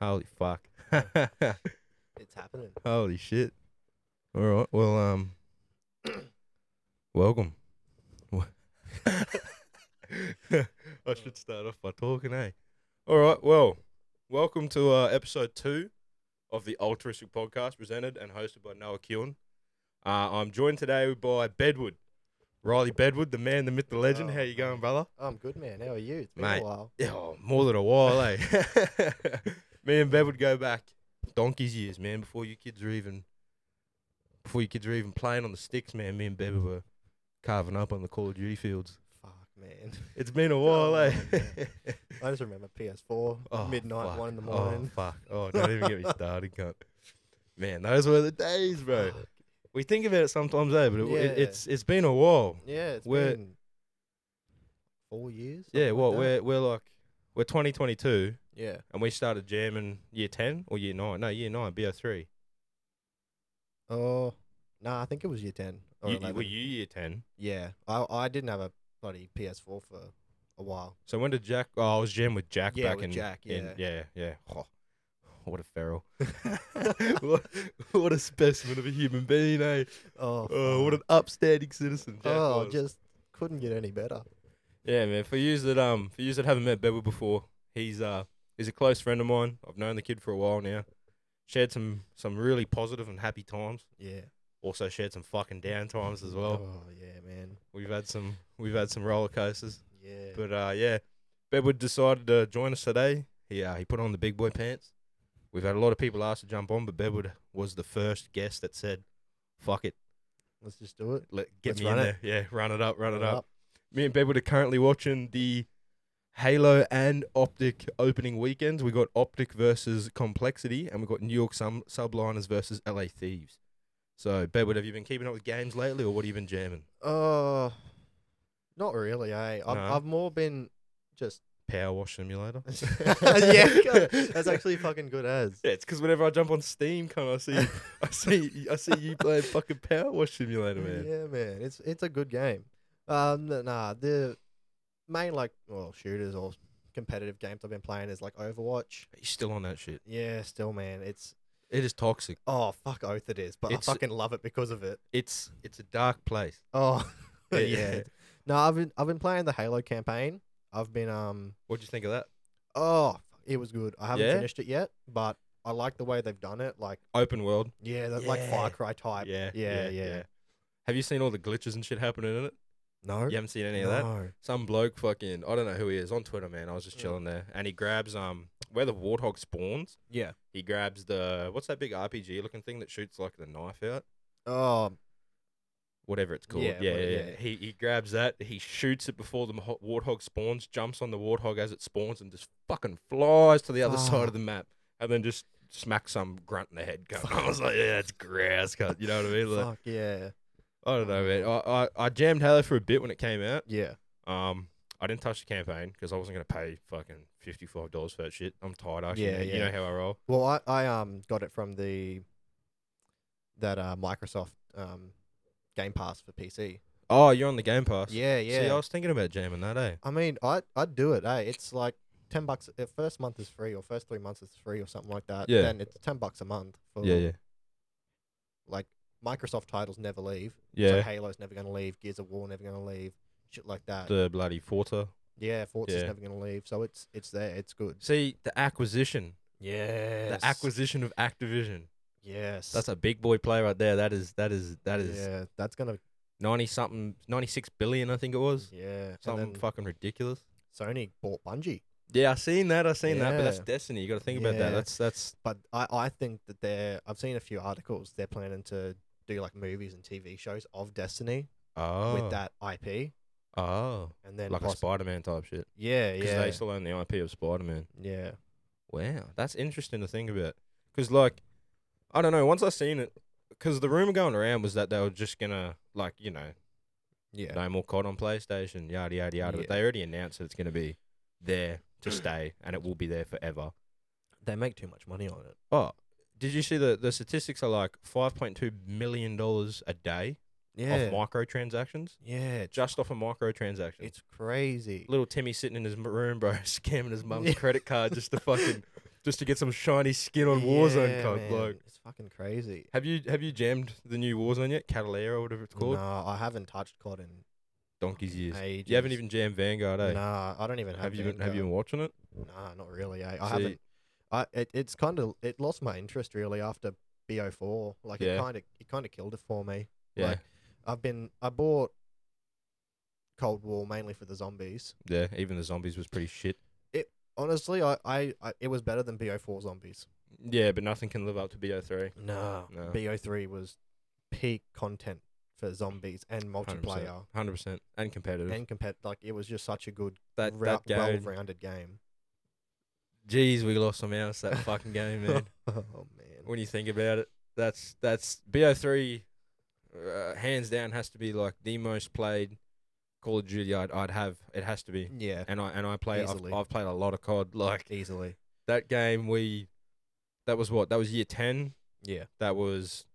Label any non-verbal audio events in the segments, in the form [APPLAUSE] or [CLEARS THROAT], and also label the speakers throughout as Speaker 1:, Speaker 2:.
Speaker 1: Holy fuck.
Speaker 2: [LAUGHS] It's happening.
Speaker 1: Holy shit. All right. Well,
Speaker 2: [CLEARS THROAT]
Speaker 1: um,
Speaker 2: [LAUGHS]
Speaker 1: welcome. [LAUGHS] Wha- I should start off by talking, eh? All right. Well, welcome to uh, episode two of the Altruistic Podcast, presented and hosted by Noah Keelan. Uh, I'm joined today by Bedwood, Riley Bedwood, the man, the myth, the legend.
Speaker 2: Oh,
Speaker 1: How you going, brother?
Speaker 2: I'm good, man. How are you? It's been
Speaker 1: Mate.
Speaker 2: a while.
Speaker 1: Yeah, oh, more than a while, eh? [LAUGHS] Me and Bev would go back donkey's years, man. Before you kids were even, before you kids were even playing on the sticks, man. Me and Bev were carving up on the Call of Duty fields.
Speaker 2: Fuck, man.
Speaker 1: It's been
Speaker 2: Oh,
Speaker 1: a while, eh?
Speaker 2: [LAUGHS] I just remember PS4,
Speaker 1: [LAUGHS] Oh,
Speaker 2: midnight,
Speaker 1: fuck.
Speaker 2: one in the morning.
Speaker 1: Oh fuck! Oh, don't even
Speaker 2: [LAUGHS]
Speaker 1: get me started, cunt. Man, those were the days, [LAUGHS] bro.
Speaker 2: Fuck.
Speaker 1: We think about it sometimes, eh? But it,
Speaker 2: Yeah.
Speaker 1: it, it's it's been a while.
Speaker 2: Yeah, it's
Speaker 1: We're-
Speaker 2: been four years.
Speaker 1: Yeah.
Speaker 2: something
Speaker 1: What
Speaker 2: like that.
Speaker 1: we're we're like we're 2022.
Speaker 2: Yeah.
Speaker 1: and we started jamming year 10 or year 9 no year 9 bo3
Speaker 2: Oh, no, nah, I think it was year 10 or
Speaker 1: you,
Speaker 2: 11.
Speaker 1: were you year 10
Speaker 2: Yeah. I, I didn't have a bloody PS4 for
Speaker 1: [LAUGHS]
Speaker 2: a while. [LAUGHS]
Speaker 1: so when did jack oh i was jamming with jack
Speaker 2: Yeah,
Speaker 1: back
Speaker 2: with
Speaker 1: in
Speaker 2: Jack,
Speaker 1: in- yeah
Speaker 2: yeah.
Speaker 1: yeah [SIGHS] Oh, what a feral [LAUGHS] what, what a specimen of a human being eh
Speaker 2: Oh,
Speaker 1: oh, what
Speaker 2: fuck.
Speaker 1: an upstanding citizen Jack
Speaker 2: Oh,
Speaker 1: was.
Speaker 2: just couldn't get any better.
Speaker 1: yeah man for yous that um for yous that haven't met Bevel before he's uh he's a close friend of mine i've known the kid for a while now shared some some really positive and happy times
Speaker 2: Yeah.
Speaker 1: also shared some fucking down times as well
Speaker 2: Oh, yeah, man.
Speaker 1: We've had some we've had some roller coasters,
Speaker 2: Yeah.
Speaker 1: but uh, yeah, Bedwood decided to join us today. He uh, he put on the big boy pants. We've had a lot of people ask to jump on, but Bedwood was the first guest that said, "Fuck it,
Speaker 2: Let's just do it.
Speaker 1: let get
Speaker 2: Let's
Speaker 1: me in
Speaker 2: run it.
Speaker 1: there, yeah, run it up, run it
Speaker 2: Run
Speaker 1: up." Me and Bedwood are currently watching the Halo and Optic opening weekends. We got Optic versus Complexity, and we got New York Sub Subliners versus LA Thieves. So Bedwood, have you been keeping up with games lately, or what have you been jamming?
Speaker 2: Uh, not really. Eh? I've,
Speaker 1: No?
Speaker 2: I've more been
Speaker 1: [LAUGHS]
Speaker 2: just
Speaker 1: Power Wash Simulator.
Speaker 2: yeah. [LAUGHS] God, That's actually fucking good as.
Speaker 1: Yeah, it's because whenever I jump on Steam, come I see,
Speaker 2: [LAUGHS]
Speaker 1: I see, I see you playing fucking Power Wash Simulator, man.
Speaker 2: Yeah, man. It's it's a good game. Um, n- nah, the main like well shooters or competitive games I've been playing is like Overwatch.
Speaker 1: Are you still on that shit?
Speaker 2: Yeah, still, man. It's
Speaker 1: It is toxic.
Speaker 2: oh fuck oath it is, but
Speaker 1: It's-
Speaker 2: I fucking love it because of it.
Speaker 1: It's it's a dark place.
Speaker 2: Oh
Speaker 1: [LAUGHS]
Speaker 2: [LAUGHS]
Speaker 1: Yeah,
Speaker 2: yeah.
Speaker 1: yeah.
Speaker 2: No, I've been I've been playing the Halo campaign. I've been um
Speaker 1: What'd you think of that?
Speaker 2: oh it was good. I haven't
Speaker 1: Yeah?
Speaker 2: finished it yet, but I like the way they've done it. Like.
Speaker 1: Open world.
Speaker 2: Yeah, that like
Speaker 1: Yeah.
Speaker 2: Far Cry type.
Speaker 1: yeah,
Speaker 2: yeah, yeah.
Speaker 1: Have you seen all the glitches and shit happening in it?
Speaker 2: No,
Speaker 1: You haven't seen any of that. Some bloke fucking I don't know who he is on Twitter, man. I was just
Speaker 2: Mm.
Speaker 1: chilling there, and he grabs um where the warthog spawns.
Speaker 2: Yeah.
Speaker 1: He grabs the what's that big RPG looking thing that shoots like the knife out.
Speaker 2: Oh,
Speaker 1: whatever it's called. Yeah,
Speaker 2: Yeah,
Speaker 1: yeah,
Speaker 2: what-
Speaker 1: yeah.
Speaker 2: yeah.
Speaker 1: He he grabs that. He shoots it before the mo- warthog spawns. Jumps on the warthog as it spawns and just fucking flies to the other side of
Speaker 2: Fuck.
Speaker 1: the map, and then just smacks some grunt in the head. cunt. [LAUGHS] I was like, yeah, it's grass cut. You know what I mean? Like,
Speaker 2: fuck yeah,
Speaker 1: I don't know, man. I, I I jammed Halo for a bit when it came out.
Speaker 2: yeah.
Speaker 1: Um, I didn't touch the campaign because I wasn't gonna pay fucking fifty five dollars for that shit. I'm tired. Actually,
Speaker 2: Yeah,
Speaker 1: yeah, You
Speaker 2: yeah.
Speaker 1: know how I roll.
Speaker 2: Well, I, I um got it from the that uh Microsoft um Game Pass for PC.
Speaker 1: Oh, you're on the Game Pass.
Speaker 2: Yeah, yeah.
Speaker 1: See, I was thinking about jamming that, eh?
Speaker 2: I mean, I I'd do it. Hey, it's like ten bucks. The first month is free, or first three months is free, or something like that.
Speaker 1: Yeah.
Speaker 2: Then it's ten bucks a month for like Microsoft titles never leave. So Halo's never gonna leave. Gears of War never gonna leave. Shit like that.
Speaker 1: The bloody Forza.
Speaker 2: yeah, Forza's
Speaker 1: yeah.
Speaker 2: never gonna leave. So it's it's there. It's good.
Speaker 1: See, the acquisition
Speaker 2: Yeah.
Speaker 1: the acquisition of Activision.
Speaker 2: Yes.
Speaker 1: That's a big boy play right there. That is that is that is
Speaker 2: yeah. That's gonna
Speaker 1: ninety something, ninety six billion, I think it was.
Speaker 2: yeah.
Speaker 1: Something
Speaker 2: and then
Speaker 1: fucking ridiculous.
Speaker 2: Sony bought Bungie,
Speaker 1: Yeah, I seen that. I seen that. But that's
Speaker 2: Yeah.
Speaker 1: Destiny. You got to think about that.
Speaker 2: Yeah.
Speaker 1: That's that's
Speaker 2: but I I think that they're I've seen a few articles they're planning to do like movies and TV shows of Destiny.
Speaker 1: Oh.
Speaker 2: with that IP,
Speaker 1: Oh.
Speaker 2: and then
Speaker 1: Like a
Speaker 2: poss-
Speaker 1: Spider Man type shit.
Speaker 2: yeah,
Speaker 1: Because
Speaker 2: yeah,
Speaker 1: they still own the IP of Spider Man.
Speaker 2: yeah,
Speaker 1: Wow. That's interesting to think about. Because, like, I don't know. Once I seen it, because the rumor going around was that they were just going to, like, you know,
Speaker 2: yeah,
Speaker 1: no more COD on PlayStation, yada, yada, yada. But
Speaker 2: Yeah.
Speaker 1: they already announced that it's going to be there
Speaker 2: [CLEARS THROAT]
Speaker 1: to stay and it will be there forever.
Speaker 2: They make too much money on it.
Speaker 1: Oh, did you see the, the statistics are like $5.2 million a day
Speaker 2: Yeah,
Speaker 1: off microtransactions?
Speaker 2: yeah, it's,
Speaker 1: Just off a microtransaction.
Speaker 2: it's crazy.
Speaker 1: little Timmy sitting in his m- room, bro, [LAUGHS] scamming his mum's
Speaker 2: Yeah.
Speaker 1: credit card just to
Speaker 2: [LAUGHS]
Speaker 1: fucking just to get some shiny skin on Warzone
Speaker 2: Yeah,
Speaker 1: card.
Speaker 2: man,
Speaker 1: Like,
Speaker 2: it's fucking crazy.
Speaker 1: have you have you jammed the new Warzone yet? Catalera or whatever it's called.
Speaker 2: Nah, I haven't touched COD in
Speaker 1: Donkey's years.
Speaker 2: ages.
Speaker 1: You haven't even jammed Vanguard, eh?
Speaker 2: Nah, I don't even have.
Speaker 1: have you been, have you been watching it?
Speaker 2: Vanguard. Nah, not really. eh? I
Speaker 1: See-
Speaker 2: haven't. I it, it's kind of it lost my interest really after BO4. Like
Speaker 1: Yeah.
Speaker 2: it kind of it kind of killed it for me.
Speaker 1: Yeah,
Speaker 2: Like, I've been I bought Cold War mainly for the zombies.
Speaker 1: yeah. Even the zombies was pretty shit.
Speaker 2: Honestly, I, I, I it was better than BO4 zombies.
Speaker 1: Yeah, but nothing can live up to BO3.
Speaker 2: Nah,
Speaker 1: No.
Speaker 2: BO3 was peak content for zombies and multiplayer
Speaker 1: hundred percent, and competitive.
Speaker 2: and compet. Like it was just such a good,
Speaker 1: that
Speaker 2: ra-
Speaker 1: that game.
Speaker 2: well-rounded game.
Speaker 1: Jeez, we lost some else [LAUGHS]
Speaker 2: [LAUGHS]
Speaker 1: that fucking game, man.
Speaker 2: oh man.
Speaker 1: when you think about it. That's that's BO3 uh, hands down has to be like the most played Call of Duty I'd, I'd have. It has to be.
Speaker 2: Yeah,
Speaker 1: And I and I play I've,
Speaker 2: Easily.
Speaker 1: I've played a lot of COD like
Speaker 2: easily.
Speaker 1: that game we that was what? That was year 10.
Speaker 2: Yeah,
Speaker 1: That was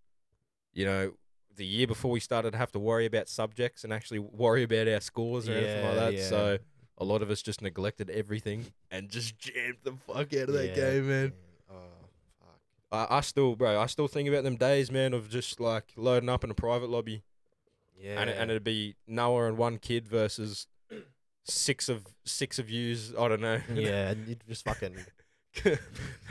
Speaker 1: you know the year before we started to have to worry about subjects and actually worry about our scores or anything like
Speaker 2: Yeah,
Speaker 1: that.
Speaker 2: yeah.
Speaker 1: So a lot of us just neglected everything and just jammed the fuck out of that
Speaker 2: Yeah,
Speaker 1: game, man.
Speaker 2: man. Oh fuck.
Speaker 1: I, I still, bro, I still think about them days, man, of just like loading up in a private lobby,
Speaker 2: Yeah.
Speaker 1: and it, [LAUGHS] and it'd be Noah and one kid versus six of six of yous. I don't know. [LAUGHS]
Speaker 2: yeah, and you just fucking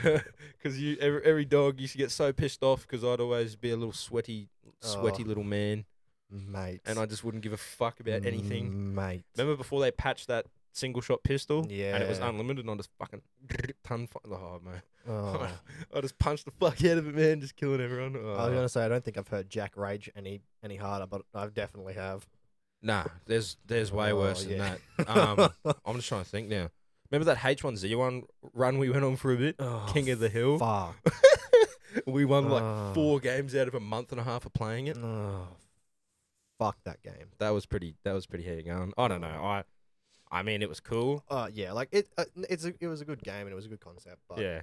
Speaker 1: Because you every, every dog used to get so pissed off because I'd always be a little sweaty, sweaty
Speaker 2: Oh.
Speaker 1: little man,
Speaker 2: mate.
Speaker 1: and I just wouldn't give a fuck about
Speaker 2: Mm.
Speaker 1: anything.
Speaker 2: mate.
Speaker 1: Remember before they patched that single shot pistol, and it was
Speaker 2: Yeah.
Speaker 1: unlimited, and I just fucking [LAUGHS] ton. Fu- oh man, [LAUGHS]
Speaker 2: Oh.
Speaker 1: I just punched the fuck out of it, man, just killing everyone.
Speaker 2: I was
Speaker 1: Oh.
Speaker 2: gonna say I don't think I've heard Jack rage any any harder, but I definitely have.
Speaker 1: Nah, there's there's way
Speaker 2: Oh,
Speaker 1: worse
Speaker 2: yeah.
Speaker 1: than
Speaker 2: [LAUGHS]
Speaker 1: that. Um, I'm just trying to think now. Remember that H1Z1 run we went on for a bit?
Speaker 2: Oh,
Speaker 1: King of the Hill.
Speaker 2: Fuck.
Speaker 1: We won like
Speaker 2: Oh.
Speaker 1: four games out of a month and a half of playing it.
Speaker 2: Oh, fuck that game.
Speaker 1: That was pretty. That was pretty heavy going. I don't know. I, I mean, it was cool.
Speaker 2: Uh, yeah, like it. Uh, n- it's a, it was a good game and it was a good concept, but
Speaker 1: yeah.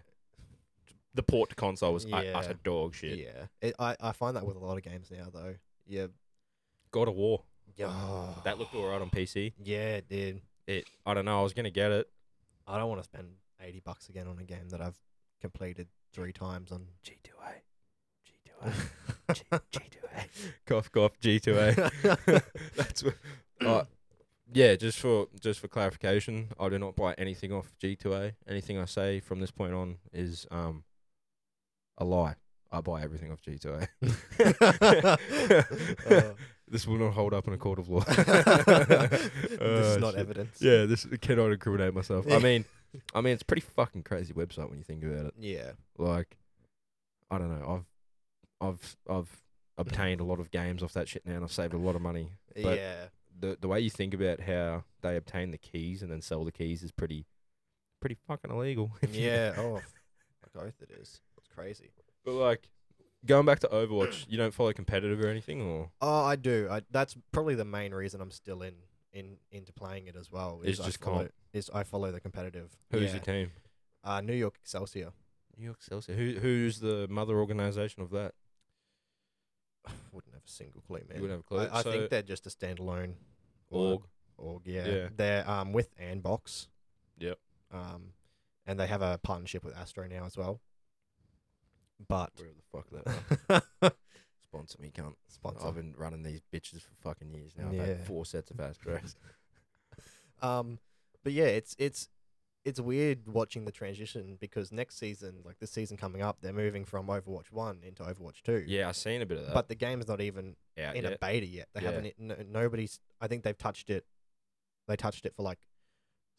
Speaker 1: The port to console was u-
Speaker 2: Yeah.
Speaker 1: utter dog shit.
Speaker 2: yeah. It, I I find that with a lot of games now though. Yeah.
Speaker 1: God of War.
Speaker 2: Yeah.
Speaker 1: That looked alright on PC.
Speaker 2: Yeah, it did.
Speaker 1: It. I don't know. I was gonna get it.
Speaker 2: I don't want to spend eighty bucks again on a game that I've completed three times on.
Speaker 1: G2A.
Speaker 2: [LAUGHS]
Speaker 1: G2A. G2A. cough cough. G2A. [LAUGHS] That's [CLEARS THROAT] what.
Speaker 2: [LAUGHS]
Speaker 1: Uh, yeah, just for just for clarification, I do not buy anything off G2A. Anything I say from this point on is um a lie. I buy everything off G2A.
Speaker 2: [LAUGHS]
Speaker 1: [LAUGHS]
Speaker 2: Uh,
Speaker 1: This will not hold up in a court
Speaker 2: [LAUGHS]
Speaker 1: of law. [LAUGHS]
Speaker 2: this is
Speaker 1: Uh,
Speaker 2: not
Speaker 1: shit.
Speaker 2: evidence.
Speaker 1: Yeah, this cannot incriminate myself.
Speaker 2: [LAUGHS]
Speaker 1: I mean, I mean, it's a pretty fucking crazy website when you think about it.
Speaker 2: Yeah.
Speaker 1: Like, I don't know. I've, I've, I've obtained a lot of games off that shit now, and I've saved a lot of money. But-
Speaker 2: yeah.
Speaker 1: [LAUGHS] the the way you think about how they obtain the keys and then sell the keys is pretty pretty fucking illegal. [LAUGHS] if you-
Speaker 2: Yeah. Oh, [LAUGHS] fuck oath it is. It's crazy.
Speaker 1: But like going back to Overwatch, you don't follow competitive or anything or
Speaker 2: Oh, I do. I, that's probably the main reason I'm still in in into playing it as well.
Speaker 1: It's
Speaker 2: I
Speaker 1: just
Speaker 2: follow,
Speaker 1: comp.
Speaker 2: Is I follow the competitive.
Speaker 1: who's
Speaker 2: yeah.
Speaker 1: your team?
Speaker 2: Uh, New York Excelsior. [SIGHS]
Speaker 1: New York Celsius. Who who's the mother organization of that?
Speaker 2: Wouldn't have a single clue, man.
Speaker 1: You would have a clue.
Speaker 2: I, I
Speaker 1: So-
Speaker 2: think they're just a standalone
Speaker 1: Org.
Speaker 2: Org, yeah.
Speaker 1: Yeah.
Speaker 2: They're um with Anbox.
Speaker 1: Yep.
Speaker 2: Um, and they have a partnership with Astro now as well. But [LAUGHS]
Speaker 1: Where the fuck [LAUGHS] that sponsor me, cunt.
Speaker 2: sponsor.
Speaker 1: I've been running these bitches for fucking years now. I've
Speaker 2: Yeah.
Speaker 1: had four sets of Astros.
Speaker 2: Um, but yeah, it's it's it's weird watching the transition because next season, like this season coming up, they're moving from Overwatch One into Overwatch Two.
Speaker 1: yeah, I seen a bit of that.
Speaker 2: But the game's not even
Speaker 1: out
Speaker 2: in
Speaker 1: yet.
Speaker 2: a beta yet. They
Speaker 1: Yeah.
Speaker 2: haven't. it- No, nobody's. I think they've touched it. They touched it for like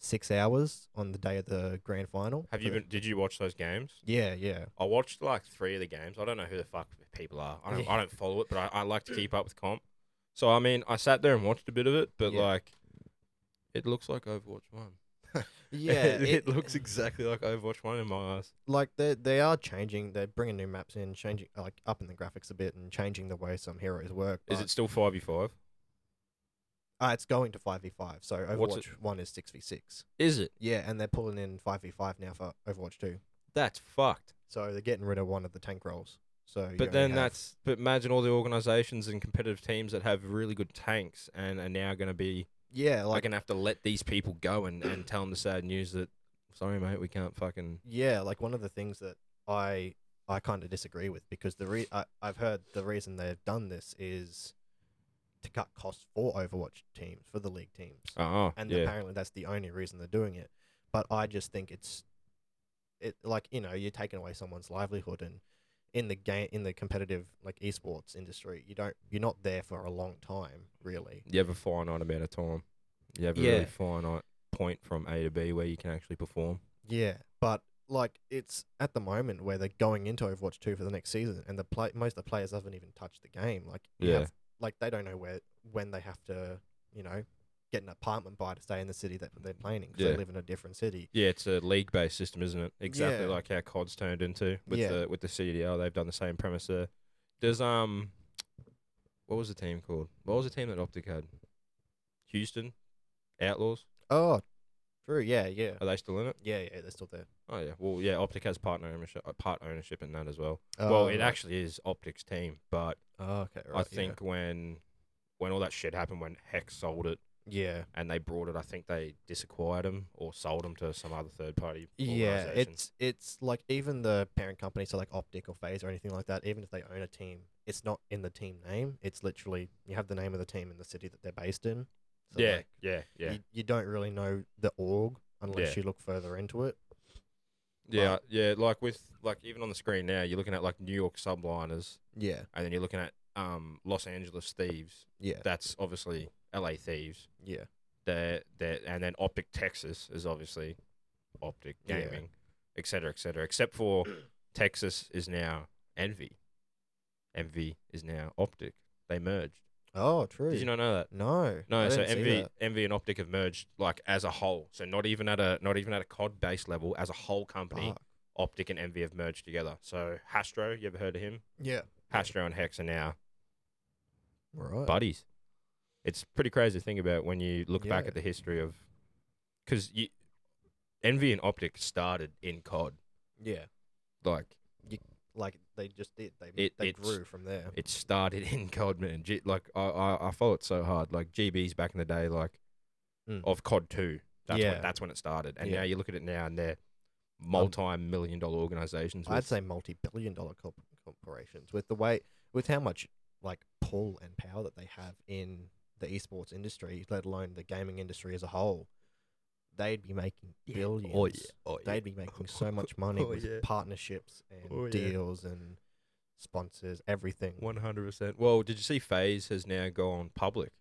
Speaker 2: six hours on the day of the grand final.
Speaker 1: have
Speaker 2: for
Speaker 1: you
Speaker 2: the-
Speaker 1: been? Did you watch those games? [LAUGHS]
Speaker 2: Yeah, yeah.
Speaker 1: I watched like three of the games. I don't know who the fuck people are. I don't, I don't follow it, but I, I like to keep up with comp. So I mean, I sat there and watched a bit of it, but
Speaker 2: Yeah.
Speaker 1: like, it looks like Overwatch One. [LAUGHS]
Speaker 2: Yeah, [LAUGHS]
Speaker 1: it, looks exactly like Overwatch One in my eyes.
Speaker 2: like they they are changing. They're bringing new maps in, changing like up in the graphics a bit, and changing the way some heroes work.
Speaker 1: Is
Speaker 2: but-
Speaker 1: it still five v five?
Speaker 2: Uh, it's going to five v five. So
Speaker 1: What's
Speaker 2: Overwatch
Speaker 1: it-
Speaker 2: one is six v six.
Speaker 1: Is it?
Speaker 2: Yeah, and they're pulling in five v five now for Overwatch two.
Speaker 1: That's fucked.
Speaker 2: So they're getting rid of one of the tank roles. So you only
Speaker 1: But then
Speaker 2: have-
Speaker 1: that's but imagine all the organizations and competitive teams that have really good tanks and are now going to be
Speaker 2: yeah,
Speaker 1: like
Speaker 2: like
Speaker 1: going to have to let these people go and and tell them the sad news that sorry mate we can't fucking
Speaker 2: yeah, like one of the things that I I kind of disagree with because the re- I, I've heard the reason they've done this is to cut costs for Overwatch teams for the league teams,
Speaker 1: oh
Speaker 2: and
Speaker 1: yeah
Speaker 2: apparently that's the only reason they're doing it. But I just think it's it like you know you're taking away someone's livelihood and in the game in the competitive like esports industry you don't you're not there for a long time really
Speaker 1: you have a finite amount of time. You have a
Speaker 2: Yeah.
Speaker 1: really finite point from A to B where you can actually perform.
Speaker 2: Yeah, but like it's at the moment where they're going into Overwatch two for the next season, and the play most of the players haven't even touched the game. Like you
Speaker 1: Yeah.
Speaker 2: have, like they don't know where when they have to, you know, get an apartment by to stay in the city that they're playing in 'cause
Speaker 1: Yeah.
Speaker 2: they live in a different city.
Speaker 1: Yeah, it's a league based system, isn't it? Exactly
Speaker 2: Yeah.
Speaker 1: like how COD's turned into with
Speaker 2: Yeah.
Speaker 1: the with the CDL. They've done the same premise there. Does um what was the team called? What was the team that Optic had? Houston? Outlaws?
Speaker 2: Oh, true. Yeah, yeah,
Speaker 1: Are they still in it?
Speaker 2: yeah, yeah. They're still there.
Speaker 1: Oh yeah. Well yeah, Optic has part ownership uh, part ownership in that as well. well, it actually is Optic's team, but
Speaker 2: Um, Oh, okay, right.
Speaker 1: I
Speaker 2: yeah.
Speaker 1: think when when all that shit happened when Hex sold it
Speaker 2: Yeah,
Speaker 1: and they brought it. I think they disacquired them or sold them to some other third party.
Speaker 2: yeah.
Speaker 1: organisation.
Speaker 2: It's it's like even the parent company, so like Optic or Phase or anything like that. Even if they own a team, it's not in the team name. It's literally you have the name of the team in the city that they're based in. So
Speaker 1: yeah,
Speaker 2: like,
Speaker 1: yeah, yeah,
Speaker 2: you, you don't really know the org unless
Speaker 1: Yeah.
Speaker 2: you look further into it.
Speaker 1: yeah, yeah. Like with like even on the screen now, you're looking at like New York subliners,
Speaker 2: Yeah,
Speaker 1: and then you're looking at um Los Angeles thieves.
Speaker 2: yeah,
Speaker 1: That's obviously L.A. thieves.
Speaker 2: yeah,
Speaker 1: They're, they're, and then Optic Texas is obviously Optic
Speaker 2: Yeah.
Speaker 1: Gaming, et cetera, et cetera. Except
Speaker 2: [CLEARS THROAT]
Speaker 1: for Texas is now Envy. Envy is now Optic. They merged.
Speaker 2: Oh, true.
Speaker 1: Did you not know that?
Speaker 2: No,
Speaker 1: No,
Speaker 2: I
Speaker 1: so
Speaker 2: didn't see
Speaker 1: MV
Speaker 2: that.
Speaker 1: MV and Optic have merged like as a whole. So not even at a not even at a COD base level, as a whole company,
Speaker 2: Fuck.
Speaker 1: Optic and MV have merged together. So Hastro, you ever heard of him?
Speaker 2: Yeah,
Speaker 1: Hastro and Hex are now
Speaker 2: right.
Speaker 1: buddies. It's pretty crazy to think about when you look back
Speaker 2: Yeah.
Speaker 1: at the history of because you Envy and Optic started in COD.
Speaker 2: yeah,
Speaker 1: Like
Speaker 2: like they just did. They
Speaker 1: It-
Speaker 2: they
Speaker 1: it's-
Speaker 2: grew from there.
Speaker 1: it started [LAUGHS] in COD, man. G, like I, I I follow it so hard. Like GBs back in the day, like
Speaker 2: Mm.
Speaker 1: of COD two. That's
Speaker 2: Yeah.
Speaker 1: when that's when it started. And
Speaker 2: Yeah. Um,
Speaker 1: now you look at it now, and they're multi-million dollar organizations.
Speaker 2: I'd
Speaker 1: with-
Speaker 2: say multi-billion-dollar corp- corporations with the way with how much like pull and power that they have in the esports industry, let alone the gaming industry as a whole. They'd be making billions.
Speaker 1: Oh yeah. Oh yeah.
Speaker 2: they'd be
Speaker 1: [LAUGHS]
Speaker 2: making so much money
Speaker 1: Oh,
Speaker 2: with
Speaker 1: yeah.
Speaker 2: partnerships and
Speaker 1: Oh, yeah.
Speaker 2: deals and sponsors, everything.
Speaker 1: One hundred percent. Well, did you see Phase has now gone public?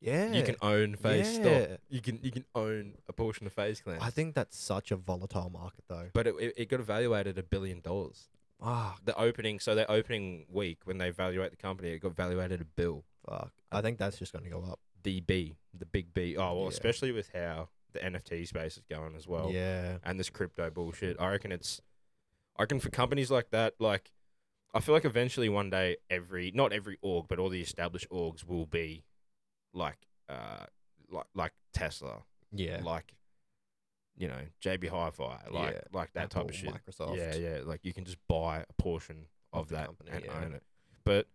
Speaker 2: Yeah,
Speaker 1: You can own Phase stock.
Speaker 2: Yeah.
Speaker 1: You can you can own a portion of Phase Clan.
Speaker 2: I think that's such a volatile market, though.
Speaker 1: but it, it, it got evaluated at a billion dollars.
Speaker 2: Ah,
Speaker 1: The opening, so their opening week when they evaluate the company, it got valuated at a bill.
Speaker 2: fuck. I think that's just going to go up.
Speaker 1: DB, the big B. Oh well,
Speaker 2: Yeah.
Speaker 1: especially with how the NFT space is going as well,
Speaker 2: yeah,
Speaker 1: and this crypto bullshit. I reckon it's, I reckon for companies like that, like, I feel like eventually one day every, not every org, but all the established orgs will be, like, uh, like like Tesla,
Speaker 2: yeah,
Speaker 1: like, you know, JB Hi-Fi, like
Speaker 2: Yeah.
Speaker 1: like that type
Speaker 2: Apple,
Speaker 1: of shit.
Speaker 2: Microsoft.
Speaker 1: Yeah, yeah. Like you can just buy a portion of,
Speaker 2: Of the
Speaker 1: that
Speaker 2: company,
Speaker 1: and
Speaker 2: yeah.
Speaker 1: own it. But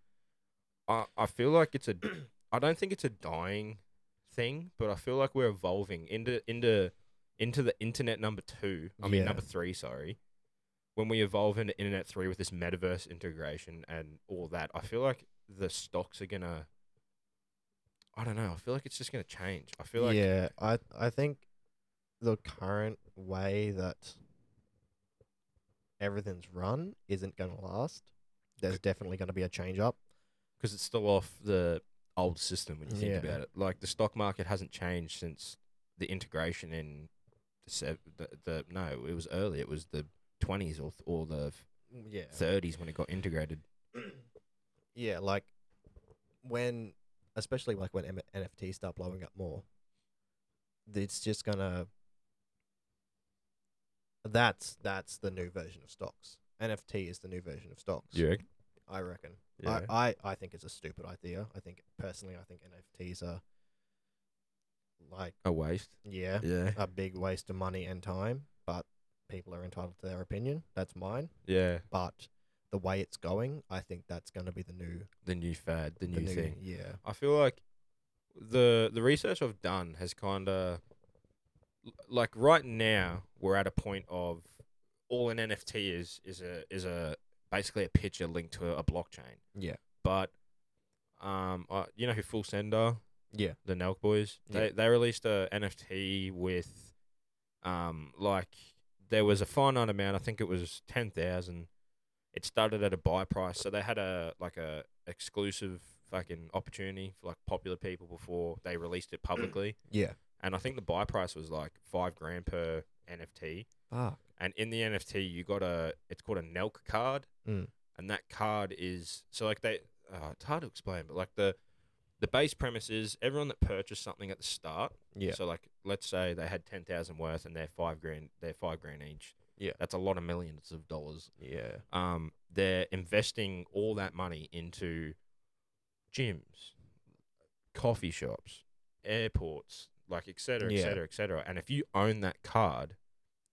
Speaker 1: I I feel like it's a [COUGHS] I don't think it's a dying thing, but I feel like we're evolving into into into the internet number two. I mean
Speaker 2: Yeah.
Speaker 1: number three, sorry. When we evolve into internet three with this metaverse integration and all that, I feel like the stocks are gonna I don't know, I feel like it's just gonna change. I feel like
Speaker 2: yeah. I I think the current way that everything's run isn't going to last. There's definitely going to be a change up.
Speaker 1: because it's still off the old system when you think
Speaker 2: Yeah.
Speaker 1: about it. Like the stock market hasn't changed since the integration in the, sev- the, the no, it was early. It was the twenties or th- or the
Speaker 2: Yeah, [CLEARS THROAT]
Speaker 1: thirties when it got integrated.
Speaker 2: yeah. Like when, especially like when M- NFTs start blowing up more, it's just gonna. That's that's the new version of stocks. NFT is the new version of stocks.
Speaker 1: Yeah.
Speaker 2: I reckon.
Speaker 1: Yeah.
Speaker 2: I, I, I think it's a stupid idea. I think personally, I think NFTs are like
Speaker 1: A waste.
Speaker 2: yeah,
Speaker 1: Yeah.
Speaker 2: a big waste of money and time. But people are entitled to their opinion. That's mine.
Speaker 1: Yeah.
Speaker 2: But the way it's going, I think that's going to be the new
Speaker 1: The new fad, the new thing.
Speaker 2: Yeah,
Speaker 1: I feel like the the research I've done has kind of like right now we're at a point of all an NFT is is a is a basically a picture linked to a, blockchain.
Speaker 2: Yeah.
Speaker 1: But um, I, you know who Full Send are?
Speaker 2: yeah,
Speaker 1: the Nelk boys.
Speaker 2: Yeah.
Speaker 1: They they released a NFT with, um, like there was a finite amount. I think it was ten thousand. It started at a buy price, so they had a like a exclusive fucking opportunity for like popular people before they released it publicly.
Speaker 2: yeah.
Speaker 1: and I think the buy price was like five grand per NFT.
Speaker 2: Fuck.
Speaker 1: And in the NFT, you got a it's called a Nelk card,
Speaker 2: Mm.
Speaker 1: and that card is so like they. Oh, it's hard to explain, but like the the base premise is everyone that purchased something at the start.
Speaker 2: Yeah.
Speaker 1: So like, let's say they had ten thousand worth, and they're five grand. They're five grand each.
Speaker 2: Yeah.
Speaker 1: That's a lot of millions of dollars.
Speaker 2: Yeah.
Speaker 1: Um, they're investing all that money into gyms, coffee shops, airports, like et cetera, et
Speaker 2: Yeah.
Speaker 1: cetera, et cetera. And if you own that card,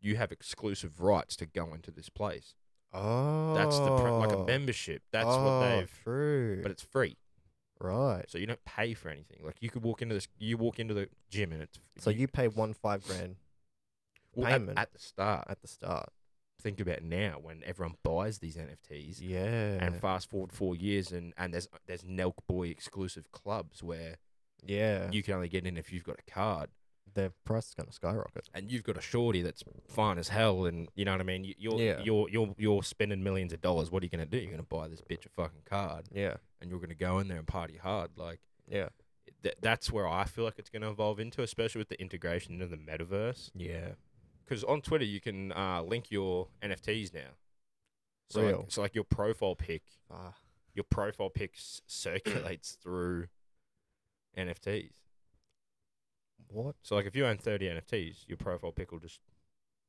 Speaker 1: you have exclusive rights to go into this place.
Speaker 2: Oh,
Speaker 1: That's the pr- like a membership. That's what they've.
Speaker 2: True.
Speaker 1: But it's free,
Speaker 2: right.
Speaker 1: so you don't pay for anything. Like you could walk into this, you walk into the gym and it's
Speaker 2: So you pay one five grand
Speaker 1: well, at-
Speaker 2: payment.
Speaker 1: at, the start.
Speaker 2: at the start.
Speaker 1: Think about now when everyone buys these NFTs,
Speaker 2: Yeah.
Speaker 1: and fast forward four years, and, and there's there's Nelk Boy exclusive clubs where
Speaker 2: yeah.
Speaker 1: you can only get in if you've got a card,
Speaker 2: their price is going to skyrocket.
Speaker 1: and you've got a shorty that's fine as hell, and you know what I mean. You, you're
Speaker 2: Yeah.
Speaker 1: you're you're you're spending millions of dollars. What are you gonna do? You're gonna buy this bitch a fucking card,
Speaker 2: Yeah.
Speaker 1: and you're gonna go in there and party hard, like.
Speaker 2: Yeah.
Speaker 1: Th- that's where I feel like it's going to evolve into, especially with the integration of the metaverse.
Speaker 2: Yeah.
Speaker 1: because on Twitter you can uh, link your NFTs now. So
Speaker 2: Real.
Speaker 1: like, so like your profile pic,
Speaker 2: Ah.
Speaker 1: your profile pic s-
Speaker 2: [CLEARS THROAT]
Speaker 1: circulates through NFTs.
Speaker 2: What?
Speaker 1: So like if you own thirty NFTs, your profile pic will just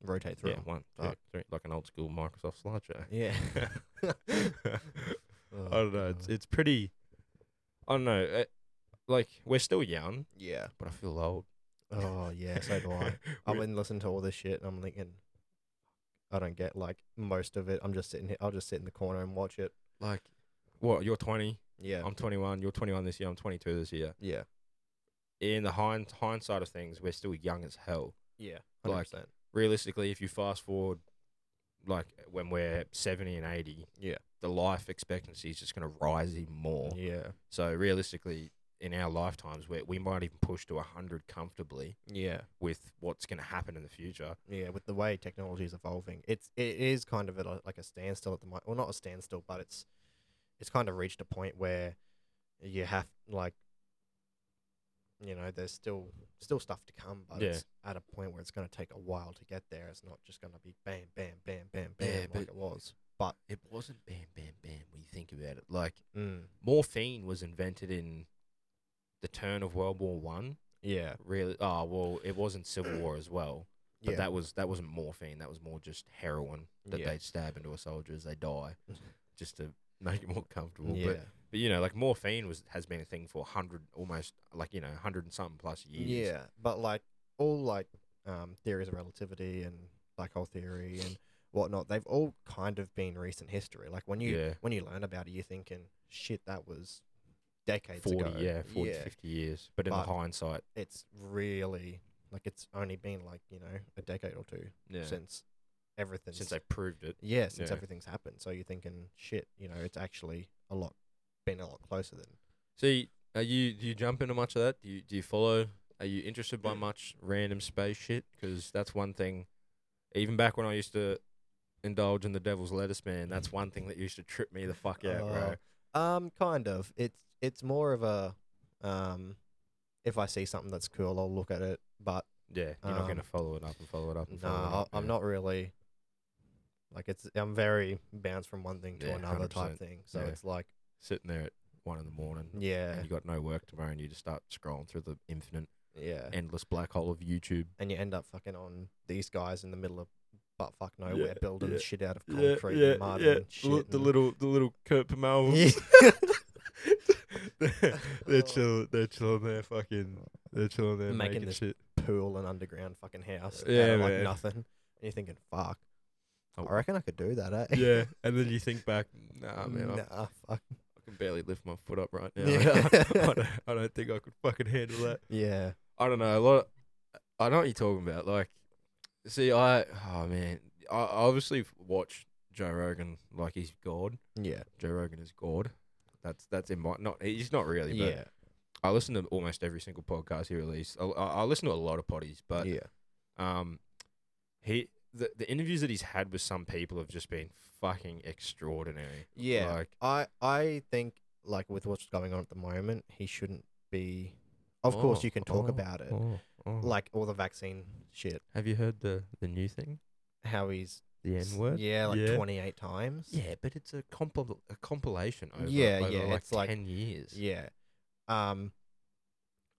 Speaker 2: Rotate
Speaker 1: yeah
Speaker 2: through.
Speaker 1: one two,
Speaker 2: Fuck.
Speaker 1: three, like an old school Microsoft slideshow.
Speaker 2: Yeah.
Speaker 1: [LAUGHS]
Speaker 2: [LAUGHS] Oh,
Speaker 1: I don't know. It's it's pretty. I don't know. It, like we're still young,
Speaker 2: yeah.
Speaker 1: but I feel old.
Speaker 2: Oh yeah. So
Speaker 1: [LAUGHS]
Speaker 2: do I. I've been listening to all this shit, and I'm thinking, I don't get like most of it. I'm just sitting here. I'll just sit in the corner and watch it.
Speaker 1: like, what? You're twenty.
Speaker 2: Yeah.
Speaker 1: I'm twenty one. You're twenty one this year. I'm twenty two this year.
Speaker 2: yeah.
Speaker 1: in the hind hindsight of things, we're still young as hell.
Speaker 2: Yeah.
Speaker 1: Like-
Speaker 2: 100%.
Speaker 1: Realistically, if you fast forward, like when we're seventy and eighty,
Speaker 2: Yeah.
Speaker 1: the life expectancy is just going to rise even more.
Speaker 2: yeah.
Speaker 1: So realistically, in our lifetimes, we we might even push to hundred comfortably
Speaker 2: Yeah.
Speaker 1: with what's going to happen in the future.
Speaker 2: Yeah. With the way technology is evolving, it's it is kind of at a, like a standstill at the moment. Well, not a standstill, but it's it's kind of reached a point where you have like you know there's still still stuff to come but
Speaker 1: Yeah.
Speaker 2: it's at a point where it's going to take a while to get there it's not just going to be bam bam bam bam bam
Speaker 1: Yeah,
Speaker 2: like
Speaker 1: but-
Speaker 2: it was
Speaker 1: It wasn't bam, bam, bam. When you think about it, like
Speaker 2: mm,
Speaker 1: morphine was invented in the turn of World War One.
Speaker 2: yeah
Speaker 1: Really? Oh well, it wasn't Civil War as well. But
Speaker 2: yeah
Speaker 1: that was that wasn't morphine. That was more just heroin that
Speaker 2: Yeah.
Speaker 1: they'd stab into a soldier as they die,
Speaker 2: [LAUGHS]
Speaker 1: just to make it more comfortable.
Speaker 2: yeah
Speaker 1: But, but you know, like morphine was has been a thing for hundred almost like you know hundred and something plus years.
Speaker 2: Yeah, but like all like um, theories of relativity and black hole theory and whatnot, they've all kind of been recent history. Like when you
Speaker 1: yeah,
Speaker 2: when you learn about it, you're thinking, shit, that was decades
Speaker 1: forty,
Speaker 2: ago.
Speaker 1: yeah, 40, 50 years. But in the
Speaker 2: But-
Speaker 1: hindsight,
Speaker 2: it's really like it's only been like you know a decade or two
Speaker 1: yeah, since,
Speaker 2: since everything.
Speaker 1: they proved it,
Speaker 2: yeah, since
Speaker 1: yeah.
Speaker 2: everything's happened. So you're thinking, shit, you know, it's actually a lot been a lot closer than
Speaker 1: see, are you do you jump into much of that? Do you do you follow? Are you interested
Speaker 2: Mm.
Speaker 1: by much random space shit? Because that's one thing. Even back when I used to indulge in the devil's lettuce, man, that's one thing that used to trip me the fuck out, bro.
Speaker 2: Mm. Oh. Um, kind of. It's it's more of a um, if I see something that's cool, I'll look at it. But
Speaker 1: Yeah, you're not going to
Speaker 2: Um,
Speaker 1: follow it up and follow it up. And
Speaker 2: no,
Speaker 1: follow it
Speaker 2: I'll
Speaker 1: up,
Speaker 2: I'm
Speaker 1: yeah.
Speaker 2: not really like it's. I'm very bounced from one thing to
Speaker 1: Yeah,
Speaker 2: another type
Speaker 1: 100%,
Speaker 2: thing. So
Speaker 1: yeah.
Speaker 2: it's like
Speaker 1: sitting there at one in the morning
Speaker 2: Yeah.
Speaker 1: and you got no work tomorrow and you just start scrolling through the infinite,
Speaker 2: Yeah.
Speaker 1: endless black hole of YouTube.
Speaker 2: And you end up fucking on these guys in the middle of butt fuck nowhere
Speaker 1: Yeah,
Speaker 2: building
Speaker 1: yeah, shit
Speaker 2: shit out of concrete and mud and shit.
Speaker 1: the
Speaker 2: and-
Speaker 1: little, the little [LAUGHS] Kurt
Speaker 2: [LAUGHS] Yeah.
Speaker 1: they're, [LAUGHS] they're chilling. They're chilling. They're fucking. They're chilling. They're
Speaker 2: Making
Speaker 1: making,
Speaker 2: this-
Speaker 1: [LAUGHS] shit.
Speaker 2: pool and underground fucking house.
Speaker 1: Yeah,
Speaker 2: Yeah, out of,
Speaker 1: man. Oh.
Speaker 2: like nothing. And you're thinking, fuck. I reckon I could do that, eh? [LAUGHS]
Speaker 1: yeah, and then you think back. Nah, man, I
Speaker 2: nah, fuck.
Speaker 1: I can barely lift my foot up right now.
Speaker 2: Yeah.
Speaker 1: [LAUGHS] I, don't, I don't think I could fucking handle that.
Speaker 2: Yeah.
Speaker 1: I don't know. A lot. I know what you're talking about. Like, see, I. Oh man, I I obviously watch Joe Rogan like he's God.
Speaker 2: Yeah.
Speaker 1: Joe Rogan is God. That's that's in my not. He's not really. But
Speaker 2: Yeah.
Speaker 1: I listen to almost every single podcast he released. I, I, I listen to a lot of potties, but
Speaker 2: yeah.
Speaker 1: um, he the, the interviews that he's had with some people have just been fucking extraordinary.
Speaker 2: Yeah.
Speaker 1: Like,
Speaker 2: I I think like with what's going on at the moment, he shouldn't be. Of course,
Speaker 1: Oh,
Speaker 2: you can talk
Speaker 1: oh,
Speaker 2: about it,
Speaker 1: oh, oh.
Speaker 2: like all the vaccine shit.
Speaker 1: have you heard the the new thing?
Speaker 2: How he's
Speaker 1: The
Speaker 2: s-
Speaker 1: N word.
Speaker 2: yeah, like
Speaker 1: Yeah.
Speaker 2: twenty eight times.
Speaker 1: Yeah, but it's a compil a compilation over,
Speaker 2: Yeah,
Speaker 1: over
Speaker 2: yeah,
Speaker 1: like
Speaker 2: it's like-
Speaker 1: ten years.
Speaker 2: yeah. Um,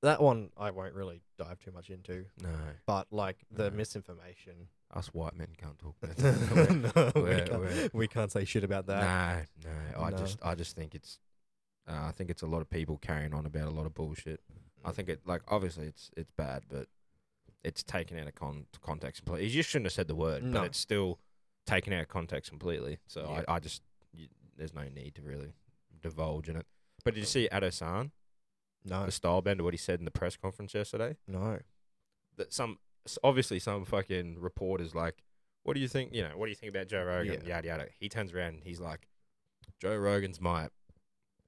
Speaker 2: that one I won't really dive too much into,
Speaker 1: No,
Speaker 2: but like the
Speaker 1: Mm.
Speaker 2: misinformation.
Speaker 1: us white men can't talk about that.
Speaker 2: [LAUGHS] no, we
Speaker 1: we're- we're-
Speaker 2: can't, we can't say shit about [LAUGHS] that.
Speaker 1: no, no. I
Speaker 2: No.
Speaker 1: just I just think it's uh, I think it's a lot of people carrying on about a lot of bullshit. I think it like obviously it's it's bad, but it's taken out of con- context completely. You just shouldn't have said the word,
Speaker 2: No.
Speaker 1: but it's still taken out of context completely. So
Speaker 2: Yeah.
Speaker 1: I, I just you, there's no need to really divulge in it. But did you see Adosan,
Speaker 2: No,
Speaker 1: the style bender, what he said in the press conference yesterday?
Speaker 2: no.
Speaker 1: That some s- obviously some fucking reporters like, what do you think? You know, what do you think about Joe Rogan?
Speaker 2: Yeah.
Speaker 1: Yada yada. He turns around and he's like, Joe Rogan's my,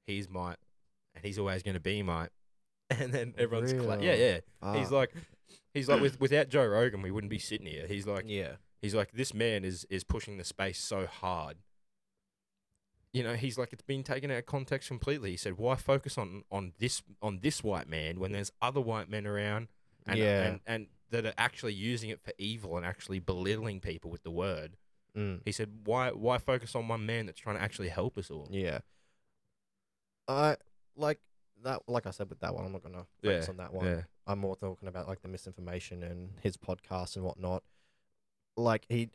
Speaker 1: he's my, and he's always going to be my. [LAUGHS] And then everyone's cla- yeah
Speaker 2: Really?
Speaker 1: yeah. He's
Speaker 2: Fuck.
Speaker 1: like, he's like, with, without Joe Rogan, we wouldn't be sitting here. He's like,
Speaker 2: yeah,
Speaker 1: he's like, this man is is pushing the space so hard. You know, he's like, it's been taken out of context completely. He said, why focus on on this on this white man when there's other white men around, and
Speaker 2: Yeah.
Speaker 1: and, and that are actually using it for evil and actually belittling people with the word.
Speaker 2: mm,
Speaker 1: He said, why why focus on one man that's trying to actually help us all?
Speaker 2: yeah. I like that. Like I said with that one, I'm not gonna focus on that one. I'm more talking about like the misinformation and his podcast and whatnot. Like he,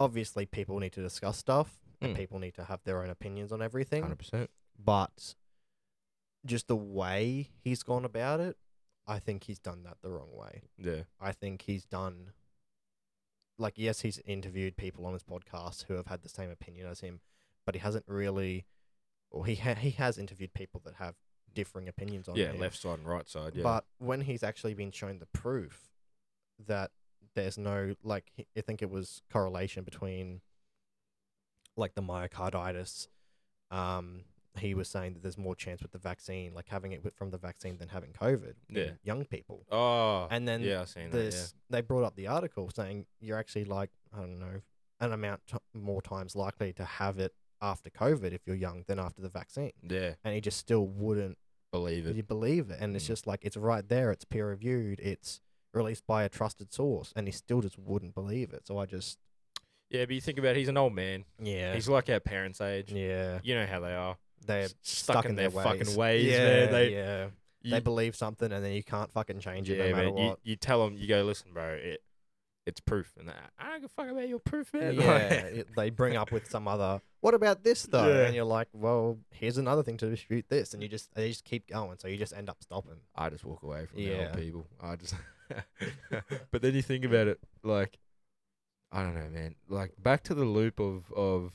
Speaker 2: obviously, people need to discuss stuff and
Speaker 1: Mm.
Speaker 2: people need to have their own opinions on everything.
Speaker 1: hundred percent.
Speaker 2: But just the way he's gone about it, I think he's done that the wrong way.
Speaker 1: Yeah,
Speaker 2: I think he's done. Like, yes, he's interviewed people on his podcast who have had the same opinion as him, but he hasn't really, or he ha- he has interviewed people that have differing opinions on
Speaker 1: yeah,
Speaker 2: him.
Speaker 1: left side and right side. Yeah,
Speaker 2: But when he's actually been shown the proof that there's no like he- I think it was correlation between like the myocarditis um he was saying that there's more chance with the vaccine like having it with- from the vaccine than having covid in
Speaker 1: Yeah.
Speaker 2: young people
Speaker 1: oh,
Speaker 2: and then
Speaker 1: yeah, I seen that. Yeah.
Speaker 2: this they brought up the article saying you're actually like I don't know an amount t- more times likely to have it after covid if you're young than after the vaccine
Speaker 1: Yeah,
Speaker 2: and he just still wouldn't
Speaker 1: believe it.
Speaker 2: you believe it and it's
Speaker 1: Mm.
Speaker 2: just like it's right there it's peer reviewed it's released by a trusted source and he still just wouldn't believe it so i just
Speaker 1: Yeah, but you think about it, he's an old man.
Speaker 2: yeah
Speaker 1: He's like our parents' age.
Speaker 2: yeah
Speaker 1: You know how they are.
Speaker 2: they're
Speaker 1: S-
Speaker 2: stuck, in, their,
Speaker 1: fucking ways, man. They-
Speaker 2: yeah
Speaker 1: You,
Speaker 2: they believe something and then you can't fucking change it
Speaker 1: yeah,
Speaker 2: no matter
Speaker 1: man, you-
Speaker 2: what
Speaker 1: You, tell them, you go, listen, bro, it, it's proof. And they I don't give a fuck about your proof,
Speaker 2: [LAUGHS]
Speaker 1: man. [LAUGHS] Like-
Speaker 2: yeah it- they bring up with some other what about this though
Speaker 1: Yeah.
Speaker 2: and you're like well here's another thing to dispute this and you just they just keep going so you just end up stopping
Speaker 1: I just walk away from the
Speaker 2: Yeah.
Speaker 1: old people. I just. [LAUGHS] but then you think about it, like, I don't know, man. Like back to the loop of of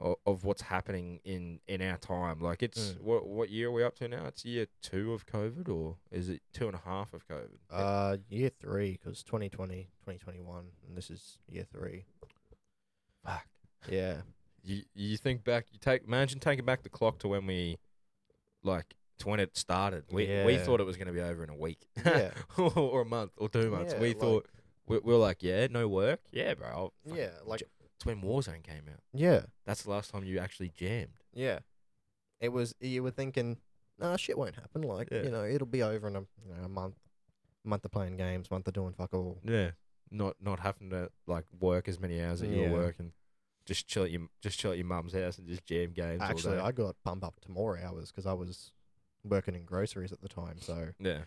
Speaker 1: o- of what's happening in in our time. Like it's
Speaker 2: Mm.
Speaker 1: what what year are we up to now? It's year two of COVID, or is it two and a half of COVID?
Speaker 2: uh year three because 2020 2021 and this is year three
Speaker 1: Fuck.
Speaker 2: yeah
Speaker 1: you you think back, you take imagine taking back the clock to when we, like to when it started. We we
Speaker 2: Yeah.
Speaker 1: thought it was going to be over in a week, [LAUGHS]
Speaker 2: Yeah.
Speaker 1: or, or a month, or two months.
Speaker 2: Yeah,
Speaker 1: we
Speaker 2: like-
Speaker 1: thought we, we were like, yeah, no work, yeah, bro. I'll fuck-
Speaker 2: yeah like
Speaker 1: it's when Warzone came out.
Speaker 2: yeah
Speaker 1: That's the last time you actually jammed.
Speaker 2: Yeah. It was you were thinking, nah, shit won't happen. Like
Speaker 1: Yeah.
Speaker 2: you know, it'll be over in a, you know, a month, month of playing games, month of doing fuck all.
Speaker 1: Yeah, not not having to like work as many hours that you
Speaker 2: Yeah.
Speaker 1: were working. just chill at your just chill at your mum's house and just jam games.
Speaker 2: Actually,
Speaker 1: all
Speaker 2: I
Speaker 1: day.
Speaker 2: got bummed up to more hours because I was working in groceries at the time. So
Speaker 1: yeah.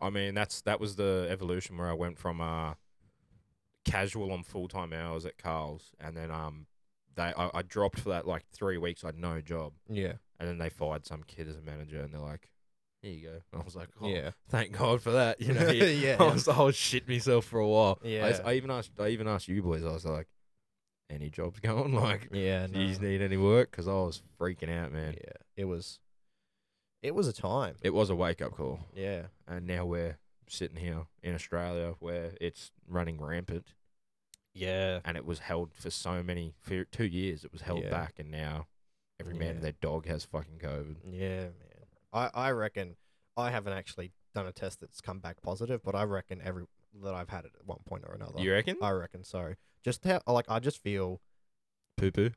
Speaker 1: I mean, that's that was the evolution where I went from uh, casual on full time hours at Carl's, and then um, they I, I dropped for that like three weeks. I had no job,
Speaker 2: yeah,
Speaker 1: and then they fired some kid as a manager, and they're like, "Here you go." I was like, "Oh,
Speaker 2: yeah,
Speaker 1: thank God for that."
Speaker 2: [LAUGHS]
Speaker 1: You know, [LAUGHS] yeah.
Speaker 2: yeah.
Speaker 1: [LAUGHS] I was I was shit myself for a while. I, s-
Speaker 2: Yeah.
Speaker 1: I even asked I even asked you boys. I was like, "Any jobs [LAUGHS] going? Like,
Speaker 2: yeah,
Speaker 1: do you
Speaker 2: no.
Speaker 1: need any work?" Because I was freaking out, man.
Speaker 2: yeah. It was, it was a time.
Speaker 1: It was a wake up call.
Speaker 2: Yeah,
Speaker 1: and Uh, now we're sitting here in Australia where it's running rampant,
Speaker 2: yeah,
Speaker 1: and it was held for so many for two years. It was held
Speaker 2: Yeah.
Speaker 1: back, and now every man
Speaker 2: Yeah.
Speaker 1: and their dog has fucking COVID.
Speaker 2: yeah, man. I I reckon I haven't actually done a test that's come back positive, but I reckon every that I've had it at one point or another.
Speaker 1: You reckon?
Speaker 2: I reckon so. Just how like I just feel
Speaker 1: [LAUGHS] Poo poo.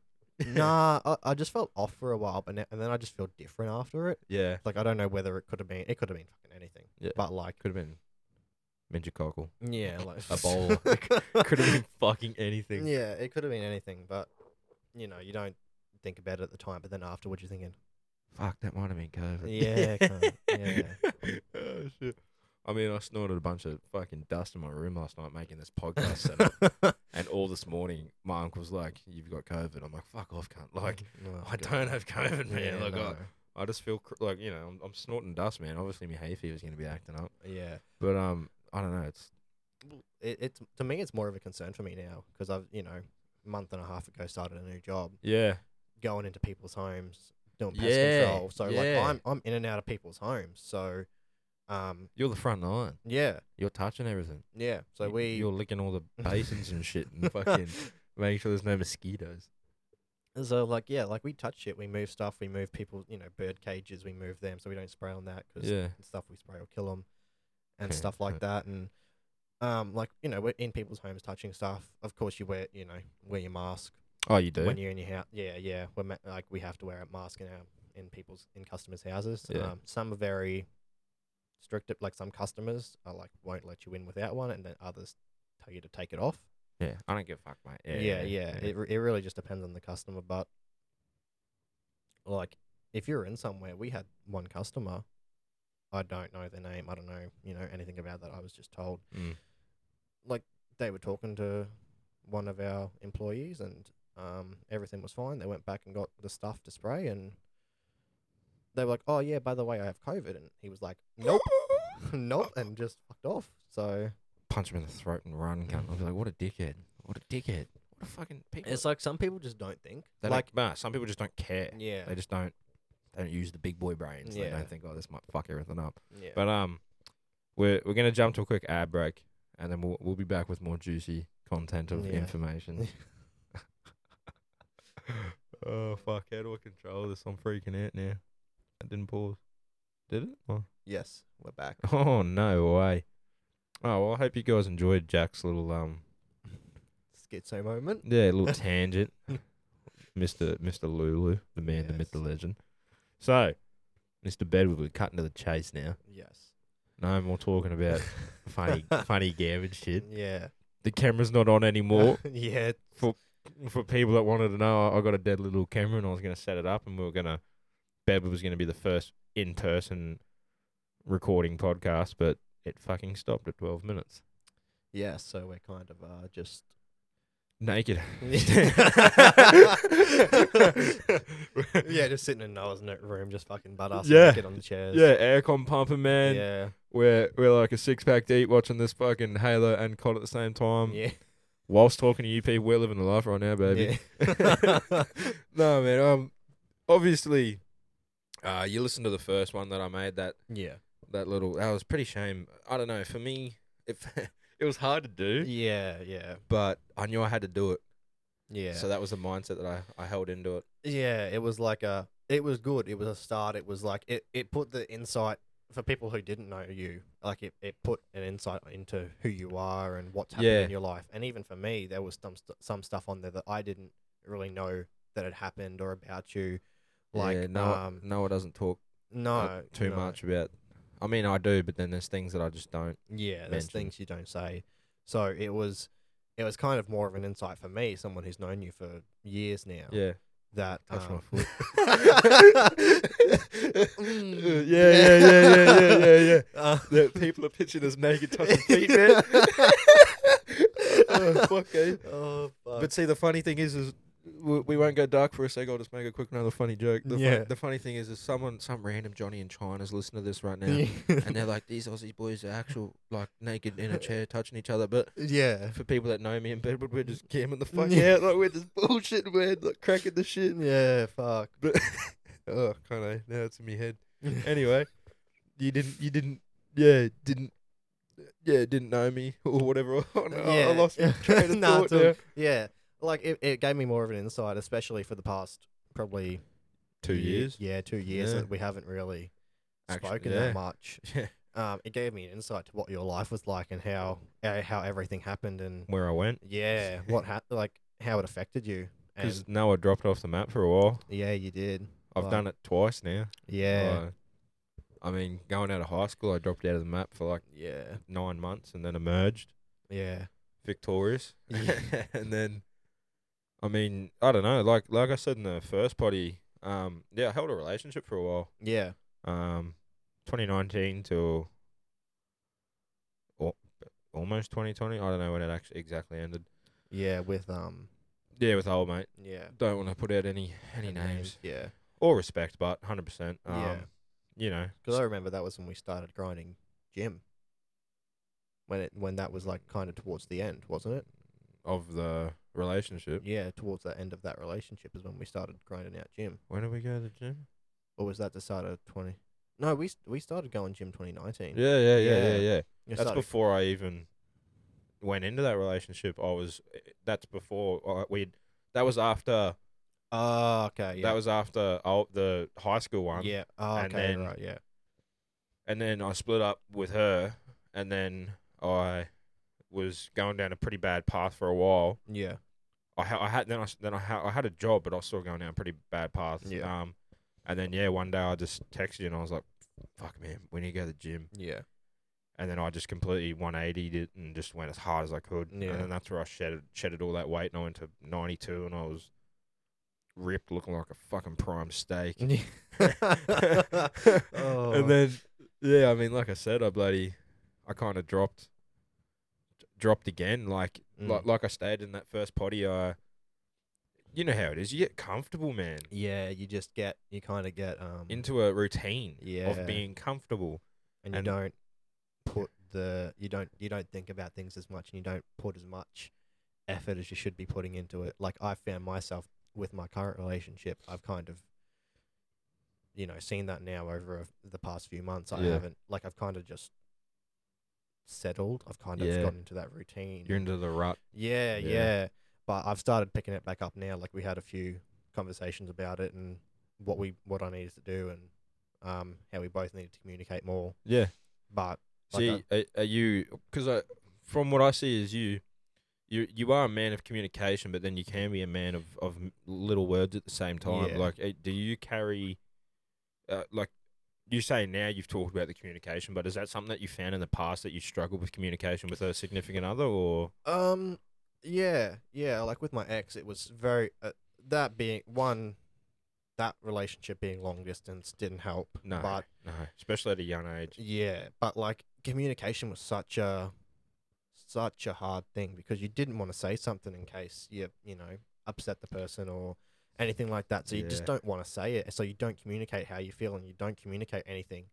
Speaker 2: nah, I, I just felt off for a while, but now, and then I just feel different after it.
Speaker 1: [LAUGHS] Yeah,
Speaker 2: Like I don't know whether it could have been it could have been fucking anything.
Speaker 1: Yeah. [LAUGHS]
Speaker 2: But like
Speaker 1: could have been meningococcal.
Speaker 2: yeah,
Speaker 1: [LAUGHS]
Speaker 2: like [LAUGHS]
Speaker 1: Ebola. Could have been fucking anything.
Speaker 2: Yeah, it could have been anything, but you know, you don't think about it at the time, but then afterwards
Speaker 1: [LAUGHS]
Speaker 2: you're thinking,
Speaker 1: Fuck, that might have been COVID.
Speaker 2: Yeah, cunt. Yeah.
Speaker 1: [LAUGHS] oh shit. I mean, I snorted a bunch of fucking dust in my room last night making this podcast
Speaker 2: [LAUGHS]
Speaker 1: setup. And all this morning, my uncle's like, "You've got COVID." I'm like, "Fuck off, cunt!" Like,
Speaker 2: Oh,
Speaker 1: I
Speaker 2: God.
Speaker 1: don't have COVID, man.
Speaker 2: Yeah,
Speaker 1: like,
Speaker 2: no.
Speaker 1: I, I just feel cr- like you know, I'm, I'm snorting dust, man. Obviously, my hay fever's gonna be acting up,
Speaker 2: yeah.
Speaker 1: but um, I don't know. It's
Speaker 2: It, it's to me it's more of a concern for me now because I've, you know, a month and a half ago started a new job,
Speaker 1: yeah,
Speaker 2: going into people's homes, doing pest
Speaker 1: Yeah,
Speaker 2: control. So
Speaker 1: yeah.
Speaker 2: like I'm I'm in and out of people's homes. So um
Speaker 1: you're the front line.
Speaker 2: yeah,
Speaker 1: You're touching everything.
Speaker 2: yeah. So
Speaker 1: You-
Speaker 2: we [LAUGHS]
Speaker 1: you're licking all [LAUGHS] the basins and shit, and fucking making sure there's no mosquitoes.
Speaker 2: So like yeah, like we touch it, we move stuff, we move people, you know, bird cages, we move them, so we don't spray on that because
Speaker 1: Yeah,
Speaker 2: stuff we spray will kill them, and
Speaker 1: Okay,
Speaker 2: stuff
Speaker 1: right.
Speaker 2: like that, and um, like you know, we're in people's homes touching stuff. Of course, you wear, you know, wear your mask
Speaker 1: oh, you do.
Speaker 2: when you're in your house. Yeah, yeah, we're ma- like we have to wear a mask in our in people's in customers' houses.
Speaker 1: Yeah.
Speaker 2: Um, some are very strict, at- like some customers are like won't let you in without one, and then others tell you to take it off.
Speaker 1: yeah, I don't give a fuck, mate. Yeah,
Speaker 2: Yeah, yeah. It, re- it really just depends on the customer. But like, if you're in somewhere, we had one customer. I don't know their name. I don't know, you know, anything about that. I was just told
Speaker 1: Mm.
Speaker 2: they were talking to one of our employees, and um, everything was fine. They went back and got the stuff to spray, and they were like, "Oh yeah, by the way, I have COVID," and he was like, "Nope, [LAUGHS] nope," and just fucked off. So
Speaker 1: Punch him in the throat and run. Cunt. I'll be like, what a dickhead. What a dickhead. What a fucking people.
Speaker 2: it's like some people just don't think.
Speaker 1: They
Speaker 2: like,
Speaker 1: like, nah, some people just don't care.
Speaker 2: yeah,
Speaker 1: They just don't. They don't use the big boy brains. They
Speaker 2: Yeah.
Speaker 1: don't think, oh, this might fuck everything up.
Speaker 2: yeah,
Speaker 1: But um, we're we're gonna jump to a quick ad break, and then we'll we'll be back with more juicy content of
Speaker 2: Yeah. [LAUGHS]
Speaker 1: information. [LAUGHS] oh fuck! How do I control this? I'm freaking out now. I didn't pause. Did it? Oh, [LAUGHS]
Speaker 2: yes, we're back.
Speaker 1: oh, no way! Oh well, I hope you guys enjoyed Jack's little um,
Speaker 2: schizo moment.
Speaker 1: yeah,
Speaker 2: [LAUGHS]
Speaker 1: little tangent, Mister Mister Lulu, the man, the myth, the
Speaker 2: Yes.
Speaker 1: legend. So, Mister Bedwood, we're cutting to the chase now.
Speaker 2: Yes.
Speaker 1: No more talking
Speaker 2: [LAUGHS]
Speaker 1: about funny funny garbage shit.
Speaker 2: Yeah.
Speaker 1: the camera's not on
Speaker 2: [LAUGHS]
Speaker 1: anymore.
Speaker 2: yeah.
Speaker 1: For people that wanted to know, I- I got a deadly little camera and I was going to set it up, and we were going to. Beb was going to be the first in person recording podcast, but it fucking stopped at 12 minutes.
Speaker 2: Yeah. So we're kind of uh,
Speaker 1: [LAUGHS]
Speaker 2: just.
Speaker 1: Naked.
Speaker 2: [LAUGHS] yeah, just sitting in Noah's no- room, just fucking butt ass
Speaker 1: Yeah.
Speaker 2: naked on the chairs.
Speaker 1: [LAUGHS] Yeah, aircon pumping, man.
Speaker 2: Yeah.
Speaker 1: We're, we're like a six pack deep watching this fucking Halo and COD at the same time.
Speaker 2: yeah.
Speaker 1: Whilst talking to you people, we're living the life right now, baby.
Speaker 2: Yeah.
Speaker 1: [LAUGHS] no, man. Um, obviously, uh, you listened to the first one that I made. That
Speaker 2: yeah. [LAUGHS]
Speaker 1: that little that was pretty shame. I don't know. For me, it [LAUGHS] it was hard to do,
Speaker 2: Yeah. Yeah.
Speaker 1: but I knew I had to do it. [LAUGHS]
Speaker 2: Yeah.
Speaker 1: So that was the mindset that I I held into it.
Speaker 2: yeah. It was like a. It was good. It was a start. It was like it. It put the insight for people who didn't know you. Like it. It put an insight into who you are and what's happening
Speaker 1: Yeah.
Speaker 2: in your life. And even for me, there was some st- some stuff on there that I didn't really know that had happened or about you. Like
Speaker 1: yeah, Noah,
Speaker 2: um,
Speaker 1: Noah doesn't talk
Speaker 2: no,
Speaker 1: uh, too
Speaker 2: no.
Speaker 1: much about. I mean, I do, but then there's things that I just don't.
Speaker 2: Yeah, there's
Speaker 1: mention.
Speaker 2: things you don't say. So it was it was kind of more of an insight for me, someone who's known you for years now.
Speaker 1: Yeah.
Speaker 2: That
Speaker 1: Touch my
Speaker 2: um,
Speaker 1: [LAUGHS] foot.
Speaker 2: Mm.
Speaker 1: yeah, yeah, yeah, yeah, yeah, yeah, yeah.
Speaker 2: Uh,
Speaker 1: [LAUGHS] The people are pitching us naked [LAUGHS] touching feet, man. [LAUGHS] oh, fuck, eh?
Speaker 2: Oh, fuck.
Speaker 1: But see, the funny thing is, is we, we won't go dark for a sec. I'll just make a quick another funny joke. The, fu-
Speaker 2: Yeah.
Speaker 1: the funny thing is, is someone, some random Johnny in China's listening to this right now, [LAUGHS] and they're like, "These Aussie boys are actual like naked
Speaker 2: [LAUGHS]
Speaker 1: in a chair touching each other." But
Speaker 2: yeah.
Speaker 1: for people that know me in Bedford, we're just camming the fuck
Speaker 2: Yeah.
Speaker 1: out. [LAUGHS] Like we're just bullshit, man. Like cracking the shit.
Speaker 2: Yeah, fuck.
Speaker 1: But oh, kind of now it's in my
Speaker 2: [LAUGHS]
Speaker 1: head. Anyway, you didn't, you didn't, yeah, didn't, yeah, didn't know me or whatever. [LAUGHS] Oh, no, I lost my train of
Speaker 2: [LAUGHS] Nah,
Speaker 1: thought.
Speaker 2: it's all-
Speaker 1: now.
Speaker 2: Yeah. Like it, it gave me more of an insight, especially for the past probably
Speaker 1: Two
Speaker 2: ye-
Speaker 1: years. [LAUGHS]
Speaker 2: Yeah, two years
Speaker 1: Yeah.
Speaker 2: that we haven't really
Speaker 1: Actu-
Speaker 2: spoken
Speaker 1: yeah.
Speaker 2: that much.
Speaker 1: Yeah.
Speaker 2: Um, it gave me an insight to what your life was like and how uh, how everything happened and
Speaker 1: Where I went.
Speaker 2: yeah, what hap like how it affected you.
Speaker 1: Because
Speaker 2: And
Speaker 1: now I dropped off the map for a while.
Speaker 2: yeah, you did.
Speaker 1: I've
Speaker 2: Wow.
Speaker 1: done it twice now.
Speaker 2: Yeah.
Speaker 1: Uh, I mean, going out of high school, I dropped out of the map for like
Speaker 2: Yeah.
Speaker 1: nine months and then emerged
Speaker 2: Yeah.
Speaker 1: victorious. [LAUGHS]
Speaker 2: Yeah.
Speaker 1: and then, I mean, I don't know. Like like I said in the first potty, um, yeah, I held a relationship for a while.
Speaker 2: Yeah.
Speaker 1: Um, 2019 to al- almost 2020. I don't know when it actually exactly ended.
Speaker 2: Yeah. With um.
Speaker 1: Yeah, with old mate.
Speaker 2: Yeah.
Speaker 1: Don't want to put out any any
Speaker 2: and
Speaker 1: names.
Speaker 2: Yeah.
Speaker 1: All respect, but 100%. Um,
Speaker 2: Yeah.
Speaker 1: You know,
Speaker 2: Because I remember that was when we started grinding gym. When it when that was like kind of towards the end, wasn't it?
Speaker 1: of the relationship.
Speaker 2: Yeah, towards the end of that relationship is when we started grinding out gym.
Speaker 1: When did we go to the gym?
Speaker 2: Or was that the start of twenty? No, we s- we started going gym twenty nineteen.
Speaker 1: Yeah, yeah, yeah, yeah,
Speaker 2: Yeah.
Speaker 1: yeah.
Speaker 2: Yeah,
Speaker 1: That's before I even went into that relationship. I was. eh, That's before I- we'd. That was after.
Speaker 2: Oh, okay. Yeah.
Speaker 1: That was after oh, the high school one.
Speaker 2: Yeah. Oh,
Speaker 1: and
Speaker 2: okay.
Speaker 1: then-
Speaker 2: right. Yeah.
Speaker 1: And then I split up with her, and then I was going down a pretty bad path for a while.
Speaker 2: Yeah.
Speaker 1: I, ha- I had then I s- then I, ha- I had a job, but I was still going down a pretty bad path.
Speaker 2: Yeah.
Speaker 1: Um, and then yeah, one day I just texted you and I was like, "Fuck man, we need to go to the gym."
Speaker 2: Yeah.
Speaker 1: And then I just completely 180'd it and just went as hard as I could.
Speaker 2: Yeah.
Speaker 1: And then that's where I shedded shedded all that weight and I went to 92 and I was ripped, looking like a fucking prime steak.
Speaker 2: [LAUGHS] Oh.
Speaker 1: [LAUGHS] And then yeah, I mean, like I said, I bloody I kind of dropped dropped again. Like like
Speaker 2: Mm.
Speaker 1: like I stated in that first potty, uh, you know how it is. You get comfortable, man,
Speaker 2: Yeah, you just get you kind of get um
Speaker 1: into a routine
Speaker 2: Yeah.
Speaker 1: of being comfortable.
Speaker 2: and you
Speaker 1: and-
Speaker 2: don't put the you don't you don't think about things as much and you don't put as much effort as you should be putting into it. Like I've found myself with my current relationship, I've kind of you know seen that now over a- the past few months. I
Speaker 1: Yeah.
Speaker 2: haven't like I've kind of just settled. I've kind of
Speaker 1: Yeah.
Speaker 2: gotten into that routine.
Speaker 1: You're into the rut.
Speaker 2: Yeah,
Speaker 1: Yeah.
Speaker 2: yeah, But I've started picking it back up now. Like we had a few conversations about it and what we what I needed to do and um how we both needed to communicate more.
Speaker 1: Yeah.
Speaker 2: But like
Speaker 1: See, are, are you? Because I, from what I see, is you, you, you are a man of communication, but then you can be a man of of m- little words at the same time.
Speaker 2: Yeah.
Speaker 1: Like, eh, do you carry, uh, like, you say now you've talked about the communication, but is that something that you found in the past that you struggled with communication with a significant other, or
Speaker 2: Um, yeah, yeah. Like with my ex, it was very uh, that being one, that relationship being long distance didn't help.
Speaker 1: no?
Speaker 2: but
Speaker 1: no, especially at a young age.
Speaker 2: yeah, but like communication was such a such a hard thing because you didn't want to say something in case you you know upset the person or anything like that. So you
Speaker 1: Yeah.
Speaker 2: just don't want to say it. So you don't communicate how you feel and you don't communicate anything.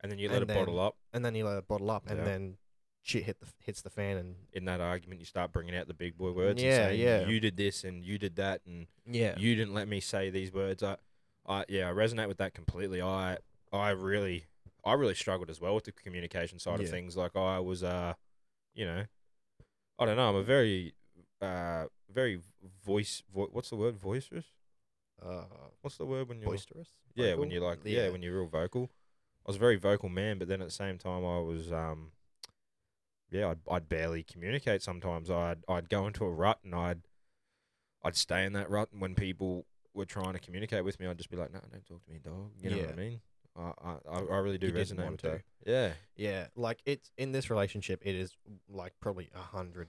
Speaker 1: And then you let
Speaker 2: and
Speaker 1: it bottle
Speaker 2: then-
Speaker 1: up
Speaker 2: And then you let it bottle up, and
Speaker 1: Yeah.
Speaker 2: then shit hit the hits the fan, and
Speaker 1: in that argument. You start bringing out the big boy words. and
Speaker 2: Yeah,
Speaker 1: saying,
Speaker 2: yeah.
Speaker 1: You did this and you did that and.
Speaker 2: yeah,
Speaker 1: you didn't let me say these words. I, I yeah, I resonate with that completely. I I really I really struggled as well with the communication side of
Speaker 2: Yeah.
Speaker 1: things. Like I was uh, you know, I don't know. I'm a very uh very voice vo- what's the word boisterous?
Speaker 2: uh,
Speaker 1: What's the word when you're
Speaker 2: boisterous.
Speaker 1: yeah when
Speaker 2: vocal?
Speaker 1: you're like yeah. when you're real vocal. I was a very vocal man, but then at the same time I was um. Yeah, I'd, I'd barely communicate sometimes. I'd I'd go into a rut and I'd I'd stay in that rut, and when people were trying to communicate with me, I'd just be like, "No, don't talk to me, dog." You know what
Speaker 2: Yeah.
Speaker 1: I mean? I I, I- I really do
Speaker 2: You didn't
Speaker 1: resonate
Speaker 2: want
Speaker 1: with
Speaker 2: to.
Speaker 1: that. Yeah,
Speaker 2: Yeah, like it's in this relationship, it is like probably a hundred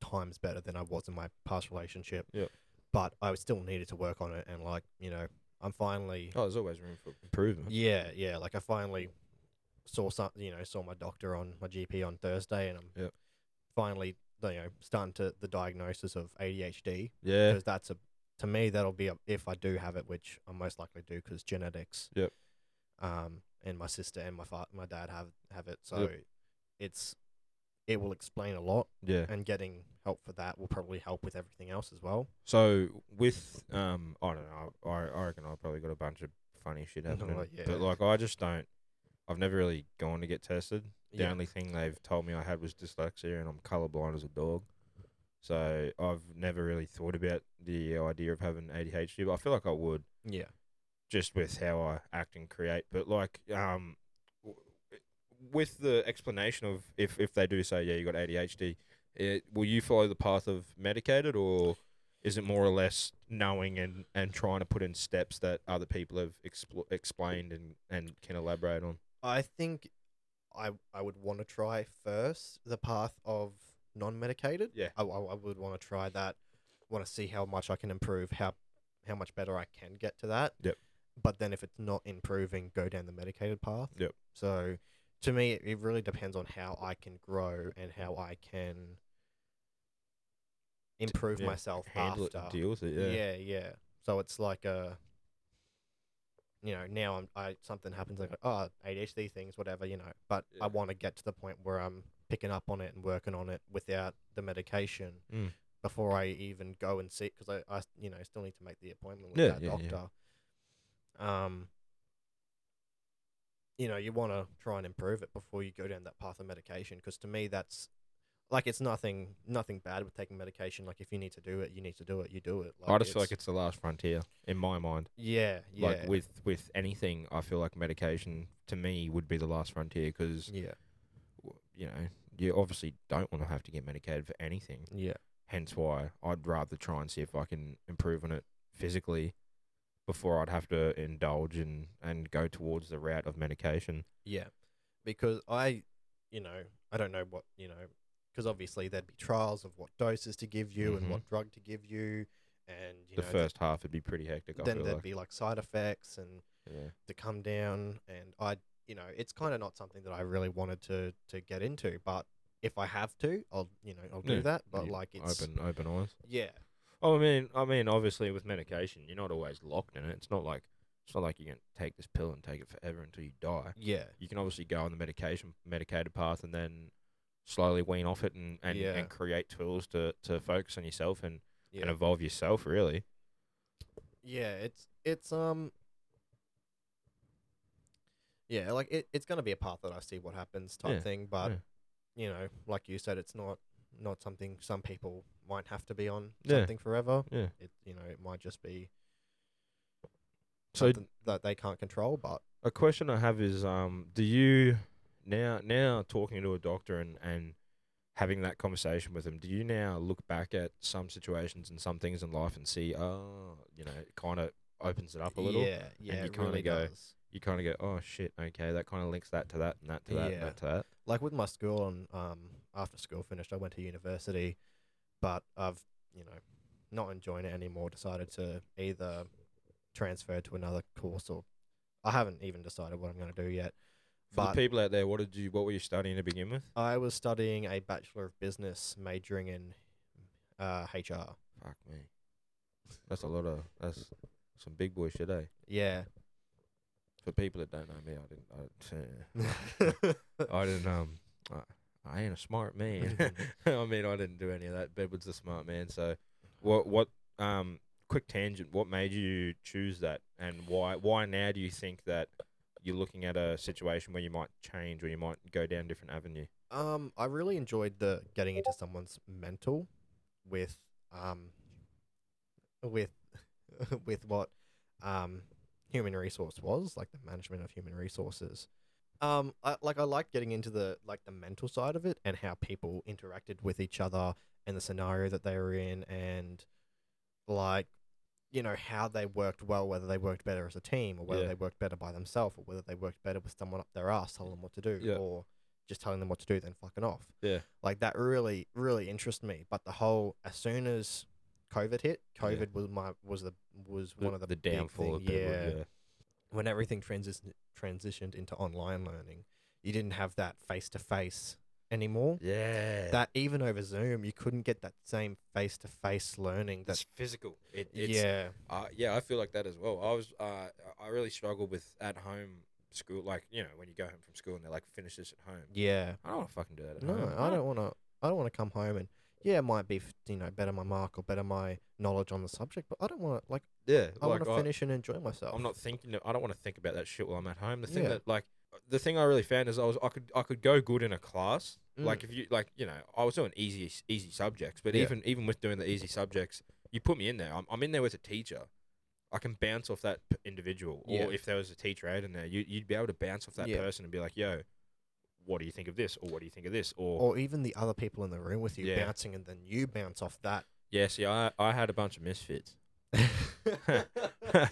Speaker 2: times better than I was in my past relationship.
Speaker 1: Yep.
Speaker 2: But I was still needed to work on it, and like you know, I'm finally.
Speaker 1: Oh, there's always room for improvement.
Speaker 2: Yeah, yeah. Like I finally saw some, you know, saw my doctor on my GP on Thursday, and I'm
Speaker 1: Yep.
Speaker 2: finally, you know, starting to the diagnosis of ADHD
Speaker 1: Yeah.
Speaker 2: because that's a to me that'll be a, if I do have it, which I most likely do because genetics.
Speaker 1: Yep.
Speaker 2: Um, and my sister and my fa- my dad have have it, so
Speaker 1: Yep.
Speaker 2: it's it will explain a lot,
Speaker 1: Yeah.
Speaker 2: and getting help for that will probably help with everything else as well.
Speaker 1: So with um, I don't know. I, I reckon I probably got a bunch of funny shit
Speaker 2: No,
Speaker 1: happening.
Speaker 2: yeah.
Speaker 1: But like, I just don't. I've never really gone to get tested. The
Speaker 2: Yeah.
Speaker 1: only thing they've told me I had was dyslexia, and I'm colorblind as a dog. So I've never really thought about the idea of having ADHD. But I feel like I would
Speaker 2: Yeah.
Speaker 1: just with how I act and create. But like, um, w- with the explanation of if if they do say, yeah, you got ADHD, it, eh, will you follow the path of medicated, or is it more or less knowing and and trying to put in steps that other people have expl- explained and and can elaborate on?
Speaker 2: I think I I would want to try first the path of non-medicated.
Speaker 1: Yeah.
Speaker 2: I, I, I would want to try that. Want to see how much I can improve, how how much better I can get to that.
Speaker 1: Yep.
Speaker 2: But then if it's not improving, go down the medicated path.
Speaker 1: Yep.
Speaker 2: So to me, it, it really depends on how I can grow and how I can improve
Speaker 1: yeah,
Speaker 2: myself
Speaker 1: Handle
Speaker 2: after.
Speaker 1: it, deal with it.
Speaker 2: Yeah.
Speaker 1: Yeah.
Speaker 2: yeah, So it's like a, you know, now I'm I something happens like oh ADHD things whatever you know, but
Speaker 1: Yeah.
Speaker 2: I want to get to the point where I'm picking up on it and working on it without the medication
Speaker 1: Mm.
Speaker 2: before I even go and see because I, I you know still need to make the appointment with
Speaker 1: Yeah,
Speaker 2: that
Speaker 1: yeah, yeah.
Speaker 2: doctor. Um. You know, you want to try and improve it before you go down that path of medication because to me that's like it's nothing nothing bad with taking medication like if you need to do it you need to do it you do it
Speaker 1: I just feel like it's the last frontier in my mind.
Speaker 2: yeah yeah
Speaker 1: Like with with anything, I feel like medication to me would be the last frontier because
Speaker 2: yeah
Speaker 1: w- you know, you obviously don't want to have to get medicated for anything.
Speaker 2: yeah
Speaker 1: Hence why I'd rather try and see if I can improve on it physically before I'd have to indulge and, and go towards the route of medication.
Speaker 2: Yeah, because I, you know, I don't know what you know, because obviously there'd be trials of what doses to give you and what drug to give you, and you
Speaker 1: Mm-hmm. the
Speaker 2: know,
Speaker 1: first half would be pretty hectic. I
Speaker 2: then
Speaker 1: feel
Speaker 2: there'd
Speaker 1: like.
Speaker 2: be like side effects and
Speaker 1: yeah.
Speaker 2: to come down, and I, you know, it's kind of not something that I really wanted to to get into, but if I have to, I'll you know I'll do
Speaker 1: Yeah,
Speaker 2: that, but
Speaker 1: you
Speaker 2: like it's
Speaker 1: open open eyes.
Speaker 2: yeah
Speaker 1: Oh, I mean, I mean, obviously with medication, you're not always locked in it. It's not like it's not like you can take this pill and take it forever until you die.
Speaker 2: yeah
Speaker 1: you can obviously go on the medication medicated path and then slowly wean off it and and,
Speaker 2: Yeah.
Speaker 1: and create tools to to focus on yourself and,
Speaker 2: yeah
Speaker 1: and evolve yourself really
Speaker 2: yeah it's it's um yeah like it, it's gonna be a path that I see what happens type
Speaker 1: Yeah,
Speaker 2: thing, but.
Speaker 1: yeah.
Speaker 2: you know, like you said, it's not not something some people might have to be on
Speaker 1: Yeah.
Speaker 2: something forever.
Speaker 1: yeah
Speaker 2: It you know, it might just be
Speaker 1: so
Speaker 2: something that they can't control. But
Speaker 1: a question i have is um do you now now talking to a doctor and and having that conversation with them do you now look back at some situations and some things in life and see oh you know it kind of opens it up a little
Speaker 2: yeah, yeah,
Speaker 1: you
Speaker 2: it
Speaker 1: kinda
Speaker 2: really
Speaker 1: go,
Speaker 2: does.
Speaker 1: you kind of go oh shit okay that kind of links that to that and that to that and
Speaker 2: Yeah.
Speaker 1: that to that
Speaker 2: Like with my school and um after school finished, I went to university, but I've you know not enjoying it anymore. Decided to either transfer to another course or I haven't even decided what I'm going to do yet.
Speaker 1: For
Speaker 2: But
Speaker 1: the people out there, what did you? What were you studying to begin with?
Speaker 2: I was studying a bachelor of business, majoring in uh, HR.
Speaker 1: Fuck me, that's a lot of that's some big boy shit, eh?
Speaker 2: Yeah, [LAUGHS]
Speaker 1: For people that don't know me, I didn't, I, I didn't, um, I, I ain't a smart man. [LAUGHS] I mean, I didn't do any of that. Bedwood's a smart man. So, what, what, um, quick tangent. What made you choose that, and why? Why now do you think that you're looking at a situation where you might change or you might go down different avenue?
Speaker 2: um, I really enjoyed the getting into someone's mental with um with [LAUGHS] with what um human resource was, like the management of human resources. Um, I, like I liked getting into the like the mental side of it and how people interacted with each other and the scenario that they were in and like you know how they worked well, whether they worked better as a team or whether
Speaker 1: Yeah.
Speaker 2: they worked better by themselves or whether they worked better with someone up their ass telling them what to do
Speaker 1: Yeah.
Speaker 2: or just telling them what to do, then fucking off.
Speaker 1: Yeah.
Speaker 2: Like that really, really interests me. But the whole as soon as COVID hit,
Speaker 1: Yeah.
Speaker 2: COVID was my was the was one of the
Speaker 1: the
Speaker 2: big
Speaker 1: downfall of
Speaker 2: thing,
Speaker 1: people.
Speaker 2: yeah.
Speaker 1: Yeah.
Speaker 2: When everything transitioned transitioned into online learning, you didn't have that face to face anymore.
Speaker 1: Yeah.
Speaker 2: That even over Zoom, you couldn't get that same face to face learning. That
Speaker 1: that's physical. It, it's,
Speaker 2: yeah,
Speaker 1: Uh, yeah, I feel like that as well. I was, uh, I really struggled with at home school, like you know, when you go home from school and they're like, finish this at home.
Speaker 2: yeah.
Speaker 1: I don't want to fucking do that at
Speaker 2: No,
Speaker 1: home.
Speaker 2: I don't want to. I don't want to come home and yeah, it might be f- you know better my mark or better my knowledge on the subject, but I don't want to like
Speaker 1: Yeah,
Speaker 2: I
Speaker 1: like uh,
Speaker 2: want to finish and enjoy myself.
Speaker 1: I'm not thinking. I don't want to think about that shit while I'm at home. The thing
Speaker 2: Yeah.
Speaker 1: that like, the thing I really found is I was I could I could go good in a class. Like if you like you know I was doing easy easy subjects, but
Speaker 2: Mm. Yeah.
Speaker 1: even even with doing the easy subjects, you put me in there. I'm, I'm in there as a teacher. I can bounce off that p- individual, or
Speaker 2: Yeah.
Speaker 1: if there was a teacher out in there, you, you'd be able to bounce off that
Speaker 2: Yeah.
Speaker 1: person and be like, "Yo, what do you think of this?" or "What do you think of this?" or,
Speaker 2: or even the other people in the room with you
Speaker 1: Yeah.
Speaker 2: bouncing, and then you bounce off that.
Speaker 1: "Yeah, see, I I had a bunch of
Speaker 2: [LAUGHS]
Speaker 1: misfits. [LAUGHS] I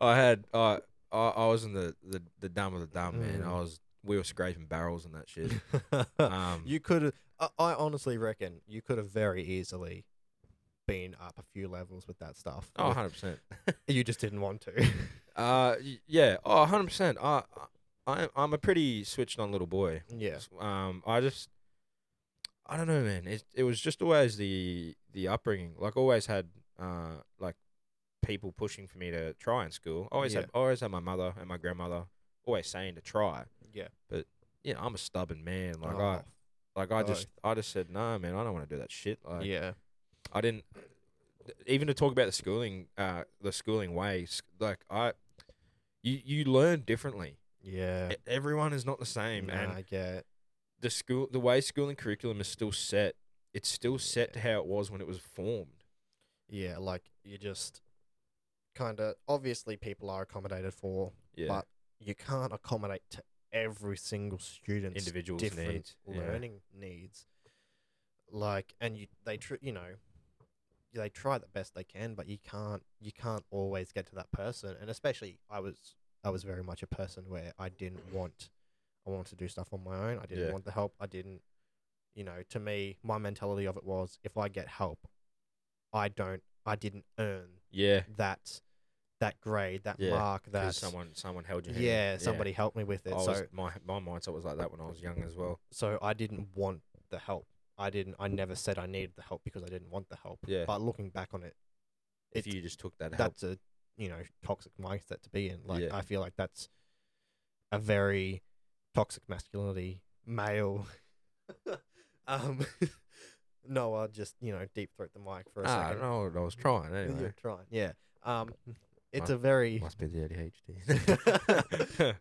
Speaker 1: had I I, I was in the, the the dumb of the dumb man. I
Speaker 2: Mm.
Speaker 1: was we were scraping barrels and that
Speaker 2: [LAUGHS]
Speaker 1: shit. Um,
Speaker 2: you could have. I, I honestly reckon you could have very easily been up a few levels with that stuff.
Speaker 1: oh,
Speaker 2: With-
Speaker 1: 100 percent.
Speaker 2: [LAUGHS] you just didn't want to. [LAUGHS]
Speaker 1: Uh, y- yeah. Oh, 100 percent. I I I'm a pretty switched on little boy.
Speaker 2: yeah.
Speaker 1: Um, I just I don't know, man. It it was just always the the upbringing. Like always had uh like people pushing for me to try in school. Always
Speaker 2: Yeah.
Speaker 1: had always had my mother and my grandmother always saying to try.
Speaker 2: Yeah.
Speaker 1: You know, I'm a stubborn man. Like
Speaker 2: Oh,
Speaker 1: I Like I
Speaker 2: Both.
Speaker 1: just, I just said no, man. I don't want to do that shit. Like
Speaker 2: yeah.
Speaker 1: I didn't even to talk about the schooling, uh, the schooling ways. Like I, you you learn differently.
Speaker 2: Yeah.
Speaker 1: E- Everyone is not the same,
Speaker 2: Nah,
Speaker 1: and
Speaker 2: I get. it.
Speaker 1: the school, the way schooling curriculum is still set, it's still set to how it was when it was formed.
Speaker 2: Yeah, like you just kind of obviously people are accommodated for,
Speaker 1: Yeah,
Speaker 2: But you can't accommodate to every single student's
Speaker 1: individuals
Speaker 2: different
Speaker 1: needs yeah.
Speaker 2: learning needs. Like, and you they tr- you know they try the best they can, but you can't you can't always get to that person. And especially I was I was very much a person where I didn't want I wanted to do stuff on my own. I didn't
Speaker 1: Yeah.
Speaker 2: want the help. I didn't you know, to me, my mentality of it was if I get help, I don't I didn't earn
Speaker 1: Yeah,
Speaker 2: that that grade, that
Speaker 1: Yeah,
Speaker 2: mark, that
Speaker 1: because someone someone held your hand.
Speaker 2: yeah, somebody helped me with
Speaker 1: I
Speaker 2: it.
Speaker 1: was,
Speaker 2: So
Speaker 1: my my mindset was like that when I was young as well.
Speaker 2: so I didn't want the help. I didn't I never said I needed the help because I didn't want the help.
Speaker 1: Yeah.
Speaker 2: But looking back on it,
Speaker 1: If
Speaker 2: It's-
Speaker 1: you just took that help,
Speaker 2: that's a you know, toxic mindset to be in. Like
Speaker 1: Yeah.
Speaker 2: I feel like that's a very toxic masculinity male [LAUGHS] um [LAUGHS] No, I'll just, you know, deep throat the mic for a
Speaker 1: ah, I
Speaker 2: second.
Speaker 1: don't know what I was trying anyway.
Speaker 2: [LAUGHS] You're trying. Yeah. Um it's
Speaker 1: My-
Speaker 2: a very
Speaker 1: Must be the [LAUGHS] ADHD.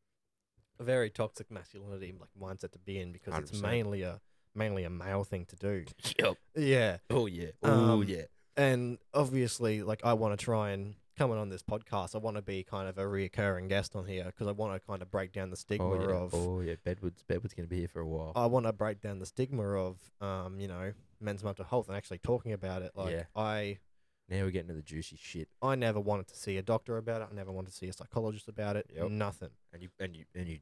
Speaker 2: [LAUGHS] a very toxic masculinity like mindset to be in because it's
Speaker 1: 100%.
Speaker 2: mainly a mainly a male thing to do.
Speaker 1: Yep.
Speaker 2: Yeah,
Speaker 1: Oh yeah. Oh
Speaker 2: Um,
Speaker 1: yeah.
Speaker 2: and obviously, like I want to try and coming on this podcast, I want to be kind of a reoccurring guest on here because I want to kind of break down the stigma
Speaker 1: Oh yeah.
Speaker 2: of Uh,
Speaker 1: oh yeah. Bedwood's Bedwood's gonna be here for a while.
Speaker 2: I want to break down the stigma of um you know men's mental health and actually talking about it. Like
Speaker 1: Yeah.
Speaker 2: I
Speaker 1: now we're getting to the juicy shit.
Speaker 2: I never wanted to see a doctor about it. I never wanted to see a psychologist about it.
Speaker 1: Yep.
Speaker 2: Nothing.
Speaker 1: And you and you and you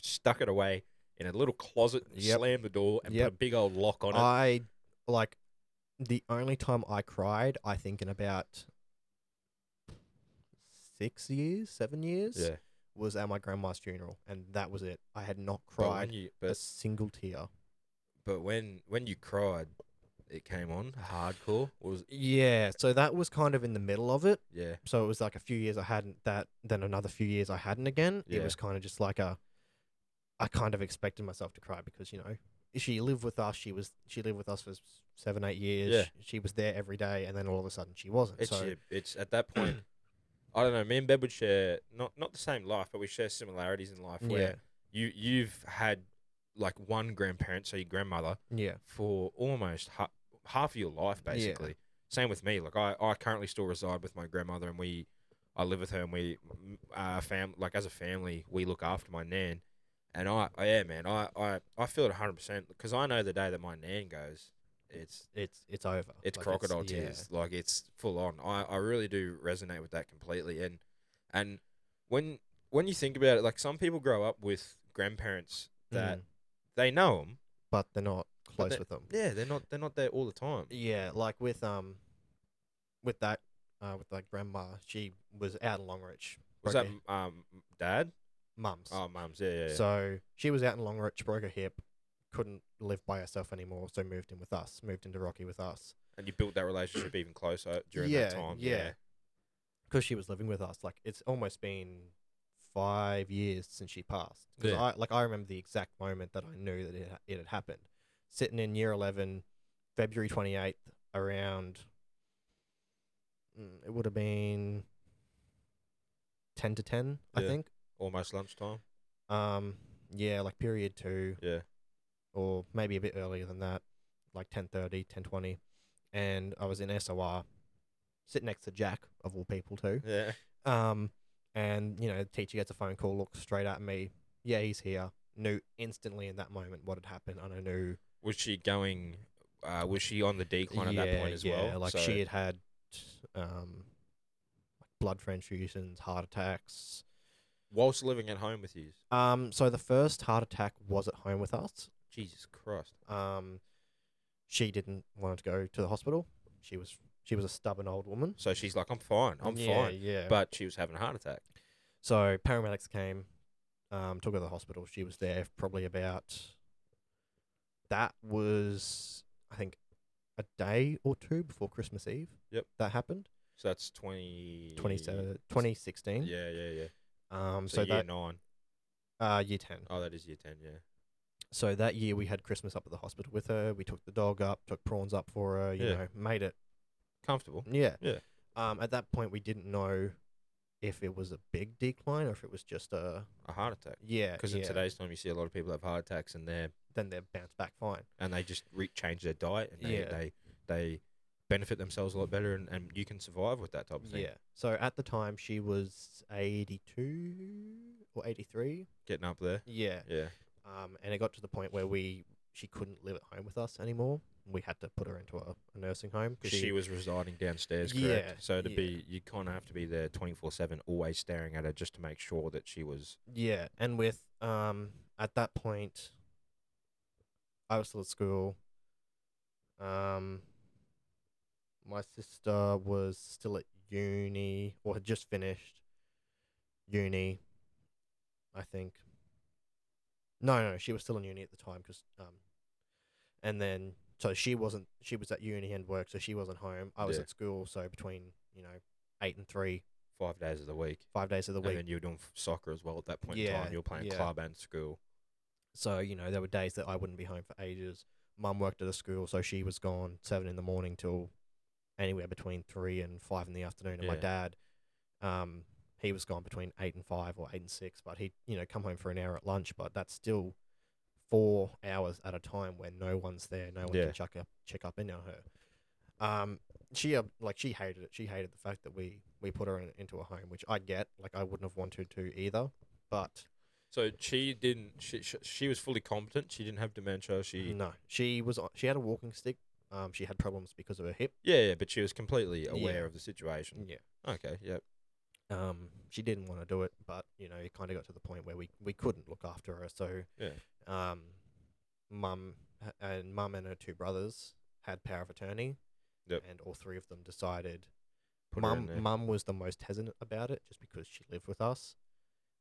Speaker 1: stuck it away in a little closet,
Speaker 2: Yep.
Speaker 1: slammed the door, and
Speaker 2: Yep.
Speaker 1: put a big old lock on it.
Speaker 2: I like the only time I cried, I think in about six years, seven years,
Speaker 1: yeah.
Speaker 2: was at my grandma's funeral, and that was it. I had not
Speaker 1: But when
Speaker 2: cried
Speaker 1: you
Speaker 2: a
Speaker 1: but,
Speaker 2: single tear.
Speaker 1: but when when you cried, it came on hardcore. Was
Speaker 2: Yeah, so that was kind of in the middle of it.
Speaker 1: yeah.
Speaker 2: So it was like a few years I hadn't that, then another few years I hadn't again. It
Speaker 1: Yeah.
Speaker 2: was kind of just like a, I kind of expected myself to cry because you know she lived with us. She was she lived with us for s- seven eight years.
Speaker 1: Yeah.
Speaker 2: She, she was there every day, and then all of a sudden she wasn't.
Speaker 1: It's
Speaker 2: so
Speaker 1: your- it's at that point. [CLEARS THROAT] I don't know. Me and Bed would share not not the same life, but we share similarities in life. Where
Speaker 2: yeah,
Speaker 1: you you've had like one grandparent, so your grandmother,
Speaker 2: yeah,
Speaker 1: for almost ha- half of your life,
Speaker 2: Yeah.
Speaker 1: basically. Same with me. Like I, I currently still reside with my grandmother, and we, I live with her, and we, mm, uh, fam, like as a family, we look after my nan. And I, I- yeah, man, I, I, I feel it hundred percent because I know the day that my nan goes, it's
Speaker 2: it's it's over.
Speaker 1: it's
Speaker 2: Like,
Speaker 1: crocodile
Speaker 2: yeah.
Speaker 1: tears. Like it's full on. I, I really do resonate with that completely. And and when when you think about it, like some people grow up with grandparents that
Speaker 2: Mm.
Speaker 1: they know them.
Speaker 2: but they're not close
Speaker 1: they-
Speaker 2: with them.
Speaker 1: Yeah, they're not they're not there all the time.
Speaker 2: Yeah, like with um, with that, uh, with like grandma, she was out in Longreach.
Speaker 1: Was
Speaker 2: broke
Speaker 1: that
Speaker 2: her-
Speaker 1: m- um dad?
Speaker 2: mum's?
Speaker 1: Oh, mum's. Yeah, yeah. yeah.
Speaker 2: So she was out in Longreach, broke her hip, couldn't live by herself anymore, so moved in with us, moved into Rocky with us.
Speaker 1: and you built that relationship even closer during that time.
Speaker 2: Because she was living with us, like it's almost been five years since she passed. 'Cause
Speaker 1: Yeah.
Speaker 2: I like I remember the exact moment that I knew that it, ha- it had happened. Sitting in year eleven, February twenty eighth, around. mm, It would have been ten to ten, I
Speaker 1: Yeah.
Speaker 2: think.
Speaker 1: Almost lunchtime.
Speaker 2: Um, yeah, like period two.
Speaker 1: Yeah.
Speaker 2: or maybe a bit earlier than that, like 10.30, 10.20. And I was in SOR, sitting next to Jack, of all people too.
Speaker 1: Yeah.
Speaker 2: Um, and, you know, the teacher gets a phone call, looks straight at me. Yeah, he's here. Knew instantly in that moment what had happened. And I knew,
Speaker 1: Was she going? Uh, was she on the decline at that point as well?
Speaker 2: like
Speaker 1: So-
Speaker 2: she had had um, like blood transfusions, heart attacks.
Speaker 1: whilst living at home with you.
Speaker 2: Um, so the first heart attack was at home with us.
Speaker 1: Jesus Christ.
Speaker 2: Um, she didn't want to go to the hospital. She was she was a stubborn old woman.
Speaker 1: So she's like, I'm fine. I'm
Speaker 2: yeah,
Speaker 1: fine.
Speaker 2: Yeah. But
Speaker 1: But she was having a heart attack.
Speaker 2: so paramedics came, um, took her to the hospital. She was there probably about. That was I think a day or two before Christmas Eve.
Speaker 1: Yep.
Speaker 2: That happened.
Speaker 1: So that's 20.
Speaker 2: 27, 2016.
Speaker 1: Yeah, yeah, yeah.
Speaker 2: Um.
Speaker 1: So,
Speaker 2: So,
Speaker 1: year
Speaker 2: that
Speaker 1: nine.
Speaker 2: uh year ten.
Speaker 1: Oh, that is year 10, yeah.
Speaker 2: So that year we had Christmas up at the hospital with her. We took the dog up, took prawns up for her. You
Speaker 1: Yeah.
Speaker 2: know, made it
Speaker 1: Comfortable.
Speaker 2: Yeah.
Speaker 1: Yeah.
Speaker 2: Um, at that point, we didn't know if it was a big decline or if it was just a
Speaker 1: A heart attack.
Speaker 2: yeah.
Speaker 1: Because
Speaker 2: Uh, yeah,
Speaker 1: in today's time, you see a lot of people have heart attacks and they're
Speaker 2: then they bounced back fine.
Speaker 1: and they just re- change their diet and they,
Speaker 2: Yeah.
Speaker 1: they they benefit themselves a lot better and, and you can survive with that type of thing.
Speaker 2: Yeah. So at the time, she was eighty-two or eighty-three.
Speaker 1: Getting up there.
Speaker 2: Yeah.
Speaker 1: Yeah.
Speaker 2: Um, and it got to the point where we she couldn't live at home with us anymore. We had to put her into a, a nursing home
Speaker 1: Because she, was residing downstairs, correct?
Speaker 2: Yeah,
Speaker 1: so to
Speaker 2: yeah.
Speaker 1: be, you kind of have to be there twenty four seven, always staring at her, just to make sure that she was.
Speaker 2: Yeah, and with um at that point, I was still at school. Um, my sister was still at uni or had just finished uni, I think. No, no, she was still in uni at the time because um, and then so she wasn't. She was at uni and work, so she wasn't home. I was
Speaker 1: Yeah.
Speaker 2: at school, so between you know eight and three,
Speaker 1: Five days of the week,
Speaker 2: five days of the
Speaker 1: and
Speaker 2: week.
Speaker 1: then you were doing f- soccer as well at that point in
Speaker 2: Yeah,
Speaker 1: time. You were playing
Speaker 2: yeah.
Speaker 1: club and school.
Speaker 2: So, you know, there were days that I wouldn't be home for ages. Mum worked at a school, so she was gone seven in the morning till anywhere between three and five in the afternoon. And my
Speaker 1: Yeah.
Speaker 2: dad, um, he was gone between eight and five or eight and six, but he'd, you know, come home for an hour at lunch, but that's still four hours at a time where no one's there, no one
Speaker 1: Yeah.
Speaker 2: can check up check up in on her. Um, she uh, like she hated it. She hated the fact that we we put her in, into a home, which I get. Like I wouldn't have wanted to either, but
Speaker 1: So she didn't. She, she she was fully competent. She didn't have dementia. She
Speaker 2: No, she was on- she had a walking stick. Um, she had problems because of her hip.
Speaker 1: yeah, yeah, but she was completely aware
Speaker 2: Yeah.
Speaker 1: of the situation.
Speaker 2: Yeah.
Speaker 1: Okay, yep.
Speaker 2: Um, she didn't want to do it, but you know, it kind of got to the point where we we couldn't look after her. So
Speaker 1: Yeah.
Speaker 2: um, mum h- and mum and her two brothers had power of attorney.
Speaker 1: Yep.
Speaker 2: And all three of them decided.
Speaker 1: Put her in
Speaker 2: Mum
Speaker 1: there.
Speaker 2: mum was the most hesitant about it, just because she lived with us,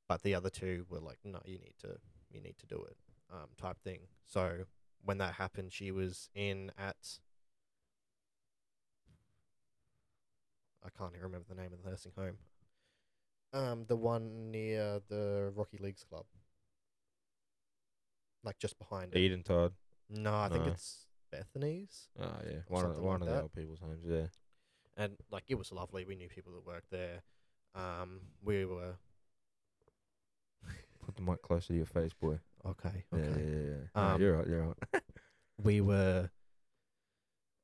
Speaker 2: but the other two were like, no, you need to you need to do it, um, type thing. So when that happened, she was in at I can't even remember the name of the nursing home. Um, the one near the Rocky Leagues Club, like just behind. It.
Speaker 1: Eden Todd.
Speaker 2: No, I think
Speaker 1: No.
Speaker 2: it's Bethany's,
Speaker 1: Oh yeah, one of the,
Speaker 2: something
Speaker 1: one
Speaker 2: like
Speaker 1: of the
Speaker 2: that.
Speaker 1: old people's homes. Yeah.
Speaker 2: and like it was lovely. We knew people that worked there. Um, we were [LAUGHS]
Speaker 1: Put the mic closer to your face, boy.
Speaker 2: okay.
Speaker 1: Yeah,
Speaker 2: Okay,
Speaker 1: yeah, yeah. yeah. No,
Speaker 2: Um,
Speaker 1: you're right. You're right.
Speaker 2: we were.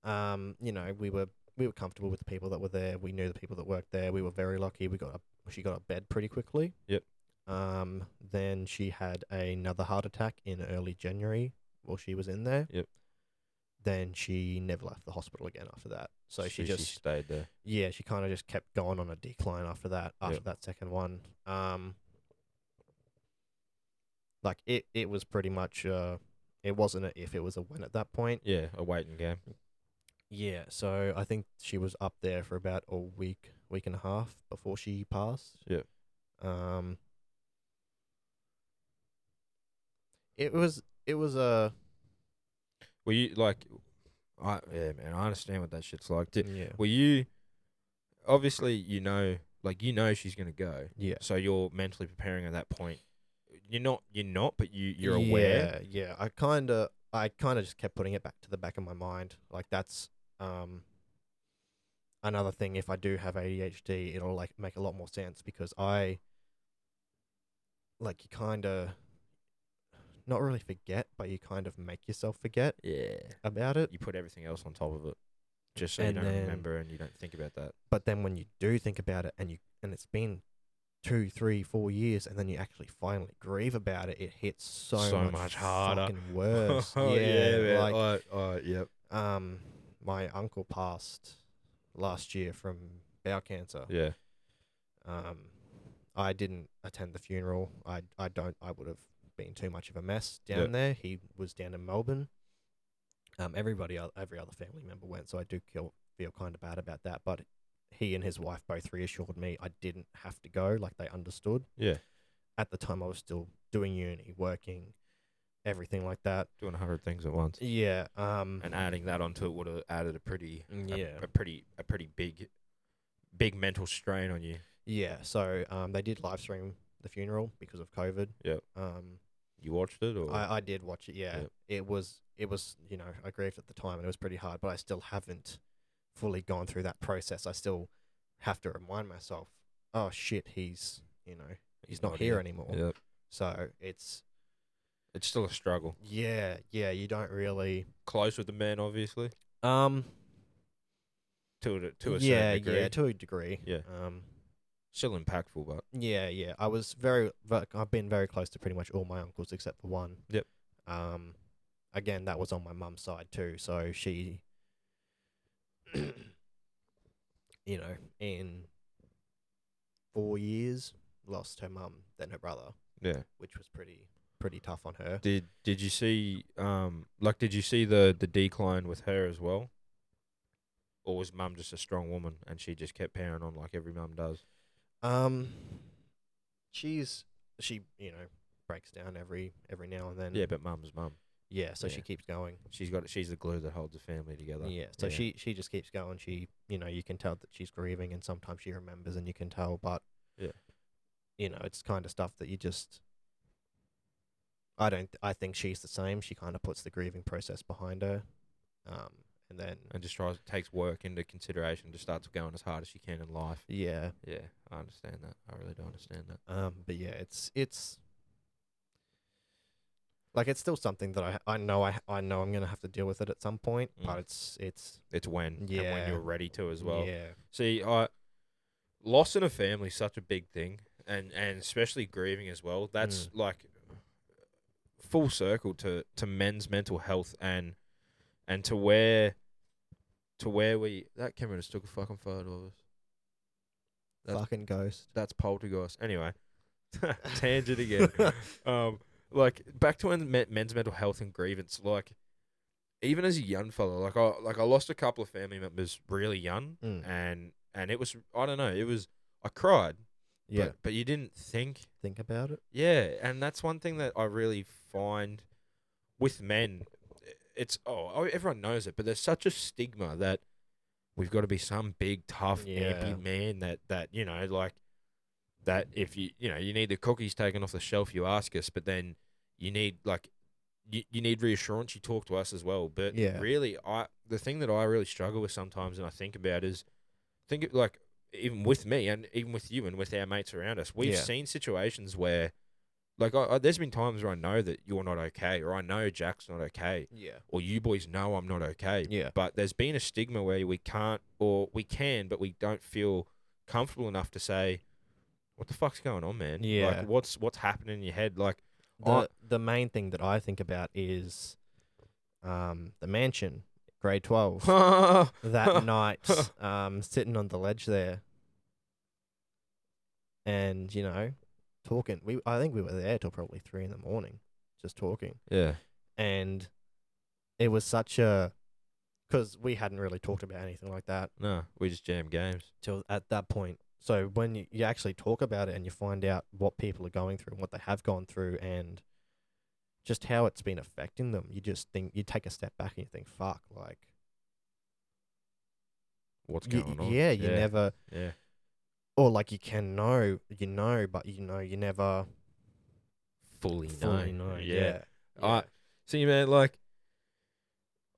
Speaker 2: Um, you know, we were we were comfortable with the people that were there. We knew the people that worked there. We were very lucky. We got a she got a bed pretty quickly.
Speaker 1: Yep.
Speaker 2: Um, then she had another heart attack in early January while she was in there.
Speaker 1: Yep.
Speaker 2: Then she never left the hospital again after that. So she just
Speaker 1: stayed there.
Speaker 2: yeah, she kind of just kept going on a decline after that, after
Speaker 1: Yep.
Speaker 2: that second one. Um, Like it, it was pretty much uh, it wasn't a if, it was a when at that point.
Speaker 1: Yeah, a waiting game.
Speaker 2: Yeah, so I think she was up there for about a week, week and a half before she passed.
Speaker 1: Yeah.
Speaker 2: Um. It was it was a
Speaker 1: Were you like, I yeah, man, I understand what that shit's like. Did,
Speaker 2: yeah
Speaker 1: were you? Obviously, you know, like you know she's gonna go,
Speaker 2: yeah
Speaker 1: so you're mentally preparing at that point. You're not, you're not, but you you're aware.
Speaker 2: Yeah, yeah. I kind of, I kind of just kept putting it back to the back of my mind. Like that's um another thing. If I do have ADHD, it'll like make a lot more sense because I like you kind of not really forget, but you kind of make yourself forget
Speaker 1: Yeah,
Speaker 2: about it.
Speaker 1: you put everything else on top of it, just so
Speaker 2: And
Speaker 1: you don't
Speaker 2: then-
Speaker 1: remember and you don't think about that.
Speaker 2: But then when you do think about it, and you and it's been two, three, four years, and then you actually finally grieve about it, it hits so,
Speaker 1: So
Speaker 2: much,
Speaker 1: much harder. [LAUGHS]
Speaker 2: fucking worse.
Speaker 1: Oh, man.
Speaker 2: like
Speaker 1: Alright, alright, yep.
Speaker 2: um, my uncle passed last year from bowel cancer.
Speaker 1: Yeah.
Speaker 2: Um, I didn't attend the funeral. I I don't. I would have been too much of a mess down
Speaker 1: Yeah.
Speaker 2: there. He was down in Melbourne. Um, everybody, el- every other family member went, so I do feel feel kind of bad about that. But he and his wife both reassured me I didn't have to go. Like they understood.
Speaker 1: Yeah.
Speaker 2: At the time, I was still doing uni, working, everything like that.
Speaker 1: Doing a hundred things at once.
Speaker 2: Yeah. Um.
Speaker 1: And adding that onto it would have added a pretty a-
Speaker 2: yeah.
Speaker 1: a, pretty a pretty big big mental strain on you.
Speaker 2: Yeah, so um, they did live stream the funeral because of COVID.
Speaker 1: Yep.
Speaker 2: Um,
Speaker 1: You watched it or
Speaker 2: I, I did watch it. Yeah,
Speaker 1: Yep.
Speaker 2: it was it was you know I grieved at the time and it was pretty hard, but I still haven't fully gone through that process. I still have to remind myself, oh shit, he's you know he's not here anymore.
Speaker 1: Yep.
Speaker 2: So it's
Speaker 1: It's still a struggle.
Speaker 2: yeah yeah you don't really
Speaker 1: Close with the men obviously.
Speaker 2: um
Speaker 1: To a to a
Speaker 2: yeah
Speaker 1: certain degree.
Speaker 2: yeah to a degree
Speaker 1: Yeah.
Speaker 2: um
Speaker 1: still impactful but
Speaker 2: Yeah, yeah. I was very, ve- I've been very close to pretty much all my uncles except for one.
Speaker 1: Yep.
Speaker 2: Um, again, that was on my mum's side too. So she, [COUGHS] you know, in four years, lost her mum, then her brother,
Speaker 1: yeah.
Speaker 2: which was pretty, pretty tough on her.
Speaker 1: Did did you see um like did you see the the decline with her as well? Or was mum just a strong woman and she just kept powering on like every mum does?
Speaker 2: Um, she's she, you know, breaks down every every now and then.
Speaker 1: Yeah, but mum's mum.
Speaker 2: Yeah. So she
Speaker 1: Yeah.
Speaker 2: keeps going.
Speaker 1: She's got she's the glue that holds the family together.
Speaker 2: Yeah. So
Speaker 1: Yeah.
Speaker 2: she she just keeps going. She you know you can tell that she's grieving, and sometimes she remembers, and you can tell. But
Speaker 1: Yeah.
Speaker 2: you know it's kind of stuff that you just. I don't. I think she's the same. She kind of puts the grieving process behind her, um, and then
Speaker 1: and just tries takes work into consideration, just starts going as hard as she can in life.
Speaker 2: yeah.
Speaker 1: Yeah, I understand that. I really do understand that.
Speaker 2: Um, but yeah, it's it's. Like it's still something that I I know I I know I'm gonna have to deal with it at some point,
Speaker 1: Mm.
Speaker 2: but it's it's
Speaker 1: It's when and when
Speaker 2: Yeah.
Speaker 1: you're ready to as well.
Speaker 2: Yeah,
Speaker 1: See, I loss in a family is such a big thing, and and especially grieving as well. That's like full circle to to men's mental health and and to where to where we that camera just took a fucking photo of us. That's-
Speaker 2: fucking ghost.
Speaker 1: That's poltergeist.
Speaker 2: [LAUGHS]
Speaker 1: Anyway, [LAUGHS] tangent again. um, like back to when men- men's mental health and grievance, like even as a young fella, like I like I lost a couple of family members really young,
Speaker 2: Mm,
Speaker 1: and and it was I don't know, it was I cried,
Speaker 2: Yeah,
Speaker 1: but, but you didn't think,
Speaker 2: think about it.
Speaker 1: yeah, and that's one thing that I really find with men, it's oh oh, everyone knows it, but there's such a stigma that we've got to be some big tough
Speaker 2: Yeah.
Speaker 1: ampy man that that you know like that if you you know you need the cookies taken off the shelf you ask us but then you need like you, you need reassurance you talk to us as well but
Speaker 2: Yeah.
Speaker 1: really i the thing that i really struggle with sometimes and i think about is think it like even with me and even with you and with our mates around us we've
Speaker 2: Yeah.
Speaker 1: seen situations where like I, I, there's been times where i know that you're not okay or i know jack's not okay
Speaker 2: Yeah.
Speaker 1: or you boys know i'm not okay
Speaker 2: Yeah.
Speaker 1: but there's been a stigma where we can't or we can but we don't feel comfortable enough to say what the fuck's going on man
Speaker 2: Yeah.
Speaker 1: like what's what's happening in your head like [LAUGHS]
Speaker 2: The,
Speaker 1: I-
Speaker 2: the main thing that I think about is um, the mansion,
Speaker 1: [LAUGHS]
Speaker 2: grade 12, that night, um, sitting on the ledge there. And, you know, talking. We I think we were there till probably three in the morning, just talking.
Speaker 1: Yeah.
Speaker 2: and it was such a because we hadn't really talked about anything like that
Speaker 1: No, we just jam games.
Speaker 2: till at that point. So when you, you actually talk about it and you find out what people are going through and what they have gone through and just how it's been affecting them, you just think you take a step back and you think, "Fuck!" Like,
Speaker 1: What's
Speaker 2: y-
Speaker 1: going
Speaker 2: y-
Speaker 1: on?
Speaker 2: yeah, you never,
Speaker 1: Yeah.
Speaker 2: or like you can know, you know, but you know, you never
Speaker 1: Fully,
Speaker 2: fully know. Yeah,
Speaker 1: I see, man. Like,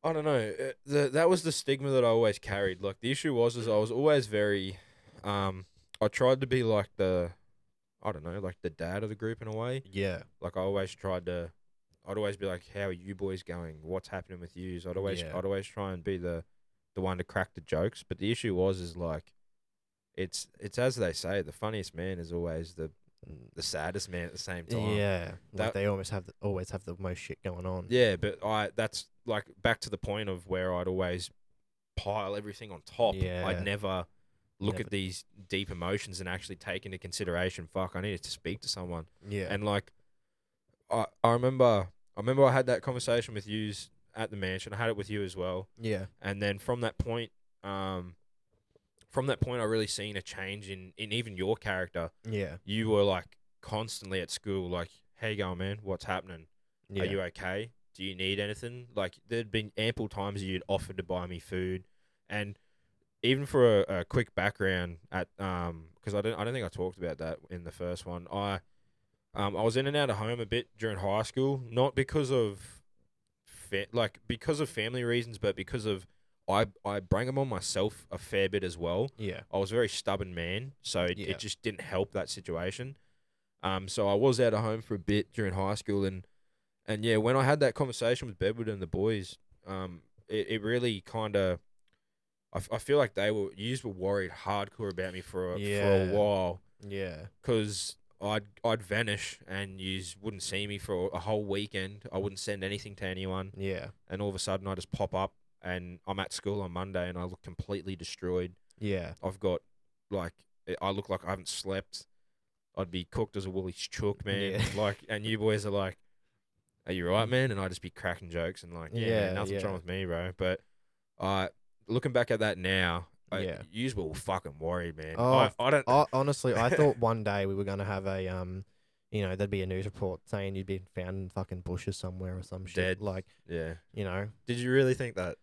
Speaker 1: I don't know. uh, The, that was the stigma that I always carried. Like, the issue was is I was always very, um, I tried to be like the, I don't know, like the dad of the group in a way.
Speaker 2: yeah,
Speaker 1: Like, I always tried to, I'd always be like, "How are you boys going? What's happening with yous?" I'd always,
Speaker 2: Yeah.
Speaker 1: I'd always try and be the, the one to crack the jokes. But the issue was is like, it's it's as they say, the funniest man is always the the saddest man at the same time.
Speaker 2: yeah.
Speaker 1: That-
Speaker 2: like they almost have the, always have the most shit going on.
Speaker 1: Yeah, but I that's like back to the point of where I'd always pile everything on top.
Speaker 2: Yeah.
Speaker 1: I'd never look
Speaker 2: Never-
Speaker 1: at these deep emotions and actually take into consideration, fuck, I needed to speak to someone.
Speaker 2: yeah,
Speaker 1: And like I I remember I remember I had that conversation with you at the mansion. I had it with you as well.
Speaker 2: yeah,
Speaker 1: And then from that point, um from that point I really seen a change in, in even your character.
Speaker 2: yeah,
Speaker 1: You were like constantly at school, like, How you going, man? What's happening?
Speaker 2: yeah.
Speaker 1: Are you okay? Do you need anything? Like there'd been ample times you'd offered to buy me food, and even for a, a quick background at um because I don't I don't think I talked about that in the first one. I um I was in and out of home a bit during high school, not because of fa- like because of family reasons, but because of I I bring them on myself a fair bit as well.
Speaker 2: yeah,
Speaker 1: I was a very stubborn man, so it,
Speaker 2: Yeah.
Speaker 1: it just didn't help that situation. Um, so I was out of home for a bit during high school, and and yeah, when I had that conversation with Bedwood and the boys, um, it, it really kind of, I, f- I feel like they were yous were worried hardcore about me for a, for
Speaker 2: Yeah.
Speaker 1: a while
Speaker 2: yeah,
Speaker 1: because I'd I'd vanish and yous wouldn't see me for a whole weekend. I wouldn't send anything to anyone,
Speaker 2: yeah,
Speaker 1: and all of a sudden I just pop up and I'm at school on Monday and I look completely destroyed.
Speaker 2: yeah,
Speaker 1: I've got like eh, I- I look like I haven't slept. I'd be cooked as a woolly chook, man.
Speaker 2: Yeah. [LAUGHS]
Speaker 1: Like, and you boys are like, "Are you right, man?" And I just be cracking jokes and like, "Yeah, man,
Speaker 2: Yeah,
Speaker 1: nothing's
Speaker 2: yeah.
Speaker 1: wrong with me, bro." But I, looking back at that now, I,
Speaker 2: Yeah.
Speaker 1: yous were fucking worried, man.
Speaker 2: Oh,
Speaker 1: I, I don't.
Speaker 2: I, honestly, I thought one day we were gonna have a um, you know, there'd be a news report saying you'd been found in fucking bushes somewhere or some shit.
Speaker 1: Dead.
Speaker 2: Like,
Speaker 1: yeah.
Speaker 2: you know,
Speaker 1: Did you really think that?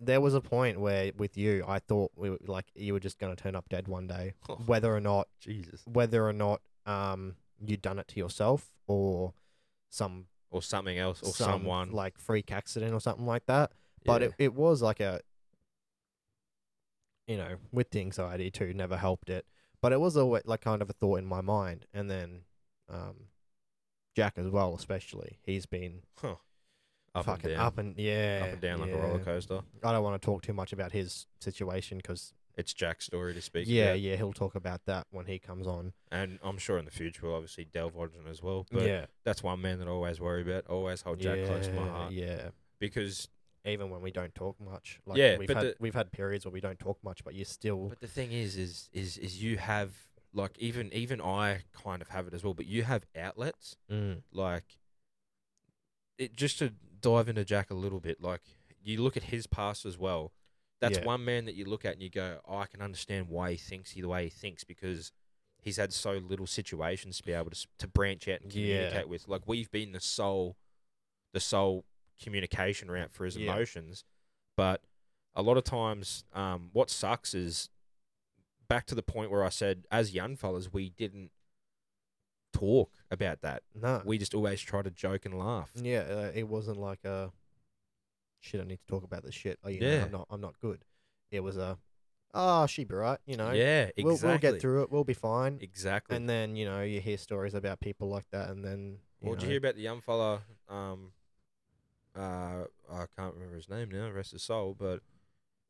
Speaker 2: there was a point where with you, I thought we were, like you were just gonna turn up dead one day, whether or not,
Speaker 1: Jesus.
Speaker 2: whether or not um, you'd done it to yourself or some
Speaker 1: Or something else, or
Speaker 2: some,
Speaker 1: someone.
Speaker 2: like freak accident or something like that. But
Speaker 1: Yeah.
Speaker 2: it, it was like a, you know, with the anxiety too, never helped it. But it was always like kind of a thought in my mind. And then um, Jack as well, especially, he's been
Speaker 1: Huh. Up
Speaker 2: fucking
Speaker 1: and down,
Speaker 2: up and yeah,
Speaker 1: up and down like a roller
Speaker 2: yeah.
Speaker 1: coaster.
Speaker 2: I don't want to talk too much about his situation because
Speaker 1: It's Jack's story to speak.
Speaker 2: yeah,
Speaker 1: about.
Speaker 2: yeah, he'll talk about that when he comes on.
Speaker 1: and I'm sure in the future we'll obviously delve on it as well. But
Speaker 2: yeah,
Speaker 1: that's one man that I always worry about. I always hold Jack close to my
Speaker 2: yeah,
Speaker 1: heart
Speaker 2: Yeah,
Speaker 1: because.
Speaker 2: even when we don't talk much, like
Speaker 1: Yeah,
Speaker 2: we've
Speaker 1: but
Speaker 2: had
Speaker 1: the-
Speaker 2: we've had periods where we don't talk much, but you still
Speaker 1: But the thing is, is is is you have like even even I kind of have it as well. But you have outlets
Speaker 2: Mm,
Speaker 1: like it. Just to dive into Jack a little bit, like you look at his past as well. That's
Speaker 2: Yeah.
Speaker 1: one man that you look at and you go, oh, I can understand why he thinks he, the way he thinks because he's had so little situations to be able to s- to branch out and
Speaker 2: Yeah.
Speaker 1: communicate with. Like we've been the sole, the sole communication route for his
Speaker 2: Yeah.
Speaker 1: emotions, but a lot of times, um, what sucks is back to the point where I said, as young fellas, we didn't talk about that.
Speaker 2: no,
Speaker 1: We just always try to joke and laugh.
Speaker 2: Yeah, uh, it wasn't like a shit. I need to talk about this shit. Oh, you know,
Speaker 1: Yeah.
Speaker 2: I'm not. I'm not good. It was a oh, she be right. You know,
Speaker 1: Yeah, exactly.
Speaker 2: we'll we'll get through it. We'll be fine.
Speaker 1: Exactly.
Speaker 2: And then you know you hear stories about people like that, and then you
Speaker 1: What did
Speaker 2: know,
Speaker 1: you hear about the young fella? Um, uh, I can't remember his name now. Rest his soul. But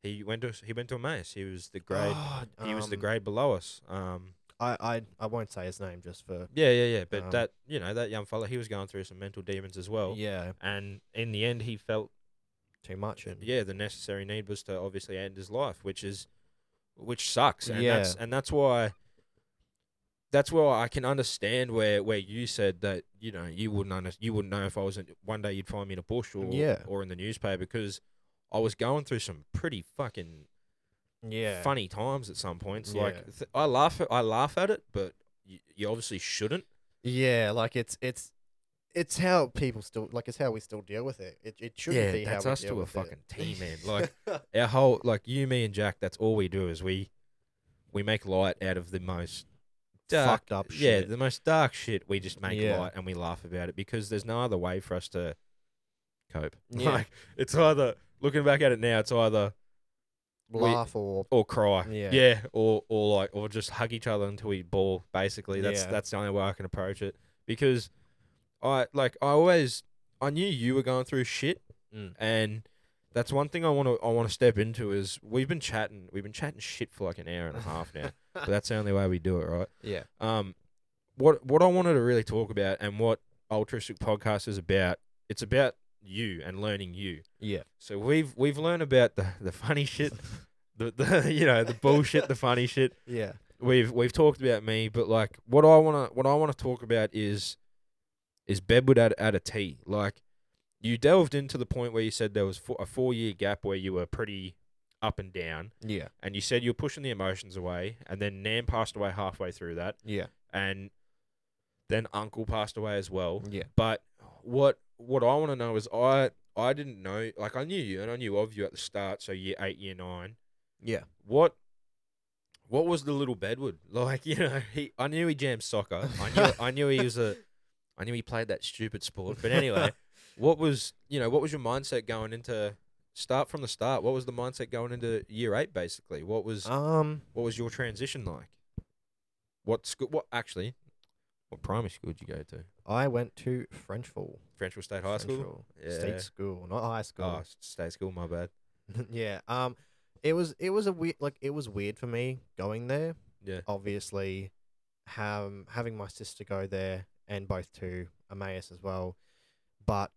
Speaker 1: he went to he went to Emmaus. He was the
Speaker 2: [GASPS]
Speaker 1: grade.
Speaker 2: Oh,
Speaker 1: he was the
Speaker 2: um,
Speaker 1: grade below us. Um,
Speaker 2: I, I I won't say his name just for
Speaker 1: yeah, yeah, yeah. But
Speaker 2: Um,
Speaker 1: that you know that young fella, he was going through some mental demons as well.
Speaker 2: yeah
Speaker 1: And in the end, he felt
Speaker 2: too much. And
Speaker 1: yeah the necessary need was to obviously end his life, which is which sucks. And
Speaker 2: Yeah.
Speaker 1: that's and that's why that's where I can understand where, where you said that you know you wouldn't under, you wouldn't know if I was in, one day you'd find me in a bush or
Speaker 2: Yeah.
Speaker 1: or in the newspaper because I was going through some pretty fucking
Speaker 2: Yeah.
Speaker 1: funny times at some points. Like
Speaker 2: Yeah.
Speaker 1: th- I laugh at, I laugh at it, but you, you obviously shouldn't.
Speaker 2: Yeah, like it's it's it's how people still like it's how we still deal with it. It it shouldn't
Speaker 1: Yeah,
Speaker 2: be
Speaker 1: that's
Speaker 2: how we
Speaker 1: us
Speaker 2: deal
Speaker 1: to a
Speaker 2: with it.
Speaker 1: fucking T, man,
Speaker 2: [LAUGHS]
Speaker 1: like- Our whole like you, me, and Jack. That's all we do is we we make light out of the most dark
Speaker 2: fucked up shit.
Speaker 1: Yeah, the most dark shit we just make
Speaker 2: Yeah.
Speaker 1: light and we laugh about it because there's no other way for us to cope. [LAUGHS]
Speaker 2: Yeah.
Speaker 1: Like it's either looking back at it now, it's either we-
Speaker 2: laugh or
Speaker 1: or cry.
Speaker 2: Yeah.
Speaker 1: Yeah. Or or like or just hug each other until we ball, basically. That's
Speaker 2: Yeah.
Speaker 1: that's the only way I can approach it. Because I like I always I knew you were going through shit
Speaker 2: Mm.
Speaker 1: and that's one thing I want to I want to step into is we've been chatting we've been chatting shit for like an hour and a half
Speaker 2: [LAUGHS]
Speaker 1: now but that's the only way we do it right
Speaker 2: yeah.
Speaker 1: um, what what I wanted to really talk about and what Altruistic Podcast is about, it's about you and learning you.
Speaker 2: Yeah.
Speaker 1: So we've we've learned about the, the funny shit, the, the [LAUGHS] you know the bullshit, the funny shit.
Speaker 2: Yeah.
Speaker 1: We've we've talked about me, but like what I wanna what I wanna talk about is is Bedwood at at a T. Like you delved into the point where you said there was four, a four year gap where you were pretty up and down,
Speaker 2: Yeah.
Speaker 1: and you said you were pushing the emotions away, and then Nam passed away halfway through that
Speaker 2: Yeah.
Speaker 1: and then uncle passed away as well
Speaker 2: Yeah.
Speaker 1: but what what i want to know is i i didn't know like i knew you and i knew of you at the start so year eight year nine
Speaker 2: Yeah.
Speaker 1: what what was the little bedwood [LAUGHS] like you know he i knew he jammed soccer i knew i knew he was a i knew he played that stupid sport but anyway what was you know what was your mindset going into start from the start what was the mindset going into year eight basically what was
Speaker 2: [LAUGHS] Um
Speaker 1: what was your transition like? What school? What actually? What primary school did you go to?
Speaker 2: I went to Frenchville.
Speaker 1: Frenchville State High School.
Speaker 2: Frenchville
Speaker 1: Yeah.
Speaker 2: State school, not high school.
Speaker 1: Oh, s- state school. My bad. Oh.
Speaker 2: [LAUGHS] yeah. Um, it was it was a weird like it was weird for me going there.
Speaker 1: Yeah.
Speaker 2: Obviously, um, having my sister go there and both to Emmaus as well, but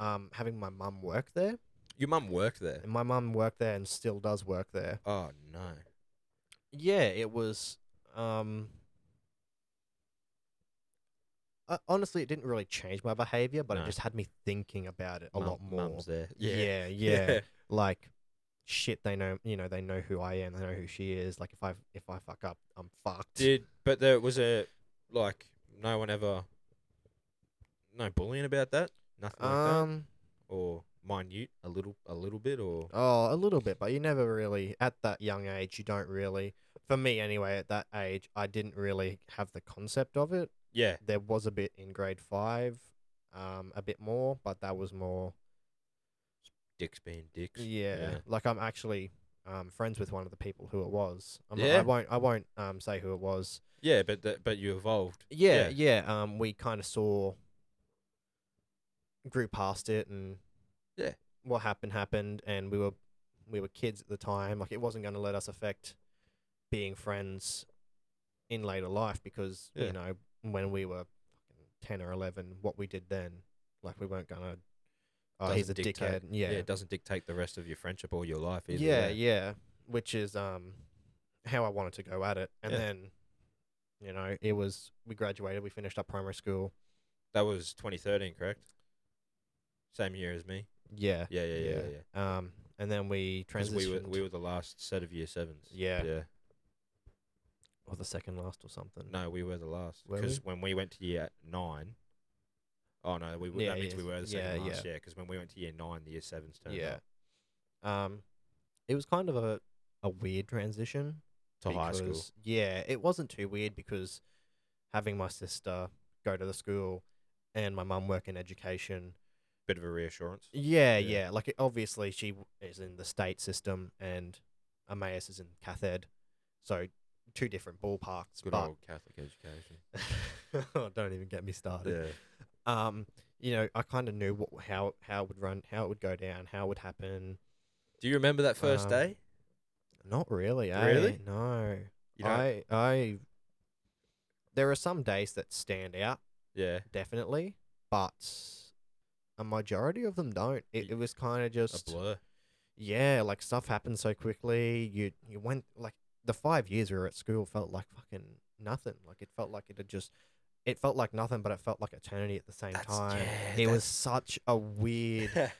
Speaker 2: um, having my mum work there.
Speaker 1: Your mum worked there.
Speaker 2: And my mum worked there and still does work there.
Speaker 1: Oh no.
Speaker 2: Yeah, it was. Um, uh, honestly, it didn't really change my behavior, but
Speaker 1: No.
Speaker 2: it just had me thinking about it a
Speaker 1: Mum-
Speaker 2: lot more.
Speaker 1: Mum's there. [LAUGHS]
Speaker 2: yeah. yeah. like shit they know you know they know who i am they know who she is like if i if i fuck up i'm fucked
Speaker 1: Did but there was a like no one ever no bullying about that. Nothing like
Speaker 2: um
Speaker 1: that. Or minute a little a little bit or
Speaker 2: oh a little bit but you never really at that young age you don't really for me anyway at that age i didn't really have the concept of it
Speaker 1: yeah
Speaker 2: there was a bit in grade five um a bit more but that was more
Speaker 1: dicks being dicks.
Speaker 2: yeah, like i'm actually um friends with one of the people who it was I'm not-
Speaker 1: Yeah.
Speaker 2: i won't i won't um say who it was
Speaker 1: Yeah, but that, but you evolved.
Speaker 2: Yeah, yeah. um, we kind of saw, grew past it, and
Speaker 1: Yeah.
Speaker 2: what happened happened, and we were we were kids at the time. Like it wasn't going to let us affect being friends in later life because
Speaker 1: Yeah.
Speaker 2: you know when we were ten or eleven, what we did then, like we weren't gonna. Oh, he's a
Speaker 1: Doesn't dictate-
Speaker 2: dickhead. Yeah,
Speaker 1: yeah, it doesn't dictate the rest of your friendship or your life either.
Speaker 2: yeah,
Speaker 1: way.
Speaker 2: yeah, which is um how I wanted to go at it, and
Speaker 1: Yeah.
Speaker 2: then you know it was we graduated, we finished up primary school.
Speaker 1: That was 2013, correct? Same year as me.
Speaker 2: Yeah.
Speaker 1: Yeah, yeah, yeah, yeah.
Speaker 2: Yeah. Um, and then we
Speaker 1: 'Cause
Speaker 2: transitioned.
Speaker 1: we were we were the last set of year sevens.
Speaker 2: Yeah.
Speaker 1: yeah.
Speaker 2: or the second last or something.
Speaker 1: No, we were the last
Speaker 2: Were
Speaker 1: because when we went to year nine, oh no, we were
Speaker 2: Yeah,
Speaker 1: that means
Speaker 2: yeah.
Speaker 1: we were the second
Speaker 2: Yeah,
Speaker 1: last. Yeah, because when we went to year nine, the year sevens turned
Speaker 2: Yeah.
Speaker 1: up
Speaker 2: Um, it was kind of a a weird transition
Speaker 1: to high school.
Speaker 2: because- Yeah, it wasn't too weird because having my sister go to the school and my mum work in education.
Speaker 1: Bit of a reassurance. Yeah.
Speaker 2: Yeah, yeah. Like it- obviously she w- is in the state system and Emmaus is in Cath Ed, so two different ballparks.
Speaker 1: Good
Speaker 2: but
Speaker 1: old Catholic education.
Speaker 2: [LAUGHS] oh, don't even get me started.
Speaker 1: Yeah,
Speaker 2: um, you know, I kind of knew what how how it would run, how it would go down, how it would happen.
Speaker 1: Do you remember that first
Speaker 2: Um,
Speaker 1: day?
Speaker 2: Not really, eh?
Speaker 1: Really?
Speaker 2: No.
Speaker 1: You don't-
Speaker 2: I I there are some days that stand out
Speaker 1: yeah.
Speaker 2: definitely, but a majority of them don't. It,
Speaker 1: Y-
Speaker 2: it was kind of
Speaker 1: A
Speaker 2: just
Speaker 1: blur.
Speaker 2: yeah, like stuff happened so quickly. You you went like the five years we were at school felt like fucking nothing. Like it felt like it had just, it felt like nothing, but it felt like eternity at the same
Speaker 1: That's-
Speaker 2: time.
Speaker 1: yeah,
Speaker 2: it was
Speaker 1: that's-
Speaker 2: such
Speaker 1: [LAUGHS]
Speaker 2: a weird,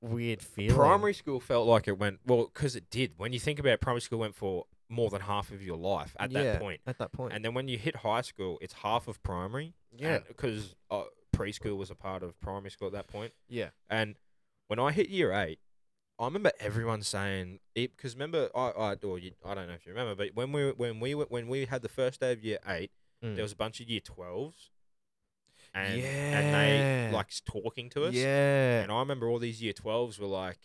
Speaker 2: weird feeling.
Speaker 1: primary school felt like it went well because it did. When you think about it, primary school went for more than half of your life at
Speaker 2: Yeah,
Speaker 1: that point.
Speaker 2: At that point,
Speaker 1: And then when you hit high school, it's half of primary.
Speaker 2: yeah,
Speaker 1: Because uh, preschool was a part of primary school at that point.
Speaker 2: yeah,
Speaker 1: And when I hit year eight, I remember everyone saying it because remember I I or you, I don't know if you remember, but when we when we were- when we had the first day of year eight,
Speaker 2: Mm.
Speaker 1: there was a bunch of year twelves, and and
Speaker 2: Yeah.
Speaker 1: they like s- talking to us.
Speaker 2: yeah.
Speaker 1: And I remember all these year twelves were like,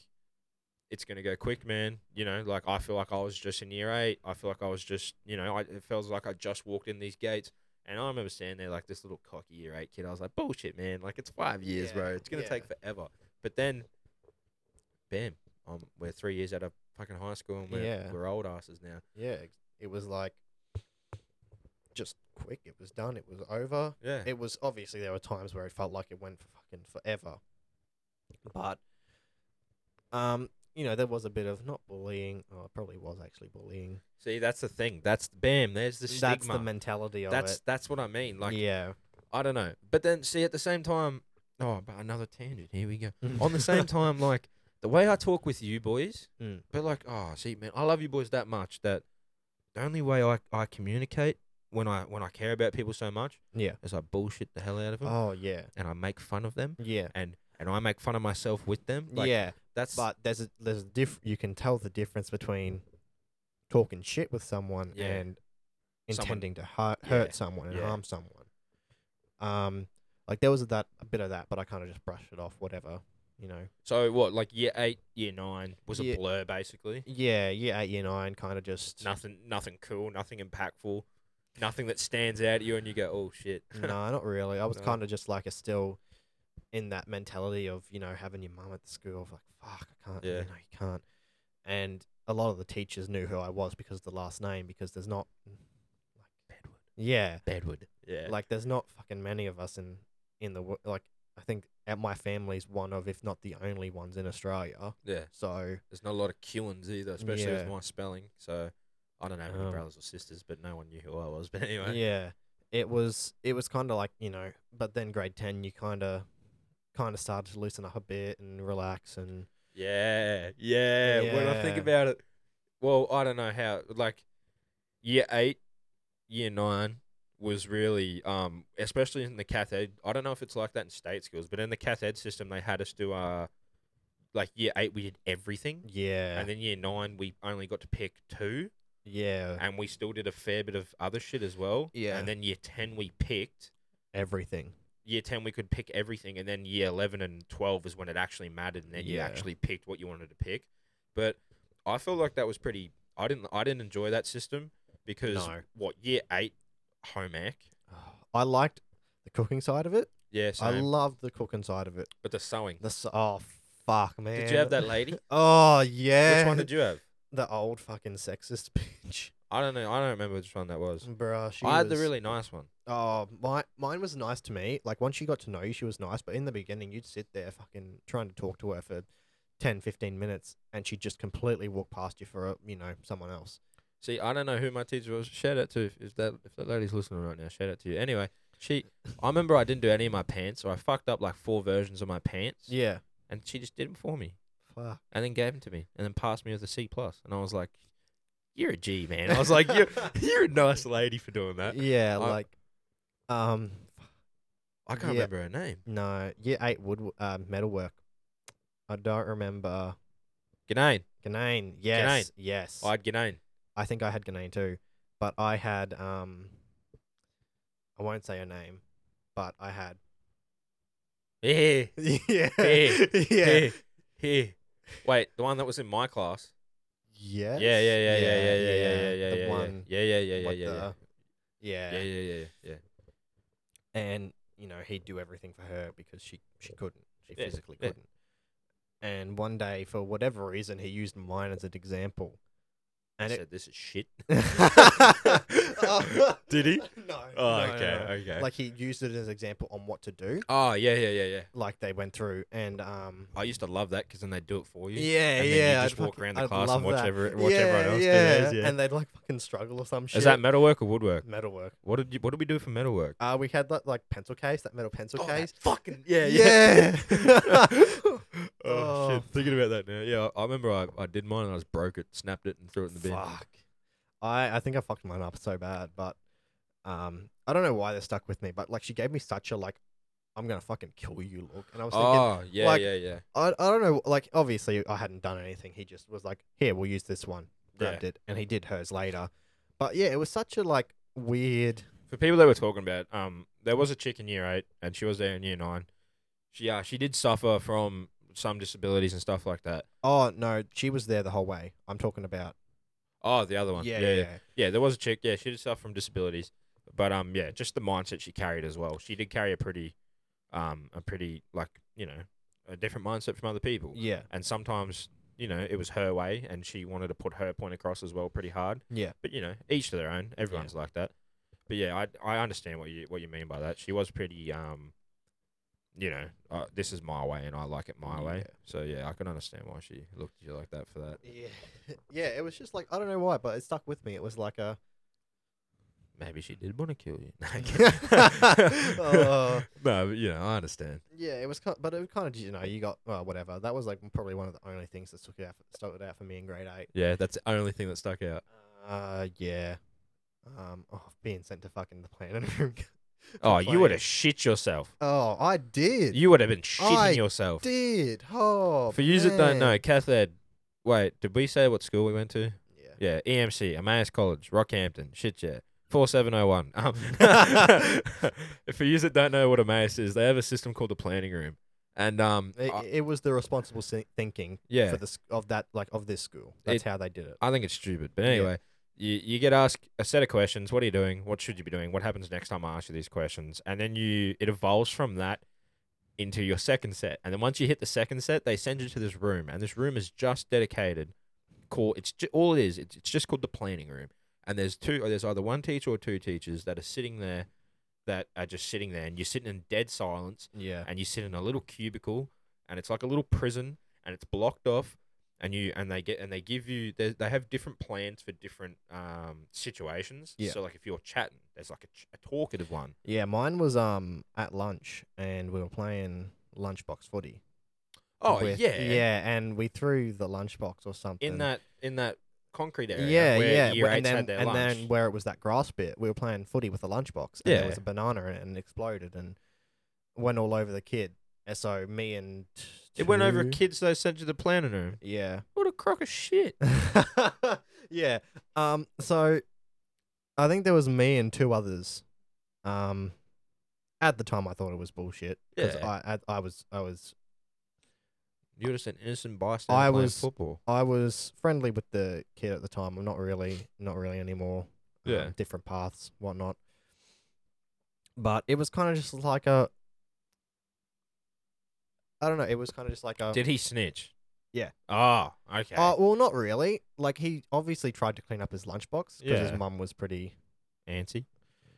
Speaker 1: "It's gonna go quick, man." You know, like I feel like I was just in year eight. I feel like I was just, you know, I, it feels like I just walked in these gates. And I remember standing there like this little cocky year eight kid. I was like, "Bullshit, man! Like it's five years,
Speaker 2: Yeah,
Speaker 1: bro. It's gonna
Speaker 2: yeah.
Speaker 1: take forever." But then, bam, um, we're three years out of fucking high school and we're
Speaker 2: Yeah.
Speaker 1: we're old asses now.
Speaker 2: yeah, ex- it was like just quick. It was done. It was over.
Speaker 1: Yeah,
Speaker 2: [LAUGHS] It was obviously there were times where it felt like it went for fucking forever, but um, you know, there was a bit of not bullying. Oh, it probably was actually bullying.
Speaker 1: see, that's the thing. That's bam. There's the stigma.
Speaker 2: That's the mentality of
Speaker 1: that's
Speaker 2: it.
Speaker 1: that's what I mean. Like
Speaker 2: yeah.
Speaker 1: I don't know. But then, see, at the same time, oh, but another tangent. Here we go. On the
Speaker 2: [LAUGHS]
Speaker 1: same time, like the way I talk with you boys,
Speaker 2: Mm.
Speaker 1: but like, oh, see, man, I love you boys that much that the only way I, I communicate when I when I care about people so much
Speaker 2: yeah.
Speaker 1: is I bullshit the hell out of them
Speaker 2: Oh yeah.
Speaker 1: and I make fun of them
Speaker 2: Yeah.
Speaker 1: and and I make fun of myself with them. Like,
Speaker 2: yeah.
Speaker 1: that's
Speaker 2: But there's a there's a diff you can tell the difference between talking shit with someone
Speaker 1: Yeah.
Speaker 2: and
Speaker 1: Someone-
Speaker 2: intending to hurt,
Speaker 1: Yeah,
Speaker 2: hurt someone and
Speaker 1: yeah.
Speaker 2: harm someone. Um like there was a that a bit of that, but I kind of just brushed it off, whatever. You know.
Speaker 1: so what? Like year eight, year nine was
Speaker 2: Yeah.
Speaker 1: a blur basically.
Speaker 2: Yeah, yeah, eight year nine kinda just
Speaker 1: Nothing, nothing cool, nothing impactful, nothing that stands out at you, and you go, oh shit. [LAUGHS]
Speaker 2: no, not really. I was
Speaker 1: No.
Speaker 2: kinda just like a still in that mentality of, you know, having your mum at the school like, fuck, I can't
Speaker 1: Yeah.
Speaker 2: you know, you can't. And a lot of the teachers knew who I was because of the last name, because there's not mm,
Speaker 1: Bedwood.
Speaker 2: yeah.
Speaker 1: Bedwood. Yeah.
Speaker 2: Like, there's not fucking many of us in in the wo- like. I think at my family's one of, if not the only ones in Australia.
Speaker 1: yeah.
Speaker 2: So
Speaker 1: There's not a lot of Qans either, especially
Speaker 2: Yeah.
Speaker 1: with my spelling. So I don't know any
Speaker 2: Um,
Speaker 1: brothers or sisters, but no one knew who I was. [LAUGHS] But anyway,
Speaker 2: yeah, it was it was kind of like you know. But then grade ten, you kind of kind of started to loosen up a bit and relax and
Speaker 1: yeah, yeah, When I think
Speaker 2: Yeah.
Speaker 1: about it, well, I don't know how. Like year eight, year nine was really, um, especially in the cath ed. I don't know if it's like that in state schools, but in the cath ed system, they had us do uh, like year eight, we did everything,
Speaker 2: yeah,
Speaker 1: and then year nine, we only got to pick two.
Speaker 2: yeah,
Speaker 1: and we still did a fair bit of other shit as well.
Speaker 2: Yeah.
Speaker 1: And then year 10 we picked.
Speaker 2: everything. [SIGHS]
Speaker 1: Year 10 we could pick everything and then year 11 and 12 is when it actually mattered and then you
Speaker 2: Yeah.
Speaker 1: actually picked what you wanted to pick. But I feel like that was pretty I didn't I didn't enjoy that system because
Speaker 2: No.
Speaker 1: what year 8 home ec.
Speaker 2: I liked the cooking side of it.
Speaker 1: Yeah,
Speaker 2: I
Speaker 1: same.
Speaker 2: loved the cooking side of it.
Speaker 1: but the sewing.
Speaker 2: The s- oh fuck man.
Speaker 1: Did you have that
Speaker 2: [LAUGHS]
Speaker 1: lady?
Speaker 2: Oh yeah.
Speaker 1: Which one did you have?
Speaker 2: The old fucking sexist [LAUGHS] bitch,
Speaker 1: I don't know. I don't remember which one that was.
Speaker 2: bruh. Mm, She
Speaker 1: I had the
Speaker 2: was-
Speaker 1: really nice one.
Speaker 2: Oh, my, mine was nice to me. Like, once she got to know you, she was nice. But in the beginning, you'd sit there fucking trying to talk to her for 10, 15 minutes, and she'd just completely walk past you for, uh, you know, someone else.
Speaker 1: See, I don't know who my teacher was. Shout out to if- if that if that lady's listening right now. Shout out to you. Anyway, she, I remember I didn't do any of my pants, so I fucked up like four versions of my pants,
Speaker 2: Yeah.
Speaker 1: and she just did them for me,
Speaker 2: Fuck.
Speaker 1: and then gave them to me, and then passed me with a C plus, and I was like, "You're a G, man." I was like, "You're [LAUGHS] you're a nice lady for doing that."
Speaker 2: Yeah,
Speaker 1: Uh, I-
Speaker 2: like, um,
Speaker 1: I can't
Speaker 2: Yeah.
Speaker 1: remember her name.
Speaker 2: no, year eight wood, uh, metalwork. I don't remember.
Speaker 1: Ganane.
Speaker 2: Ganane. Yes. Yes.
Speaker 1: I had Ganane.
Speaker 2: I think I had Ganane too, but I had um, I won't say her name, but I had [LAUGHS]
Speaker 1: Yeah.
Speaker 2: yeah
Speaker 1: Yeah.
Speaker 2: yeah
Speaker 1: Yeah. Yeah. Wait, the one that was in my class.
Speaker 2: yes.
Speaker 1: Yeah, yeah, yeah, yeah, yeah, yeah, yeah, yeah, yeah,
Speaker 2: the
Speaker 1: yeah,
Speaker 2: one
Speaker 1: yeah, yeah, yeah, yeah,
Speaker 2: with
Speaker 1: yeah, yeah,
Speaker 2: the- yeah.
Speaker 1: yeah, yeah, yeah, yeah.
Speaker 2: and you know he'd do everything for her because she she couldn't she
Speaker 1: Yeah,
Speaker 2: physically
Speaker 1: yeah. [LAUGHS]
Speaker 2: couldn't and one day for whatever reason he used mine as an example
Speaker 1: and
Speaker 2: And
Speaker 1: he
Speaker 2: it-
Speaker 1: said this is
Speaker 2: [LAUGHS]
Speaker 1: shit. [LAUGHS]
Speaker 2: Oh.
Speaker 1: Did
Speaker 2: [LAUGHS]
Speaker 1: he?
Speaker 2: No.
Speaker 1: Oh,
Speaker 2: no, no,
Speaker 1: okay,
Speaker 2: no.
Speaker 1: okay.
Speaker 2: Like he used it as an example on what to do.
Speaker 1: oh yeah, yeah, yeah, yeah.
Speaker 2: Like they went through and um.
Speaker 1: I used to love that because then they do it for you.
Speaker 2: Yeah,
Speaker 1: and then
Speaker 2: yeah.
Speaker 1: You just
Speaker 2: I'd
Speaker 1: walk
Speaker 2: fucking-
Speaker 1: around the
Speaker 2: I'd
Speaker 1: class and
Speaker 2: love
Speaker 1: watch,
Speaker 2: that.
Speaker 1: every, watch
Speaker 2: yeah,
Speaker 1: everyone else do
Speaker 2: Yeah.
Speaker 1: those. Yeah.
Speaker 2: And they'd like fucking struggle or some shit.
Speaker 1: is that metalwork or woodwork?
Speaker 2: metalwork?
Speaker 1: What did you? What did we do for metalwork?
Speaker 2: Uh, we had that like pencil case, Oh, that metal pencil case.
Speaker 1: fucking Oh, yeah,
Speaker 2: [LAUGHS] Yeah.
Speaker 1: [LAUGHS] oh,
Speaker 2: Oh,
Speaker 1: shit! Thinking about that now. Yeah, I I remember I, I did mine and I just broke it, snapped it, and threw it in the bin.
Speaker 2: Fuck. I, I think I fucked mine up so bad, but um, I don't know why they stuck with me, but like she gave me such a like, I'm gonna fucking kill you look, and I was thinking,
Speaker 1: Oh yeah,
Speaker 2: like-
Speaker 1: yeah, yeah.
Speaker 2: I, I don't know, like obviously I hadn't done anything. He just was like, here, we'll use this one, grabbed it, and he did hers later. But yeah, it was such a like weird.
Speaker 1: for people that were talking about, um, there was a chick in year eight, and she was there in year nine. She uh, she did suffer from some disabilities and stuff like that.
Speaker 2: Oh no, she was there the whole way. I'm talking about.
Speaker 1: Oh, the other one.
Speaker 2: Yeah,
Speaker 1: yeah. Yeah, there was a chick. Yeah, she did suffer from disabilities, but um, yeah, just the mindset she carried as well. She did carry a pretty, um, a pretty like you know, a different mindset from other people.
Speaker 2: yeah,
Speaker 1: And sometimes you know it was her way, and she wanted to put her point across as well, pretty hard.
Speaker 2: yeah.
Speaker 1: But you know, each to their own. Everyone's like that. But yeah, I I understand what you what you mean by that. She was pretty um, you know, uh, this is my way and I like it my way.
Speaker 2: Yeah.
Speaker 1: So yeah, I can understand why she looked at you like that for that
Speaker 2: Yeah, [LAUGHS] yeah. It was just like I don't know why, but it stuck with me. It was like a
Speaker 1: maybe she did want to kill you. [LAUGHS] No, I'm
Speaker 2: [LAUGHS]
Speaker 1: kidding.
Speaker 2: Oh.
Speaker 1: no, but, you know, I understand.
Speaker 2: yeah. It was, kind but it was kind of you know you got well, whatever. That was like probably one of the only things that stuck it out stuck it out for me in grade eight.
Speaker 1: Yeah, that's the only thing that stuck out.
Speaker 2: Uh, yeah. Um, oh, being sent to fucking the planet. room.
Speaker 1: Oh, you would
Speaker 2: playing.
Speaker 1: have shit yourself.
Speaker 2: oh, I did.
Speaker 1: You would have been shitting
Speaker 2: I
Speaker 1: yourself.
Speaker 2: did. Oh,
Speaker 1: For you that don't
Speaker 2: man.
Speaker 1: know, Cath Ed, wait, did we say what school we went to?
Speaker 2: Yeah.
Speaker 1: Yeah, EMC, Emmaus College, Rockhampton, shit yeah. 4701.
Speaker 2: [LAUGHS]
Speaker 1: Um, [LAUGHS] for you that don't know what Emmaus is, they have a system called the planning room. And um,
Speaker 2: It,
Speaker 1: I,
Speaker 2: it was the responsible si- thinking
Speaker 1: yeah,
Speaker 2: for this of that like of this school. That's how they did it.
Speaker 1: I think it's stupid. But
Speaker 2: Yeah.
Speaker 1: anyway, you, you get asked a set of questions. What are you doing? What should you be doing? What happens next time I ask you these questions? And then you it evolves from that into your second set. And then once you hit the second set, they send you to this room, and this room is just dedicated. Call it's ju- all it is. It's, it's just called the planning room. And there's two. Or there's either one teacher or two teachers that are sitting there, that are just sitting there, and you're sitting in dead silence
Speaker 2: Yeah.
Speaker 1: and you sit in a little cubicle and it's like a little prison and it's blocked off and you and they get and they give you they, they have different plans for different um situations
Speaker 2: Yeah.
Speaker 1: so like if you're chatting there's like a, ch- a talkative one
Speaker 2: Yeah. Mine was um at lunch, and we were playing lunchbox footy.
Speaker 1: Oh,
Speaker 2: with- Oh, yeah, and we threw the lunchbox or something
Speaker 1: in that in that concrete area
Speaker 2: yeah,
Speaker 1: where
Speaker 2: yeah,
Speaker 1: year
Speaker 2: wh- and
Speaker 1: eights
Speaker 2: then
Speaker 1: had their
Speaker 2: and
Speaker 1: lunch.
Speaker 2: then where it was that grass bit, we were playing footy with a lunchbox, and
Speaker 1: Yeah.
Speaker 2: there was a banana in it and it exploded and went all over the kid. And so me and
Speaker 1: it went over a
Speaker 2: two-
Speaker 1: kid's though sent you the planning room
Speaker 2: Yeah,
Speaker 1: what a crock of shit
Speaker 2: [LAUGHS] yeah. Um, so I think there was me and two others. Um, at the time I thought it was bullshit because
Speaker 1: Yeah.
Speaker 2: I, I I was I was
Speaker 1: you're just an innocent bystander
Speaker 2: I
Speaker 1: playing
Speaker 2: was-
Speaker 1: football
Speaker 2: I was friendly with the kid at the time. I'm not really, not really anymore. um,
Speaker 1: Yeah.
Speaker 2: different paths, whatnot. But it was kind of just like a, I don't know. It was kind of just like a.
Speaker 1: did he snitch
Speaker 2: Oh. Yeah.
Speaker 1: oh okay
Speaker 2: Oh well, not really. Like he obviously tried to clean up his lunchbox because
Speaker 1: Yeah.
Speaker 2: his mum was pretty.
Speaker 1: Ancy,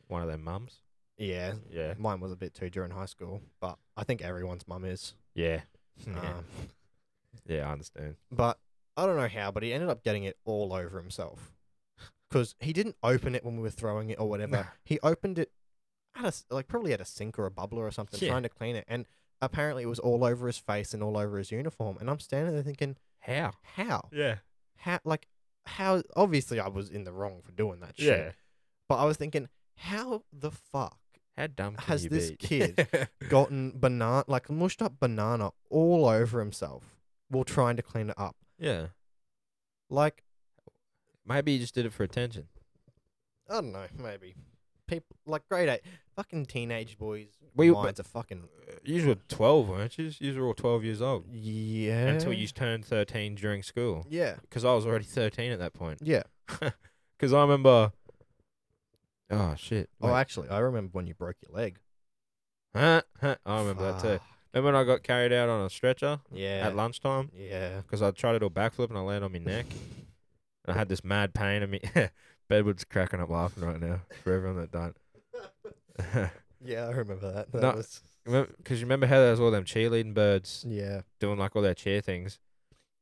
Speaker 1: one of their mums
Speaker 2: Yeah,
Speaker 1: yeah
Speaker 2: mine was a bit too during high school, but I think everyone's mum is.
Speaker 1: yeah
Speaker 2: Um,
Speaker 1: [LAUGHS] Yeah, I understand.
Speaker 2: but I don't know how, but he ended up getting it all over himself because he didn't open it when we were throwing it or whatever.
Speaker 1: No.
Speaker 2: He opened it at a s- like probably at a sink or a bubbler or something,
Speaker 1: Yeah.
Speaker 2: trying to clean it, and apparently it was all over his face and all over his uniform. And I'm standing there thinking,
Speaker 1: How?
Speaker 2: how,
Speaker 1: Yeah.
Speaker 2: how, like, how? Obviously, I was in the wrong for doing that shit.
Speaker 1: Yeah.
Speaker 2: But I was thinking, how the fuck
Speaker 1: How dumb can
Speaker 2: Has
Speaker 1: you
Speaker 2: this
Speaker 1: be? [LAUGHS]
Speaker 2: kid gotten banana, like mushed up banana all over himself while trying to clean it up?
Speaker 1: yeah.
Speaker 2: Like,
Speaker 1: Maybe he just did it for attention.
Speaker 2: I don't know, maybe. People like grade eight, fucking teenage boys.
Speaker 1: We-
Speaker 2: minds are fucking
Speaker 1: You Uh, were 12, weren't you? You were all 12 years old.
Speaker 2: yeah.
Speaker 1: Until you turned 13 during school.
Speaker 2: yeah,
Speaker 1: Because I was already 13 at that point. [LAUGHS]
Speaker 2: yeah.
Speaker 1: Because I remember. Oh, shit.
Speaker 2: Oh,
Speaker 1: wait.
Speaker 2: actually, I remember when you broke your leg.
Speaker 1: Huh? Huh? I remember that too.
Speaker 2: Fuck.
Speaker 1: Remember when I got carried out on a stretcher
Speaker 2: Yeah,
Speaker 1: at lunchtime?
Speaker 2: yeah.
Speaker 1: Because I tried to do a backflip and I landed on my neck. And I had this mad pain in me. [LAUGHS] Bedwood's cracking up laughing right now for everyone that don't.
Speaker 2: [LAUGHS]
Speaker 1: [LAUGHS]
Speaker 2: Yeah, I remember that. That
Speaker 1: No.
Speaker 2: was
Speaker 1: Because you remember how there was all them cheerleading birds
Speaker 2: yeah.
Speaker 1: doing like all their cheer things,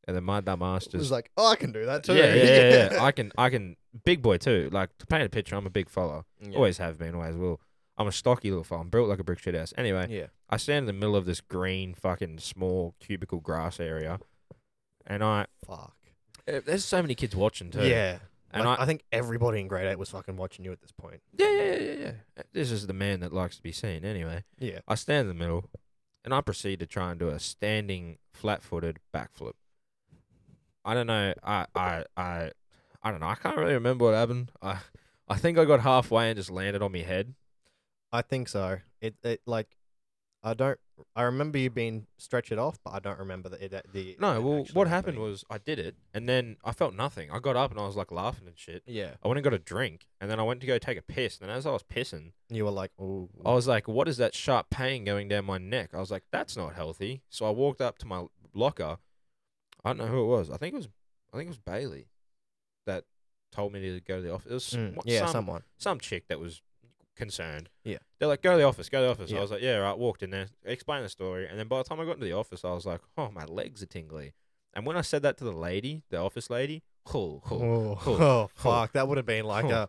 Speaker 1: and then my dumbass
Speaker 2: It was
Speaker 1: just
Speaker 2: like, oh, I can do that too.
Speaker 1: yeah, yeah, yeah,
Speaker 2: [LAUGHS]
Speaker 1: yeah. I can, I can, big boy too. Like to paint a picture, I'm a big fella. Always have been, always will. I'm a stocky little fella. I'm built like a brick shit house. Anyway,
Speaker 2: yeah.
Speaker 1: I stand in the middle of this green fucking small cubicle grass area, and I
Speaker 2: Fuck.
Speaker 1: eh, there's so many kids watching too.
Speaker 2: Yeah.
Speaker 1: and
Speaker 2: Like,
Speaker 1: I,
Speaker 2: I think everybody in grade eight was fucking watching you at this point.
Speaker 1: yeah, yeah, yeah, yeah. Eh, This is the man that likes to be seen. Anyway,
Speaker 2: Yeah.
Speaker 1: I stand in the middle, and I proceed to try and do a standing flat-footed backflip. I don't know. I I I I don't know. I can't really remember what happened. I I think I got halfway and just landed on my head.
Speaker 2: I think so. It it like I don't I remember you being stretched off, but I don't remember that it that the
Speaker 1: No,
Speaker 2: it
Speaker 1: well,
Speaker 2: actually
Speaker 1: what happened
Speaker 2: happening.
Speaker 1: was I did it, and then I felt nothing. I got up and I was like laughing and shit.
Speaker 2: yeah,
Speaker 1: I went and got a drink, and then I went to go take a piss. And as I was pissing,
Speaker 2: you were like, oh,
Speaker 1: I was like, "What is that sharp pain going down my neck?" I was like, "That's not healthy." So I walked up to my locker. I don't know who it was. I think it was, I think it was Bailey, that told me to go to the office. It was
Speaker 2: Mm,
Speaker 1: what-
Speaker 2: yeah,
Speaker 1: some,
Speaker 2: someone.
Speaker 1: some chick that was concerned.
Speaker 2: Yeah.
Speaker 1: They're like, go to the office, go to the office.
Speaker 2: Yeah.
Speaker 1: I was like, yeah, right. Walked in there, explained the story. And then by the time I got into the office, I was like, oh, my legs are tingly. And when I said that to the lady, the office lady, oh, oh.
Speaker 2: Oh,
Speaker 1: oh,
Speaker 2: [LAUGHS] oh, fuck, that would have been like
Speaker 1: huh.
Speaker 2: a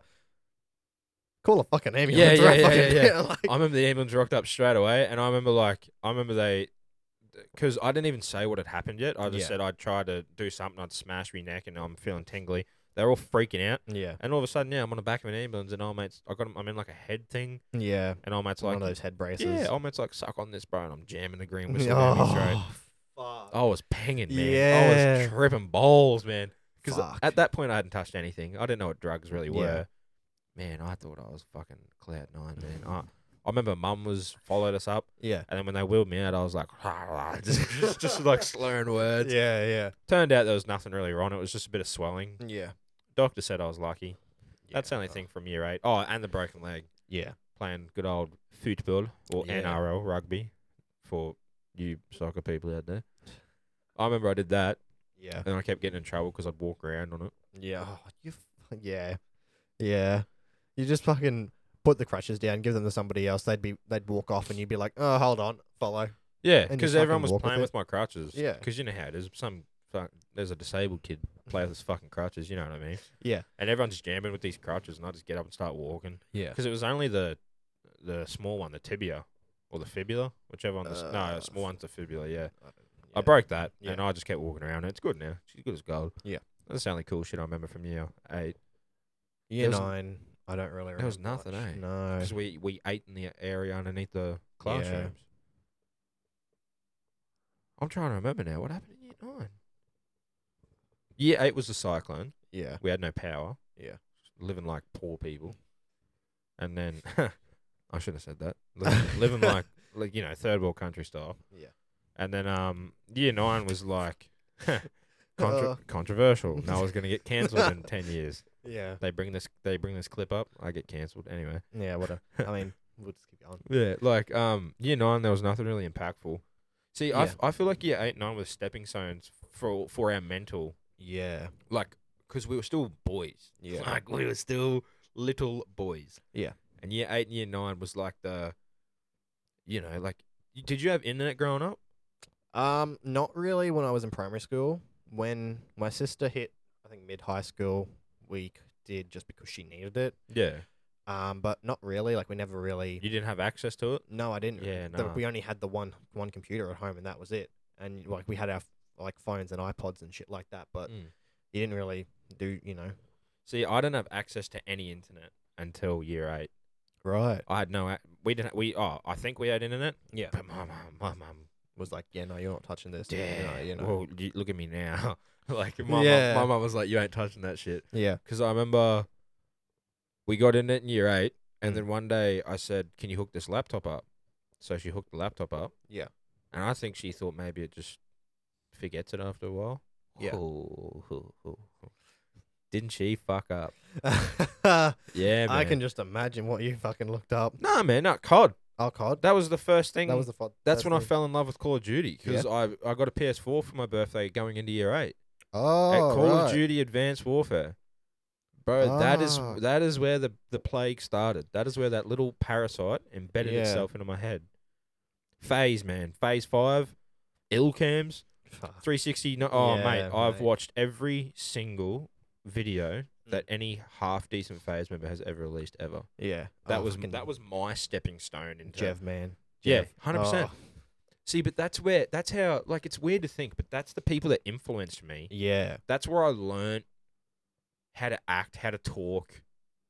Speaker 2: call a fucking ambulance.
Speaker 1: Yeah,
Speaker 2: [LAUGHS] right?
Speaker 1: yeah, yeah,
Speaker 2: Fucking-
Speaker 1: yeah, yeah.
Speaker 2: like-
Speaker 1: I remember the ambulance rocked up straight away. And I remember, like, I remember they, because I didn't even say what had happened yet. I just
Speaker 2: Yeah.
Speaker 1: said I'd tried to do something, I'd smash my neck, and I'm feeling tingly. They're all freaking out.
Speaker 2: yeah,
Speaker 1: And all of a sudden, yeah, I'm on the back of an ambulance, and all mates, I got, I'm in like a head thing,
Speaker 2: yeah.
Speaker 1: and all mates
Speaker 2: One
Speaker 1: like,
Speaker 2: of those head braces. [LAUGHS]
Speaker 1: Yeah, almost like suck on this, bro, and I'm jamming the green whistle down my throat.
Speaker 2: oh, fuck.
Speaker 1: I was pinging, man. I
Speaker 2: Yeah.
Speaker 1: was tripping balls, man. Because
Speaker 2: Fuck.
Speaker 1: at that point, I hadn't touched anything. I didn't know what drugs really
Speaker 2: Yeah.
Speaker 1: were. Man, I thought I was fucking cloud nine, man. I, I remember mum was followed us up,
Speaker 2: yeah,
Speaker 1: and then when they wheeled me out, I was like, [LAUGHS] just, just, just like slurring words.
Speaker 2: yeah, yeah,
Speaker 1: Turned out there was nothing really wrong. It was just a bit of swelling.
Speaker 2: yeah.
Speaker 1: Doctor said I was lucky. That's the
Speaker 2: Yeah,
Speaker 1: only
Speaker 2: uh,
Speaker 1: thing from year eight. Oh, and the broken leg
Speaker 2: Yeah,
Speaker 1: playing good old football or
Speaker 2: Yeah.
Speaker 1: NRL rugby for you soccer people out there. I remember I did that,
Speaker 2: yeah,
Speaker 1: and I kept getting in trouble because I'd walk around on it.
Speaker 2: yeah. Oh, you, f- yeah, yeah. You just fucking put the crutches down, give them to somebody else. They'd be, they'd walk off, and you'd be like, oh, hold on, follow.
Speaker 1: Yeah,
Speaker 2: And
Speaker 1: because
Speaker 2: just
Speaker 1: everyone was
Speaker 2: fucking walk with
Speaker 1: playing
Speaker 2: it.
Speaker 1: with, my crutches.
Speaker 2: Yeah.
Speaker 1: because you know how it is. Some fuck, there's a disabled kid play with his fucking crutches. You know what I mean?
Speaker 2: Yeah.
Speaker 1: And everyone's jamming with these crutches, and I just get up and start walking
Speaker 2: Yeah,
Speaker 1: because it was only the the small one, the tibia or the fibula, whichever one. The, s no,
Speaker 2: Uh,
Speaker 1: small one's the fibula. Yeah. I
Speaker 2: yeah.
Speaker 1: broke that,
Speaker 2: Yeah.
Speaker 1: and I just kept walking around. It's good now. She's good as gold.
Speaker 2: Yeah.
Speaker 1: That's the only cool shit I remember from year eight.
Speaker 2: year
Speaker 1: There was-
Speaker 2: nine. I don't really remember.
Speaker 1: there was nothing,
Speaker 2: much.
Speaker 1: eh?
Speaker 2: No.
Speaker 1: Because we, we ate in the area underneath the classrooms. I'm trying to remember now. What happened in year nine? Year eight was the cyclone.
Speaker 2: Yeah.
Speaker 1: We had no power.
Speaker 2: Yeah.
Speaker 1: Living like poor people. And then, [LAUGHS] I shouldn't have said that.
Speaker 2: [LAUGHS]
Speaker 1: [LAUGHS] Living, living like, like, you know, third world country style.
Speaker 2: Yeah.
Speaker 1: And then um, year nine was like contra-
Speaker 2: Uh,
Speaker 1: controversial. No, I [LAUGHS] was going to get cancelled in 10 years.
Speaker 2: Yeah.
Speaker 1: They bring this they bring this clip up. I get cancelled anyway.
Speaker 2: Yeah. What? A, I mean, we'll just keep going.
Speaker 1: Yeah, like um year nine there was nothing really impactful. See, I
Speaker 2: Yeah.
Speaker 1: f- I feel like year eight nine was stepping stones for for our mental
Speaker 2: Yeah.
Speaker 1: like because we were still boys.
Speaker 2: Yeah.
Speaker 1: like we were still little boys.
Speaker 2: Yeah.
Speaker 1: and year eight and year nine was like the, you know, like y- did you have internet growing up?
Speaker 2: Um, not really. When I was in primary school, when my sister hit, I think mid high school, we c- did just because she needed it.
Speaker 1: Yeah,
Speaker 2: Um, but not really. Like we never really.
Speaker 1: you didn't have access to it.
Speaker 2: No, I didn't.
Speaker 1: Yeah,
Speaker 2: The-
Speaker 1: nah.
Speaker 2: we only had the one one computer at home, and that was it. And like we had our f- like phones and iPods and shit like that, but
Speaker 1: Mm.
Speaker 2: you didn't really do, you know.
Speaker 1: See, I didn't have access to any internet until year eight.
Speaker 2: Right.
Speaker 1: I had no. ac- We didn't. We oh, I think we had internet.
Speaker 2: Yeah.
Speaker 1: But my mum, my mum,
Speaker 2: Was like, yeah, no, you're not touching this. you know,
Speaker 1: yeah.
Speaker 2: You know.
Speaker 1: Well, you, look at me now. [LAUGHS] like my
Speaker 2: Yeah.
Speaker 1: mum, my mum was like, "You ain't touching that shit."
Speaker 2: yeah.
Speaker 1: Because I remember we got in it in year eight, and
Speaker 2: Mm.
Speaker 1: then one day I said, "Can you hook this laptop up?" So she hooked the laptop up.
Speaker 2: Yeah.
Speaker 1: And I think she thought maybe it just forgets it after a while.
Speaker 2: Yeah.
Speaker 1: Didn't she fuck up?
Speaker 2: [LAUGHS] I
Speaker 1: Yeah, man.
Speaker 2: can just imagine what you fucking looked up.
Speaker 1: Nah, man, not COD.
Speaker 2: Oh, COD.
Speaker 1: That was the first thing.
Speaker 2: That was the. Fo-
Speaker 1: That's when I
Speaker 2: the-
Speaker 1: fell in love with Call of Duty
Speaker 2: Yeah.
Speaker 1: because I I got a PS4 for my birthday going into year eight.
Speaker 2: Oh,
Speaker 1: at Call
Speaker 2: right.
Speaker 1: of Duty Advanced Warfare. Bro, that is
Speaker 2: Ah.
Speaker 1: that is where the, the plague started. That is where that little parasite embedded
Speaker 2: Yeah.
Speaker 1: itself into my head. Phase, man. Phase five, ill cams,
Speaker 2: Fuck.
Speaker 1: 360. No, oh, mate,
Speaker 2: Yeah,
Speaker 1: I've
Speaker 2: mate. Mm.
Speaker 1: watched every single video that any half decent phase member has ever released ever.
Speaker 2: Yeah,
Speaker 1: That
Speaker 2: Oh,
Speaker 1: was
Speaker 2: fucking
Speaker 1: that was my stepping stone into
Speaker 2: Jev man.
Speaker 1: Yeah,
Speaker 2: Jev.
Speaker 1: 100%.
Speaker 2: Oh,
Speaker 1: See, but that's where that's how like it's weird to think, but that's the people that influenced me.
Speaker 2: yeah,
Speaker 1: That's where I learnt how to act, how to talk,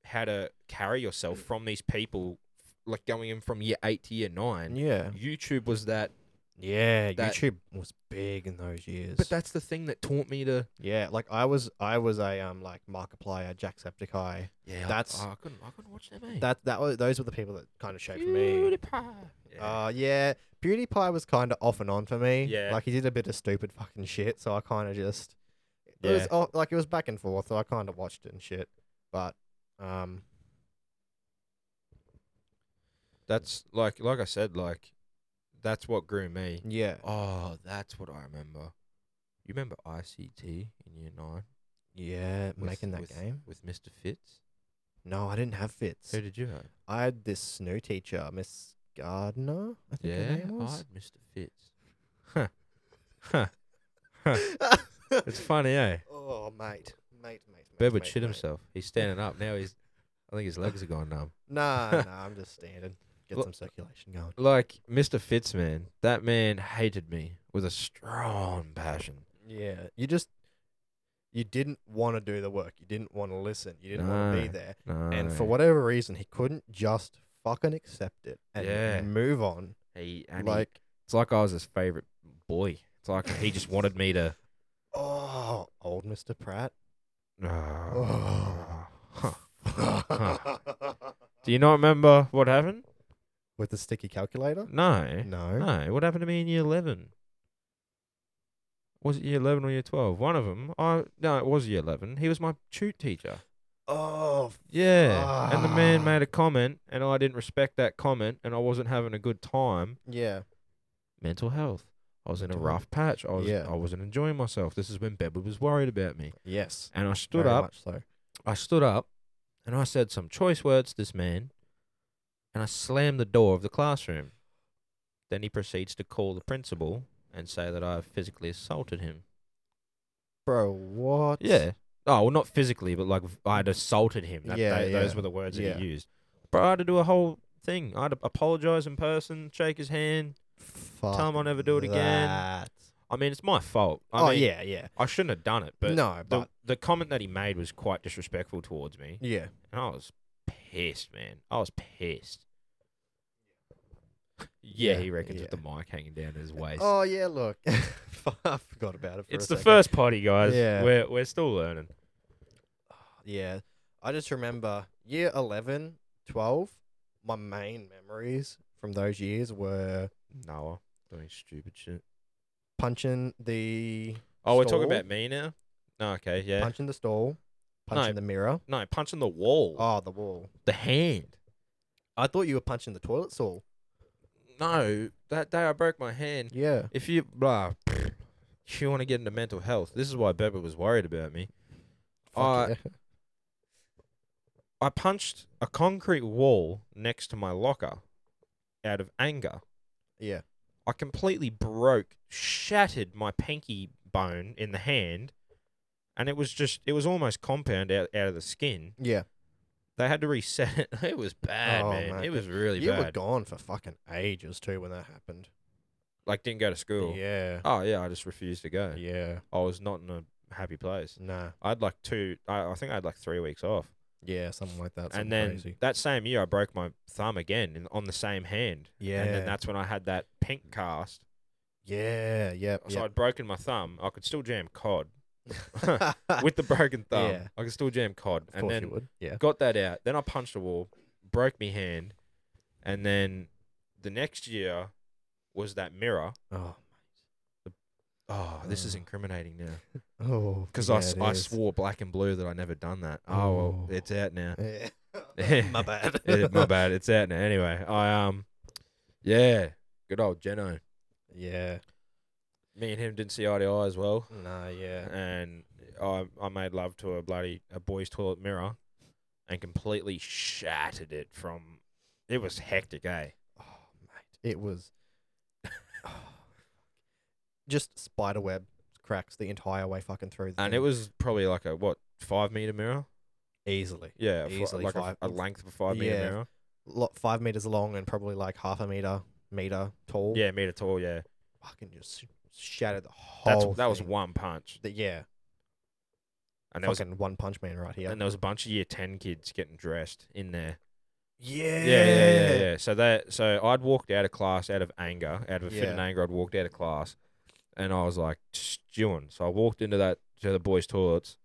Speaker 1: how to carry
Speaker 2: Mm.
Speaker 1: yourself from these people like going in from year 8 to year 9.
Speaker 2: yeah,
Speaker 1: YouTube was that,
Speaker 2: yeah.
Speaker 1: That-
Speaker 2: YouTube was big in those years.
Speaker 1: but that's the thing that taught me to
Speaker 2: yeah, like I was, I was a um like Markiplier, Jacksepticeye.
Speaker 1: yeah, I-
Speaker 2: That's-
Speaker 1: oh, I couldn't I couldn't watch that mate.
Speaker 2: That that was those were the people that kind of shaped me.
Speaker 1: PewDiePie. Yeah.
Speaker 2: Uh, yeah, PewDiePie was kind of off and on for me.
Speaker 1: Yeah.
Speaker 2: like he did a bit of stupid fucking shit, so I kind of just it was
Speaker 1: Yeah.
Speaker 2: oh, like it was back and forth, so I kind of watched it and shit. But um,
Speaker 1: that's like like I said like that's what grew me.
Speaker 2: yeah,
Speaker 1: Oh, that's what I remember. You remember ICT in year 9?
Speaker 2: yeah,
Speaker 1: with-
Speaker 2: making that
Speaker 1: with-
Speaker 2: game.
Speaker 1: with Mr. Fitz.
Speaker 2: No, I didn't have fits.
Speaker 1: Who did you have?
Speaker 2: I had this new teacher, Miss Gardner, I think her name
Speaker 1: I
Speaker 2: was.
Speaker 1: had Mr. Fitz. Huh. Huh.
Speaker 2: [LAUGHS]
Speaker 1: It's funny, eh?
Speaker 2: oh, mate, mate, mate. mate,
Speaker 1: Bird would
Speaker 2: mate,
Speaker 1: shit
Speaker 2: mate.
Speaker 1: himself. He's standing up now. He's, I think his legs are going numb.
Speaker 2: Nah,
Speaker 1: [LAUGHS]
Speaker 2: nah, I'm just standing. Get
Speaker 1: Look-
Speaker 2: some circulation going.
Speaker 1: Like Mr. Fitz, man. That man hated me with a strong passion.
Speaker 2: Yeah, you just you didn't want to do the work. You didn't want to listen. You didn't want to be
Speaker 1: No,
Speaker 2: there.
Speaker 1: No.
Speaker 2: And for whatever reason, he couldn't just fucking accept it and
Speaker 1: Yeah.
Speaker 2: move on.
Speaker 1: he and he-
Speaker 2: like,
Speaker 1: it's like I was his favorite boy. It's like he just wanted me [LAUGHS] to.
Speaker 2: oh, old Mister Pratt. Oh.
Speaker 1: Ah. Huh. Do you not remember what happened?
Speaker 2: [LAUGHS] With the sticky calculator?
Speaker 1: No.
Speaker 2: No.
Speaker 1: No, what happened to me in year eleven? Was it year eleven or year twelve? One of them. I no, it was year eleven. He was my shoot teacher.
Speaker 2: Oh,
Speaker 1: Yeah, and the man
Speaker 2: Fuck.
Speaker 1: made a comment, and I didn't respect that comment, and I wasn't having a good time.
Speaker 2: yeah.
Speaker 1: Mental health. I was in a
Speaker 2: Mental health.
Speaker 1: rough patch. I was
Speaker 2: Yeah.
Speaker 1: I wasn't enjoying myself. This is when Bedwood was worried about me,
Speaker 2: Yes.
Speaker 1: and I stood
Speaker 2: very
Speaker 1: up.
Speaker 2: Much so.
Speaker 1: I stood up, and I said some choice words to this man, and I slammed the door of the classroom. Then he proceeds to call the principal and say that I have physically assaulted him.
Speaker 2: Bro, what?
Speaker 1: Yeah. Oh, well, not physically, but like I had assaulted him. That,
Speaker 2: Yeah,
Speaker 1: tho- Those
Speaker 2: yeah.
Speaker 1: were the words
Speaker 2: Yeah.
Speaker 1: that he used. Bro, I had to do a whole thing. I had to apologize in person, shake his hand.
Speaker 2: Fuck
Speaker 1: I'll never do it again.
Speaker 2: that.
Speaker 1: I mean, it's my fault. I
Speaker 2: oh
Speaker 1: mean,
Speaker 2: yeah, yeah,
Speaker 1: I shouldn't have done it, but
Speaker 2: No,
Speaker 1: the,
Speaker 2: but-
Speaker 1: the comment that he made was quite disrespectful towards me.
Speaker 2: yeah.
Speaker 1: And I was pissed, man. I was pissed. Yeah,
Speaker 2: Yeah,
Speaker 1: he reckons with the
Speaker 2: yeah.
Speaker 1: mic hanging down his waist.
Speaker 2: Oh yeah, look, [LAUGHS] Fuck, I forgot about it. For
Speaker 1: it's
Speaker 2: a
Speaker 1: the
Speaker 2: second.
Speaker 1: first party, guys.
Speaker 2: Yeah.
Speaker 1: We're we're still learning.
Speaker 2: Yeah, I just remember year 11, 12, My main memories from those years were
Speaker 1: Noah doing stupid shit.
Speaker 2: punching the
Speaker 1: Oh, we're talking
Speaker 2: Stall?
Speaker 1: about me now? No, okay, yeah.
Speaker 2: punching the stall, punching the mirror.
Speaker 1: no, punching the wall.
Speaker 2: Oh, the wall.
Speaker 1: The hand.
Speaker 2: I thought you were punching the toilet stall.
Speaker 1: No, that day I broke my hand.
Speaker 2: Yeah.
Speaker 1: If you blah if you want to get into mental health, this is why Beba was worried about me. Uh,
Speaker 2: Fuck yeah. [LAUGHS]
Speaker 1: I punched a concrete wall next to my locker out of anger.
Speaker 2: yeah.
Speaker 1: I completely broke, shattered my pinky bone in the hand, and it was just it was almost compound out, out of the skin.
Speaker 2: Yeah.
Speaker 1: They had to reset it. [LAUGHS] It was bad,
Speaker 2: Oh,
Speaker 1: man.
Speaker 2: mate.
Speaker 1: It was really
Speaker 2: You were
Speaker 1: bad.
Speaker 2: gone for fucking ages too when that happened.
Speaker 1: like didn't go to school.
Speaker 2: Yeah.
Speaker 1: Oh yeah, I just refused to go.
Speaker 2: Yeah.
Speaker 1: I was not in a happy place.
Speaker 2: Nah.
Speaker 1: I had like two. I, I think I had like three weeks off,
Speaker 2: Yeah, something like that. something
Speaker 1: and then
Speaker 2: crazy.
Speaker 1: that same year I broke my thumb again in, on the same hand.
Speaker 2: yeah,
Speaker 1: And then that's when I had that pink cast.
Speaker 2: yeah, yeah,
Speaker 1: So I'd broken my thumb. I could still jam
Speaker 2: [LAUGHS]
Speaker 1: COD.
Speaker 2: yeah.
Speaker 1: [LAUGHS]
Speaker 2: [LAUGHS]
Speaker 1: With the broken thumb,
Speaker 2: Yeah.
Speaker 1: I could still jam COD.
Speaker 2: of
Speaker 1: and
Speaker 2: course
Speaker 1: then
Speaker 2: you would. Yeah,
Speaker 1: got that out. Then I punched a wall, broke me hand. And then the next year was that mirror.
Speaker 2: oh,
Speaker 1: Oh, this is
Speaker 2: Oh.
Speaker 1: incriminating now.
Speaker 2: oh,
Speaker 1: Because
Speaker 2: yeah,
Speaker 1: I, s-
Speaker 2: it
Speaker 1: I
Speaker 2: is.
Speaker 1: swore black and blue that I never done that. Oh, well,
Speaker 2: Oh.
Speaker 1: it's out now.
Speaker 2: [LAUGHS] Yeah.
Speaker 1: [LAUGHS] My
Speaker 2: [LAUGHS] bad.
Speaker 1: Eh, My bad. It's out now. Anyway, I, um, [LAUGHS] yeah, good old Geno.
Speaker 2: Yeah.
Speaker 1: Me and him didn't see eye to eye as well.
Speaker 2: No, yeah.
Speaker 1: and I I made love to a bloody a boy's toilet mirror, and completely shattered it from. It was hectic, eh?
Speaker 2: Oh, mate, it was [SIGHS] just spider web cracks the entire way fucking through. The
Speaker 1: And
Speaker 2: thing.
Speaker 1: it was probably like a what five meter mirror?
Speaker 2: easily
Speaker 1: Yeah, a fi-
Speaker 2: Easily
Speaker 1: like a-
Speaker 2: five-
Speaker 1: a, length of a five meter
Speaker 2: Yeah.
Speaker 1: mirror.
Speaker 2: lot five meters long and probably like half a meter meter tall.
Speaker 1: Yeah, meter tall. Yeah,
Speaker 2: fucking just shattered the
Speaker 1: that's
Speaker 2: whole.
Speaker 1: that was
Speaker 2: thing.
Speaker 1: one punch,
Speaker 2: The- yeah,
Speaker 1: and there was
Speaker 2: fucking One Punch Man right here.
Speaker 1: and there was a bunch of year ten kids getting dressed in there.
Speaker 2: yeah,
Speaker 1: Yeah, yeah, yeah, yeah. So that so I'd walked out of class out of anger, out of a fit and
Speaker 2: Yeah.
Speaker 1: anger. I'd walked out of class, and I was like stewing. So I walked into that to the boys' toilets,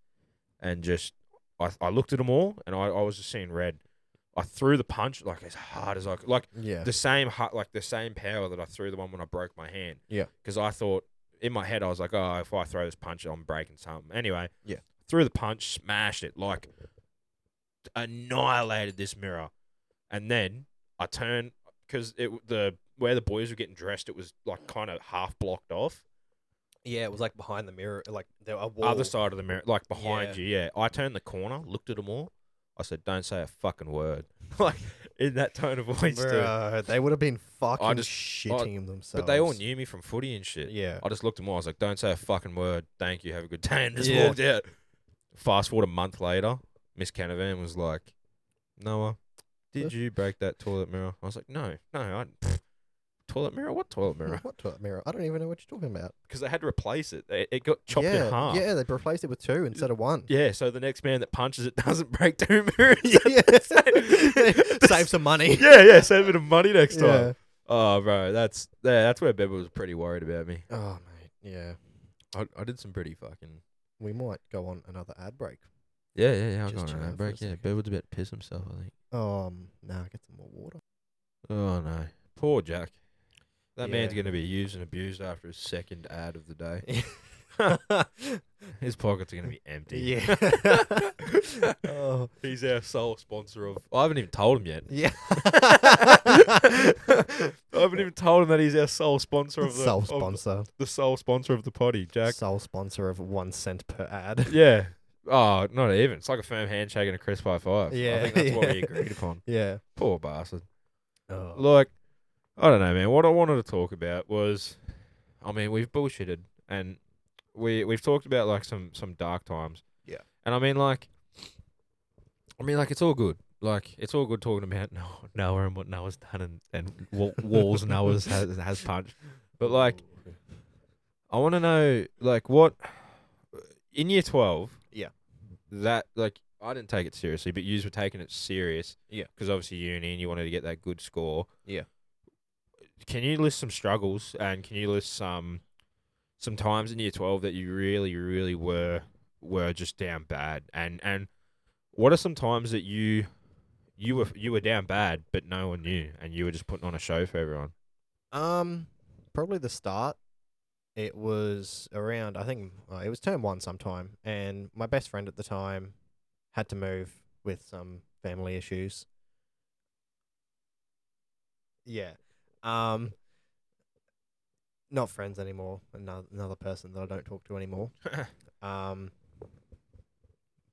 Speaker 1: and just I, I looked at them all, and I, I was just seeing red. I threw the punch like as hard as I could, like
Speaker 2: yeah.
Speaker 1: the same hu- like the same power that I threw the one when I broke my hand.
Speaker 2: Yeah.
Speaker 1: Because I thought in my head I was like, oh, if I throw this punch, I'm breaking something. Anyway.
Speaker 2: Yeah.
Speaker 1: Threw the punch, smashed it, like annihilated this mirror, and then I turned because it w- the where the boys were getting dressed, it was like kind of half blocked off,
Speaker 2: yeah, it was like behind the mirror, like there a wall.
Speaker 1: other side of the mirror, like behind
Speaker 2: Yeah.
Speaker 1: you. Yeah. I turned the corner, looked at them all. I said, don't say a fucking word, [LAUGHS] like in that tone of voice. dude.
Speaker 2: Bruh, they would have been fucking
Speaker 1: just- I-
Speaker 2: shitting themselves.
Speaker 1: But they all knew me from footy and shit.
Speaker 2: Yeah,
Speaker 1: I just looked at him. I was like, "Don't say a fucking word. Thank you. Have a good day." And just
Speaker 2: Yeah.
Speaker 1: walked out. Fast forward a month later, Miss Canavan was like, "Noah, did you break that toilet mirror?" I was like, "No, no, I pfft, toilet mirror. What toilet
Speaker 2: Hmm, [LAUGHS]
Speaker 1: mirror?
Speaker 2: What to- mirror? I don't even know what you're talking about.
Speaker 1: Because they had to replace it. It, it got chopped
Speaker 2: yeah,
Speaker 1: in half.
Speaker 2: Yeah, they replaced it with two instead of one.
Speaker 1: Yeah, [LAUGHS] So the next man that punches it [LAUGHS] doesn't break two mirrors.
Speaker 2: [LAUGHS]
Speaker 1: [LAUGHS]
Speaker 2: Yeah.
Speaker 1: Same-
Speaker 2: [LAUGHS] Save some money.
Speaker 1: [LAUGHS] yeah, yeah. Save a bit of money next
Speaker 2: Yeah.
Speaker 1: time. Oh, bro, that's yeah, that's where Beba was pretty worried about me.
Speaker 2: Oh mate, yeah.
Speaker 1: I, I did some pretty fucking
Speaker 2: We might go on another ad break.
Speaker 1: Yeah, yeah, yeah. I
Speaker 2: Just
Speaker 1: got
Speaker 2: chill
Speaker 1: an
Speaker 2: out
Speaker 1: ad
Speaker 2: for
Speaker 1: break.
Speaker 2: a
Speaker 1: Yeah,
Speaker 2: second.
Speaker 1: Bear was about to piss himself, I think.
Speaker 2: Um, nah, get some more water.
Speaker 1: Oh no, poor Jack. That man's
Speaker 2: Yeah.
Speaker 1: going to be used and abused after his second ad of the day. [LAUGHS] His pockets are going to be empty.
Speaker 2: yeah. oh,
Speaker 1: he's our sole sponsor of. I haven't even told him yet. [LAUGHS]
Speaker 2: yeah. [LAUGHS] Oh.
Speaker 1: I haven't even told him that he's our sole sponsor of the
Speaker 2: Sole
Speaker 1: of
Speaker 2: sponsor.
Speaker 1: the sole sponsor of the potty, Jack.
Speaker 2: Sole sponsor of one cent per ad.
Speaker 1: [LAUGHS]
Speaker 2: [LAUGHS]
Speaker 1: Yeah. Oh, not even. It's like a firm handshake and a crisp high five. I
Speaker 2: Yeah,
Speaker 1: think that's [LAUGHS] what we
Speaker 2: yeah.
Speaker 1: agreed upon.
Speaker 2: Yeah.
Speaker 1: Poor bastard.
Speaker 2: Oh.
Speaker 1: like I don't know, man. What I wanted to talk about was, I mean, we've bullshitted and we we've talked about like some some dark times.
Speaker 2: Yeah.
Speaker 1: And I mean, like, I mean, like it's all good. Like it's all good talking about [LAUGHS] no Noah and what Noah's done and and wa- walls Noah's has has punched. But like, I want to know like what in year twelve.
Speaker 2: Yeah.
Speaker 1: That like I didn't take it seriously, but yous were taking it serious.
Speaker 2: Yeah.
Speaker 1: Because obviously uni and you wanted to get that good score.
Speaker 2: Yeah.
Speaker 1: Can you list some struggles and can you list some some times in year twelve that you really really were were just down bad and and what are some times that you you were you were down bad but no one knew and you were just putting on a show for everyone.
Speaker 2: Um, probably the start. It was around, I think uh, it was term one sometime, and my best friend at the time had to move with some family issues. Yeah. Um, not friends anymore. Another another person that I don't talk to anymore. Um,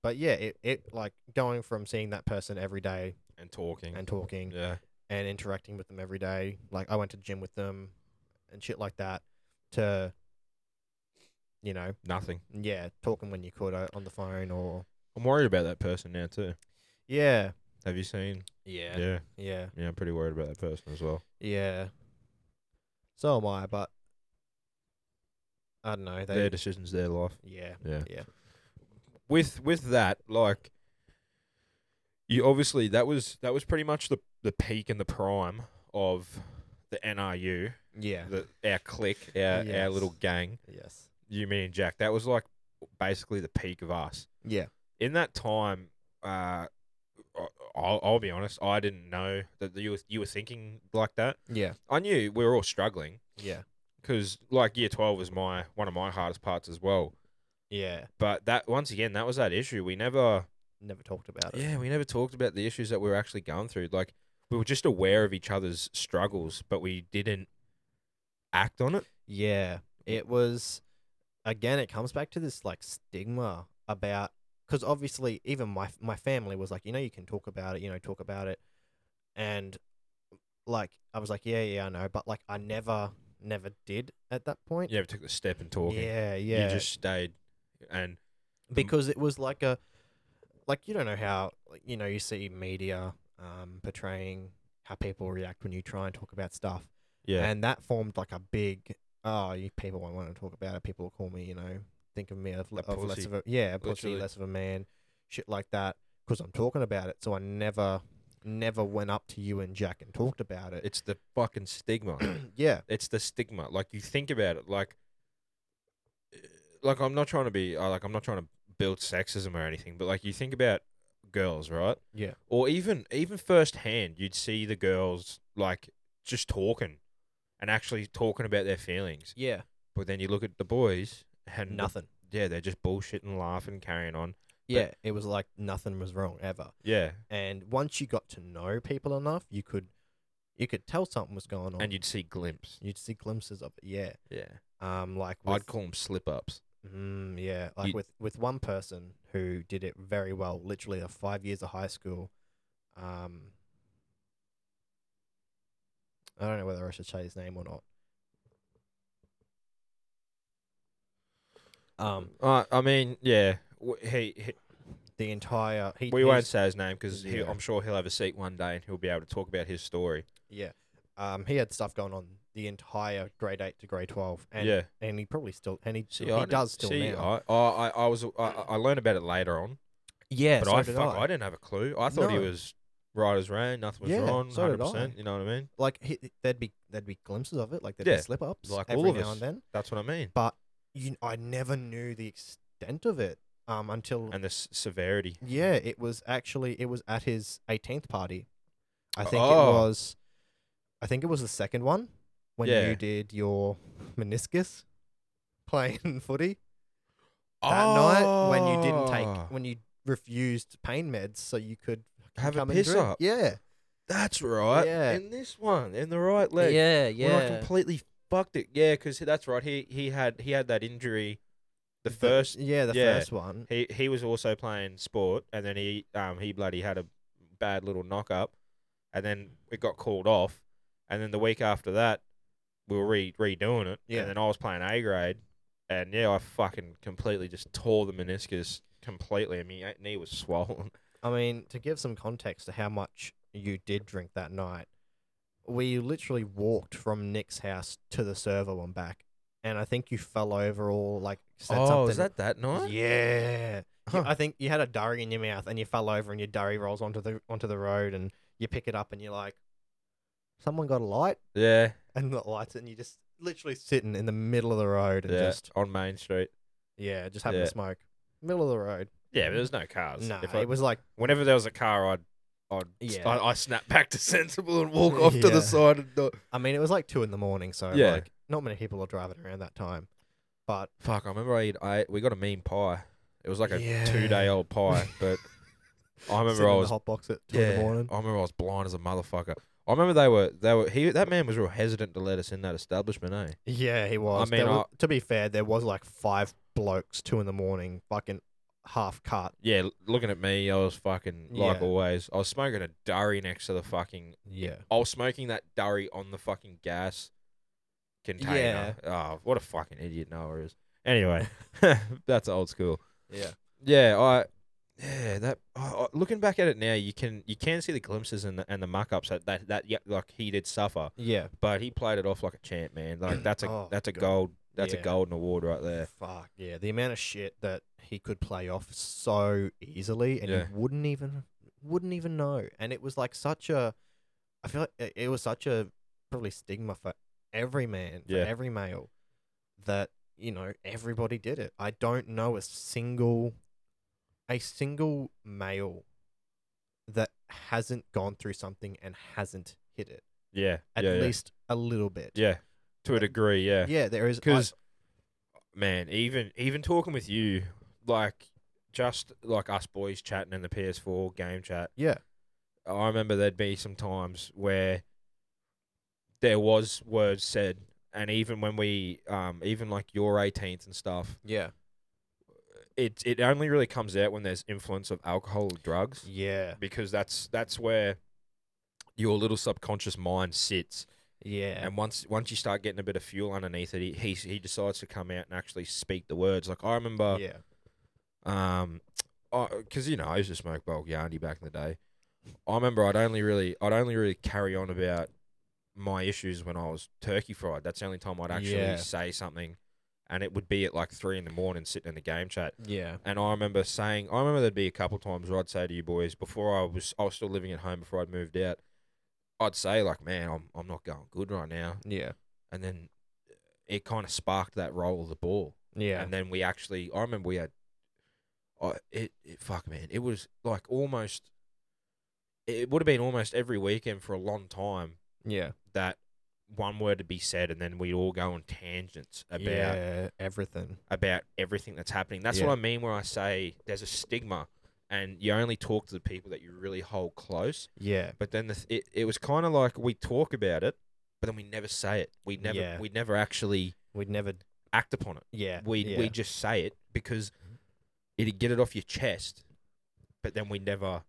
Speaker 2: but yeah, it, it like going from seeing that person every day
Speaker 1: and talking.
Speaker 2: and talking
Speaker 1: yeah.
Speaker 2: and interacting with them every day. Like I went to gym with them and shit like that to you know,
Speaker 1: Nothing.
Speaker 2: yeah, talking when you could uh, on the phone or
Speaker 1: I'm worried about that person now too.
Speaker 2: yeah.
Speaker 1: Have you seen?
Speaker 2: Yeah.
Speaker 1: Yeah.
Speaker 2: Yeah.
Speaker 1: Yeah, I'm pretty worried about that person as well.
Speaker 2: Yeah. So am I, but I don't know. They
Speaker 1: their decisions, their life.
Speaker 2: yeah.
Speaker 1: Yeah.
Speaker 2: Yeah.
Speaker 1: With with that, like you obviously that was that was pretty much the the peak and the prime of the NRU,
Speaker 2: Yeah.
Speaker 1: the our clique, our our
Speaker 2: Yes.
Speaker 1: little gang.
Speaker 2: yes.
Speaker 1: You, me, and Jack. That was like basically the peak of us.
Speaker 2: Yeah.
Speaker 1: in that time, uh, I- I'll, I'll be honest, I didn't know that you were, you were thinking like that.
Speaker 2: Yeah.
Speaker 1: I knew we were all struggling
Speaker 2: Yeah.
Speaker 1: because like year 12 was my one of my hardest parts as well.
Speaker 2: Yeah.
Speaker 1: But that once again, that was that issue. We never,
Speaker 2: Never talked about it.
Speaker 1: yeah, we never talked about the issues that we were actually going through. Like we were just aware of each other's struggles, but we didn't act on it.
Speaker 2: Yeah. It was again. It comes back to this like stigma about because obviously even my my family was like, you know, you can talk about it, you know, talk about it, and like I was like, yeah, yeah, I know, but like I never never did at that point.
Speaker 1: You ever took the step in talking?
Speaker 2: Yeah, yeah.
Speaker 1: You just mm stayed and
Speaker 2: because it was like a like you don't know how like, you know you see media um, portraying how people react when you try and talk about stuff
Speaker 1: yeah.
Speaker 2: and that formed like a big oh you people won't want to talk about it people will call me you know think of me of,
Speaker 1: A
Speaker 2: of less
Speaker 1: pussy,
Speaker 2: of a yeah a pussy,
Speaker 1: literally.
Speaker 2: less of a man shit like that because i'm talking about it so i never never went up to you and jack and talked about it
Speaker 1: it's the fucking stigma.
Speaker 2: [CLEARS THROAT]
Speaker 1: [COUGHS]
Speaker 2: yeah
Speaker 1: it's the stigma. Like you think about it, like eh, like I'm not trying to be uh, like I'm not trying to build sexism or anything, but like you think about girls, right?
Speaker 2: yeah
Speaker 1: Or even even firsthand, you'd see the girls like just talking and actually talking about their feelings.
Speaker 2: yeah
Speaker 1: But then you look at the boys and the-
Speaker 2: nothing
Speaker 1: yeah, they're just bullshitting, laughing, carrying on.
Speaker 2: yeah it was like nothing was wrong ever
Speaker 1: Yeah,
Speaker 2: and once you got to know people enough, you could you could tell something was going on.
Speaker 1: and you'd see glimpses.
Speaker 2: you'd see glimpses of it. Yeah.
Speaker 1: Yeah,
Speaker 2: Um, like
Speaker 1: I'd
Speaker 2: with,
Speaker 1: call them slip ups.
Speaker 2: mm, yeah, like
Speaker 1: You-
Speaker 2: with with one person who did it very well, literally the five years of high school. Um, I don't know whether I should say his name or not. Um,
Speaker 1: uh, I mean, yeah, w- he, he
Speaker 2: the entire he
Speaker 1: We
Speaker 2: his-
Speaker 1: won't say his name because
Speaker 2: Yeah.
Speaker 1: I'm sure he'll have a seat one day and he'll be able to talk about his story.
Speaker 2: Yeah. Um, he had stuff going on the entire grade eight to grade twelve, and
Speaker 1: yeah,
Speaker 2: and he probably still and he,
Speaker 1: See,
Speaker 2: he
Speaker 1: I d-
Speaker 2: does still
Speaker 1: see,
Speaker 2: now.
Speaker 1: I, I, I was, I, I learned about it later on,
Speaker 2: yeah,
Speaker 1: but
Speaker 2: so
Speaker 1: I,
Speaker 2: did
Speaker 1: fuck,
Speaker 2: I.
Speaker 1: I. didn't have a clue. I thought he
Speaker 2: No.
Speaker 1: was right as rain, nothing was
Speaker 2: Yeah,
Speaker 1: wrong,
Speaker 2: so
Speaker 1: hundred
Speaker 2: did I.
Speaker 1: percent. You know what I mean?
Speaker 2: Like he, there'd be there'd be glimpses of it, like there'd
Speaker 1: Yeah,
Speaker 2: be slip ups,
Speaker 1: like
Speaker 2: every
Speaker 1: all of
Speaker 2: now
Speaker 1: us.
Speaker 2: and then.
Speaker 1: That's what I mean,
Speaker 2: But you, I never knew the extent of it um, until
Speaker 1: and the s- severity.
Speaker 2: yeah, it was actually it was at his 18th party. I think
Speaker 1: Oh.
Speaker 2: it was, I think it was the second one when
Speaker 1: Yeah.
Speaker 2: you did your meniscus playing [LAUGHS] footy. that night when you didn't take
Speaker 1: Oh,
Speaker 2: when you refused pain meds so you could fucking
Speaker 1: Have a
Speaker 2: come and
Speaker 1: piss
Speaker 2: drink.
Speaker 1: up.
Speaker 2: Yeah.
Speaker 1: That's right.
Speaker 2: Yeah.
Speaker 1: In this one, in the right leg.
Speaker 2: yeah,
Speaker 1: When I completely fucked it. Yeah, because that's right. He he had he had that injury. The first
Speaker 2: yeah, the
Speaker 1: yeah.
Speaker 2: first one.
Speaker 1: He he was also playing sport, and then he um he bloody had a bad little knock up, and then it got called off, and then the week after that we were re- redoing it,
Speaker 2: Yeah.
Speaker 1: and then I was playing A grade, and yeah, I fucking completely just tore the meniscus completely. I mean, my knee was swollen. [LAUGHS]
Speaker 2: I mean, to give some context to how much you did drink that night, we literally walked from Nick's house to the server one back, and I think you fell over or like said something.
Speaker 1: Oh, that
Speaker 2: Yeah. You-
Speaker 1: Huh.
Speaker 2: I think you had a durry in your mouth and you fell over and your durry rolls onto the onto the road and you pick it up and you're like, someone got a light.
Speaker 1: Yeah,
Speaker 2: and the lights, and you just literally sitting in the middle of the road and
Speaker 1: yeah,
Speaker 2: just
Speaker 1: on Main Street.
Speaker 2: yeah, just having
Speaker 1: Yeah.
Speaker 2: a smoke, middle of the road.
Speaker 1: Yeah, but there was no cars.
Speaker 2: Nah,
Speaker 1: If I-
Speaker 2: it was like
Speaker 1: whenever there was a car, I'd. I'd,
Speaker 2: Yeah.
Speaker 1: I, I snap back to [LAUGHS] sensible and walk off to
Speaker 2: Yeah.
Speaker 1: the side and not,
Speaker 2: I mean, it was like two in the morning, so
Speaker 1: Yeah.
Speaker 2: like not many people are driving around that time.
Speaker 1: [LAUGHS]
Speaker 2: But
Speaker 1: Fuck, I remember I, ate, I we got a mean pie. It was like a
Speaker 2: Yeah.
Speaker 1: two day old pie,
Speaker 2: [LAUGHS]
Speaker 1: but I remember
Speaker 2: sitting
Speaker 1: I
Speaker 2: in
Speaker 1: was
Speaker 2: the hot box at two
Speaker 1: yeah,
Speaker 2: in the morning.
Speaker 1: I remember I was blind as a motherfucker. I remember they were they were he that man was real hesitant to let us in that establishment, eh?
Speaker 2: Yeah, he was.
Speaker 1: mean,
Speaker 2: There was- to be fair, there was like five blokes, two in the morning, fucking half cut.
Speaker 1: Yeah, l- looking at me, I was fucking like
Speaker 2: Yeah.
Speaker 1: always. I was smoking a durry next to the fucking.
Speaker 2: Yeah,
Speaker 1: I was smoking that durry on the fucking gas container. Oh, what a fucking idiot Noah is. [LAUGHS] Anyway, that's old school.
Speaker 2: yeah,
Speaker 1: Yeah, I. Yeah, that. I I- looking back at it now, you can you can see the glimpses and the, and the muck ups that that, that yeah, like he did suffer,
Speaker 2: yeah.
Speaker 1: but he played it off like a champ, man. Like that's a
Speaker 2: [CLEARS THROAT] Oh,
Speaker 1: that's a
Speaker 2: God.
Speaker 1: gold that's a
Speaker 2: Yeah.
Speaker 1: golden award right there.
Speaker 2: Fuck yeah, the amount of shit that he could play off so easily, and
Speaker 1: Yeah.
Speaker 2: you wouldn't even wouldn't even know. And it was like such a, I feel like it- it was such a probably stigma for every man, for
Speaker 1: Yeah.
Speaker 2: every male, that you know everybody did it. I don't know a single, a single male that hasn't gone through something and hasn't hit it
Speaker 1: Yeah,
Speaker 2: at
Speaker 1: yeah, yeah.
Speaker 2: least a little bit.
Speaker 1: yeah, to a degree, yeah.
Speaker 2: yeah, there is I-
Speaker 1: Because, man, even even talking with you, like just like us boys chatting in the PS4 game chat,
Speaker 2: yeah,
Speaker 1: I remember there'd be some times where there was words said and even when we um even like your 18th and stuff,
Speaker 3: Yeah.
Speaker 1: it it only really comes out when there's influence of alcohol or drugs
Speaker 2: Yeah.
Speaker 1: because that's that's where your little subconscious mind sits.
Speaker 2: Yeah.
Speaker 1: And once once you start getting a bit of fuel underneath it, he he, he decides to come out and actually speak the words. Like I remember
Speaker 2: yeah.
Speaker 1: um, because you know I used to smoke bulk yardy back in the day. I remember I'd only really I'd only really carry on about my issues when I was turkey fried. That's the only time I'd actually
Speaker 2: Yeah.
Speaker 1: say something, and it would be at like three in the morning sitting in the game chat.
Speaker 3: Yeah.
Speaker 1: And I remember saying, I remember there'd be a couple times where I'd say to you boys before I was I was still living at home before I'd moved out. I'd say like, man, I'm I'm not going good right now,
Speaker 3: Yeah.
Speaker 1: and then it kind of sparked that roll of the ball.
Speaker 2: Yeah.
Speaker 1: And then we actually, I remember we had, I it, it fuck man, it was like almost, it would have been almost every weekend for a long time
Speaker 3: Yeah.
Speaker 1: that one word to be said, and then we'd all go on tangents about
Speaker 2: yeah. Everything.
Speaker 1: about everything that's happening. That's
Speaker 3: Yeah.
Speaker 1: what I mean when I say there's a stigma, and you only talk to the people that you really hold close.
Speaker 2: Yeah.
Speaker 1: But then the th- it, it was kind of like we talk about it, but then we never say it. We never
Speaker 2: Yeah.
Speaker 1: we never actually
Speaker 2: We'd never.
Speaker 1: act upon it
Speaker 2: Yeah.
Speaker 1: we
Speaker 2: yeah.
Speaker 1: we just say it because it'd get it off your chest, but then we never.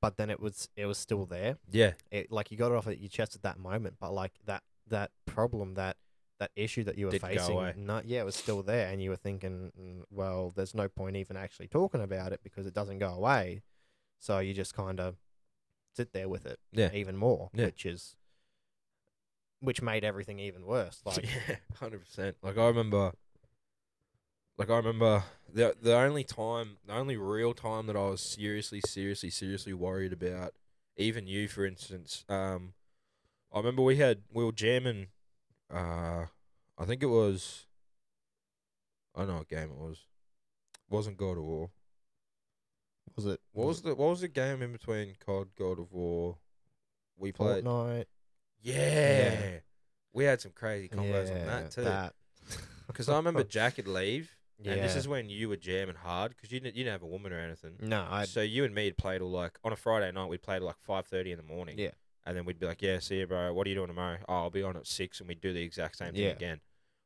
Speaker 2: But then it was it was still there.
Speaker 1: Yeah,
Speaker 2: It like you got it off at your chest at that moment, but like that that problem that that issue that you were
Speaker 1: Didn't go
Speaker 2: facing,
Speaker 1: away.
Speaker 2: no, yeah, it was still there, and you were thinking, "Mm, well, there's no point even actually talking about it because it doesn't go away. So you just kind of sit there with it,
Speaker 1: Yeah. [LAUGHS]
Speaker 2: even more,
Speaker 1: Yeah.
Speaker 2: which is which made everything even worse. Like,
Speaker 1: [LAUGHS] yeah, hundred percent. Like I remember, like I remember the the only time, the only real time that I was seriously, seriously, seriously worried about, even you, for instance. Um, I remember we had we were jamming. Uh, I think it was. I don't know what game it was. wasn't God of War.
Speaker 2: was it
Speaker 1: What was the what was the game in between COD God of War? We played.
Speaker 2: Fortnite?
Speaker 1: Yeah. we had some crazy combos on
Speaker 2: Yeah,
Speaker 1: that too. [LAUGHS] Because I
Speaker 2: [LAUGHS]
Speaker 1: remember Jack would leave, and this
Speaker 2: Yeah.
Speaker 1: is when you were jamming hard because you didn't you didn't have a woman or anything.
Speaker 2: no, I
Speaker 1: So you and me had played all like on a Friday night. We played till like five thirty in the morning.
Speaker 2: Yeah.
Speaker 1: and then we'd be like, "Yeah, see you, bro. What are you doing tomorrow? Oh, I'll be on at six, and we'd do the exact same thing
Speaker 2: Yeah.
Speaker 1: again.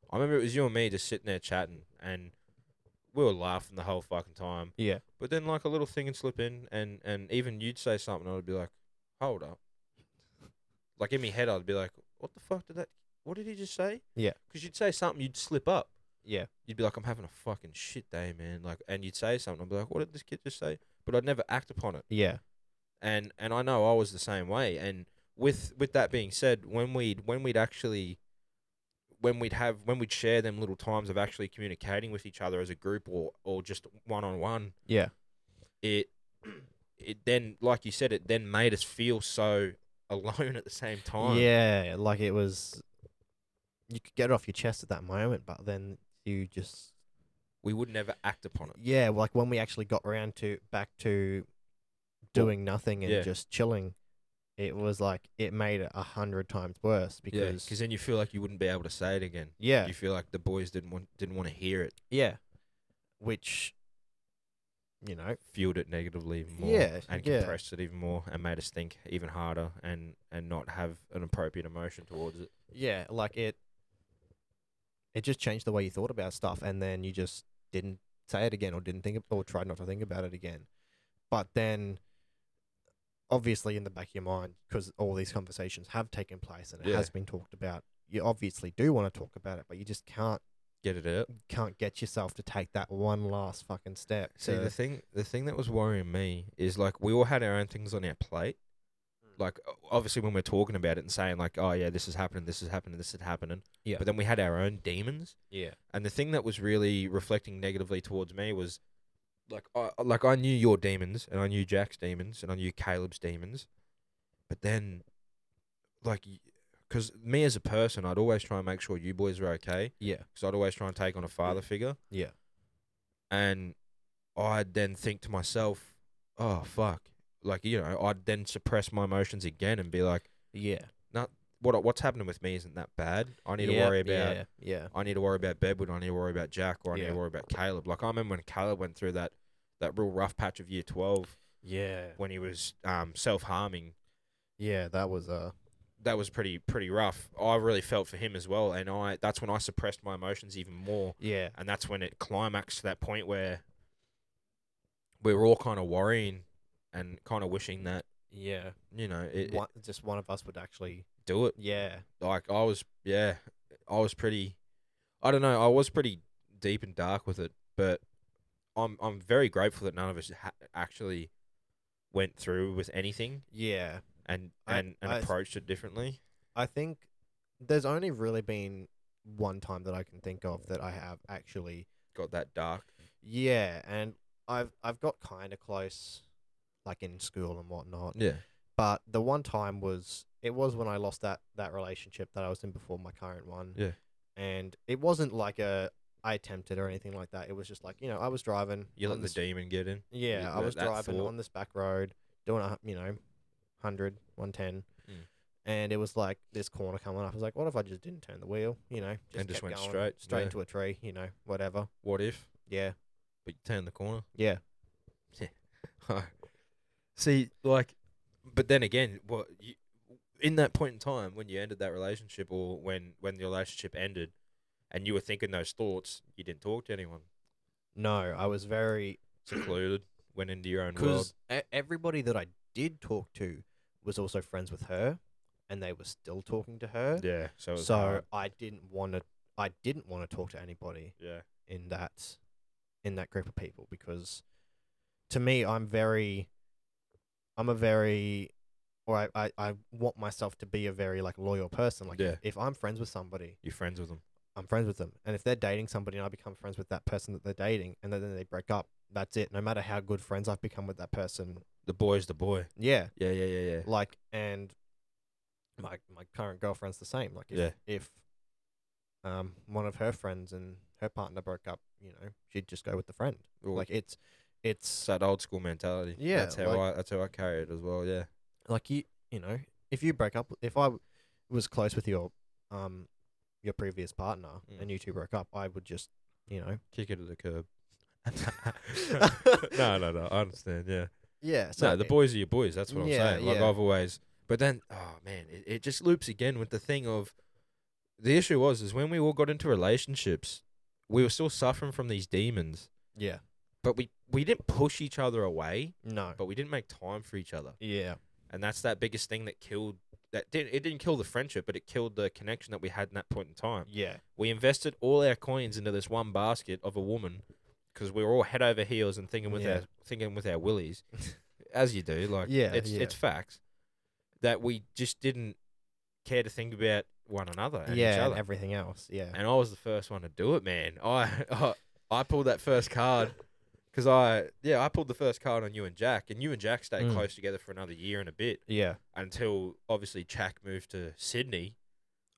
Speaker 1: I remember it was you and me just sitting there chatting, and we were laughing the whole fucking time.
Speaker 2: yeah,
Speaker 1: But then like a little thing would slip in and and even you'd say something and I'd be like, Hold up. [LAUGHS] Like in my head I'd be like, What the fuck did that what did he just say?
Speaker 2: Yeah.
Speaker 1: Because you'd say something, you'd slip up.
Speaker 2: yeah,
Speaker 1: You'd be like, I'm having a fucking shit day, man. Like and you'd say something, I'd be like, What did this kid just say? But I'd never act upon it.
Speaker 2: yeah,
Speaker 1: And and I know I was the same way. And with with that being said, when we'd when we'd actually when we'd have when we'd share them little times of actually communicating with each other as a group or or just one on one
Speaker 2: yeah,
Speaker 1: it it then like you said it then made us feel so [LAUGHS] alone at the same time
Speaker 2: yeah. Like it was, you could get it off your chest at that moment, but then you just
Speaker 1: we would never act upon it
Speaker 2: yeah, like when we actually got around to back to doing nothing and
Speaker 1: yeah.
Speaker 2: just chilling, it was like it made it a hundred times worse because
Speaker 1: because then you feel like you wouldn't be able to say it again
Speaker 2: yeah,
Speaker 1: you feel like the boys didn't want didn't want to hear it
Speaker 2: yeah, which you know,
Speaker 1: fueled it negatively even more
Speaker 2: Yeah,
Speaker 1: and
Speaker 2: yeah.
Speaker 1: compressed it even more and made us think even harder and and not have an appropriate emotion towards it
Speaker 2: Yeah, like it it just changed the way you thought about stuff and then you just didn't say it again or didn't think ab- or tried not to think about it again. But then obviously in the back of your mind because all these conversations have taken place and it
Speaker 1: Yeah.
Speaker 2: has been talked about, you obviously do want to talk about it, but you just can't
Speaker 1: get it out
Speaker 2: can't get yourself to take that one last fucking step.
Speaker 1: See
Speaker 2: to-
Speaker 1: the thing, the thing that was worrying me is like we all had our own things on our plate.
Speaker 2: Mm.
Speaker 1: Like o- obviously when we're talking about it and saying like, oh yeah, this is happening, this is happening, this is happening.
Speaker 2: Yeah.
Speaker 1: But then we had our own demons,
Speaker 3: Yeah.
Speaker 1: and the thing that was really reflecting negatively towards me was like, I I- like I knew your demons, and I knew Jack's demons, and I knew Caleb's demons, but then, like, because me as a person, I'd always try and make sure you boys were okay,
Speaker 2: yeah,
Speaker 1: because I'd always try and take on a father figure
Speaker 2: yeah,
Speaker 1: and I'd then think to myself, "Oh fuck!" Like you know, I'd then suppress my emotions again and be like,
Speaker 2: yeah.
Speaker 1: "What what's happening with me isn't that bad. I need to worry about.
Speaker 2: yeah, yeah,
Speaker 1: I need to worry about Bedwood. I need to worry about Jack, or I need
Speaker 2: Yeah.
Speaker 1: to worry about Caleb." Like I remember when Caleb went through that that real rough patch of year twelve
Speaker 2: yeah,
Speaker 1: when he was um, self harming.
Speaker 2: yeah. That was uh
Speaker 1: that was pretty pretty rough. I really felt for him as well, and I that's when I suppressed my emotions even more,
Speaker 2: Yeah.
Speaker 1: and that's when it climaxed to that point where we were all kind of worrying and kind of wishing that
Speaker 2: Yeah.
Speaker 1: you know it, it
Speaker 2: one, just one of us would actually.
Speaker 1: do it.
Speaker 2: Yeah.
Speaker 1: Like I was, yeah, I was pretty. I don't know. I was pretty deep and dark with it, but I'm I'm very grateful that none of us ha- actually went through with anything
Speaker 2: Yeah.
Speaker 1: and
Speaker 2: I-
Speaker 1: and, and
Speaker 2: I-
Speaker 1: approached it differently.
Speaker 2: I think there's only really been one time that I can think of that I have actually
Speaker 1: Got that dark.
Speaker 2: yeah, and I've I've got kind of close, like in school and whatnot.
Speaker 1: Yeah.
Speaker 2: But the one time was it was when I lost that that relationship that I was in before my current one.
Speaker 1: Yeah.
Speaker 2: and it wasn't like a I attempted or anything like that. It was just like you know I was driving.
Speaker 1: You
Speaker 2: on
Speaker 1: let the
Speaker 2: this-
Speaker 1: demon get in.
Speaker 2: Yeah,
Speaker 1: Yeah,
Speaker 2: I
Speaker 1: that-
Speaker 2: was
Speaker 1: that
Speaker 2: driving
Speaker 1: thought.
Speaker 2: on this back road, doing a, hu- you know, 100, 110.
Speaker 1: Mm.
Speaker 2: And it was like this corner coming up. I was like, what if I just didn't turn the wheel? You know,
Speaker 1: And just
Speaker 2: kept
Speaker 1: went straight,
Speaker 2: straight
Speaker 1: yeah.
Speaker 2: into a tree. You know, whatever.
Speaker 1: What if?
Speaker 2: Yeah,
Speaker 1: But you turn the corner.
Speaker 2: yeah,
Speaker 1: [LAUGHS] See, like, but then again, what you, in that point in time when you ended that relationship, or when when the relationship ended, and you were thinking those thoughts, you didn't talk to anyone.
Speaker 2: no, I was very
Speaker 1: Secluded, [CLEARS THROAT] went into your own world.
Speaker 2: because e, everybody that I did talk to was also friends with her, and they were still talking to her.
Speaker 1: Yeah. So it was
Speaker 2: so
Speaker 1: hard.
Speaker 2: I didn't want to. I didn't want to talk to anybody.
Speaker 1: yeah,
Speaker 2: in that in that group of people because to me I'm very I'm a very or I, I, I want myself to be a very like loyal person. Like
Speaker 1: Yeah.
Speaker 2: if, if I'm friends with somebody,
Speaker 1: you're friends with them.
Speaker 2: I'm friends with them. And if they're dating somebody and I become friends with that person that they're dating and then they break up, that's it. No matter how good friends I've become with that person.
Speaker 1: The boy's the boy.
Speaker 2: Yeah.
Speaker 1: Yeah, yeah, yeah, yeah.
Speaker 2: Like and my my current girlfriend's the same. Like if,
Speaker 1: Yeah.
Speaker 2: if um one of her friends and her partner broke up, you know, she'd just go with the friend.
Speaker 1: Well,
Speaker 2: Like it's
Speaker 1: it's
Speaker 2: it's
Speaker 1: that old school mentality.
Speaker 2: Yeah,
Speaker 1: that's how
Speaker 2: like-
Speaker 1: I that's how I carry it as well. Yeah,
Speaker 2: uh, like you you know if you break up if I w- was close with your um your previous partner
Speaker 1: Mm.
Speaker 2: and you two broke up, I would just you know
Speaker 1: kick it to the
Speaker 2: [LAUGHS]
Speaker 1: curb. [LAUGHS] no, no, no. I understand. Yeah.
Speaker 2: yeah
Speaker 1: no, the
Speaker 2: it-
Speaker 1: boys are your boys. That's what
Speaker 2: Yeah,
Speaker 1: I'm saying. Like
Speaker 2: yeah.
Speaker 1: I've always, but then, oh man, it, it just loops again with the thing of the issue was is when we all got into relationships, we were still suffering from these demons,
Speaker 2: yeah
Speaker 1: but we we didn't push each other away,
Speaker 2: no
Speaker 1: but we didn't make time for each other,
Speaker 2: yeah
Speaker 1: and that's that biggest thing that killed that didn't it didn't kill the friendship, but it killed the connection that we had in that point in time.
Speaker 2: yeah
Speaker 1: We invested all our coins into this one basket of a woman because we were all head over heels and thinking with
Speaker 2: Yeah.
Speaker 1: our thinking with our
Speaker 2: [LAUGHS]
Speaker 1: willies, as you do. Like,
Speaker 2: Yeah,
Speaker 1: it's
Speaker 2: yeah.
Speaker 1: it's facts that we just didn't care to think about one another and each
Speaker 2: yeah and
Speaker 1: other.
Speaker 2: everything else yeah
Speaker 1: and I was the first one to do it, man. I [LAUGHS] I, pulled that first card because I yeah I pulled the first card on you and Jack, and you and Jack stayed
Speaker 2: Mm.
Speaker 1: close together for another year and a bit
Speaker 2: yeah
Speaker 1: until obviously Jack moved to Sydney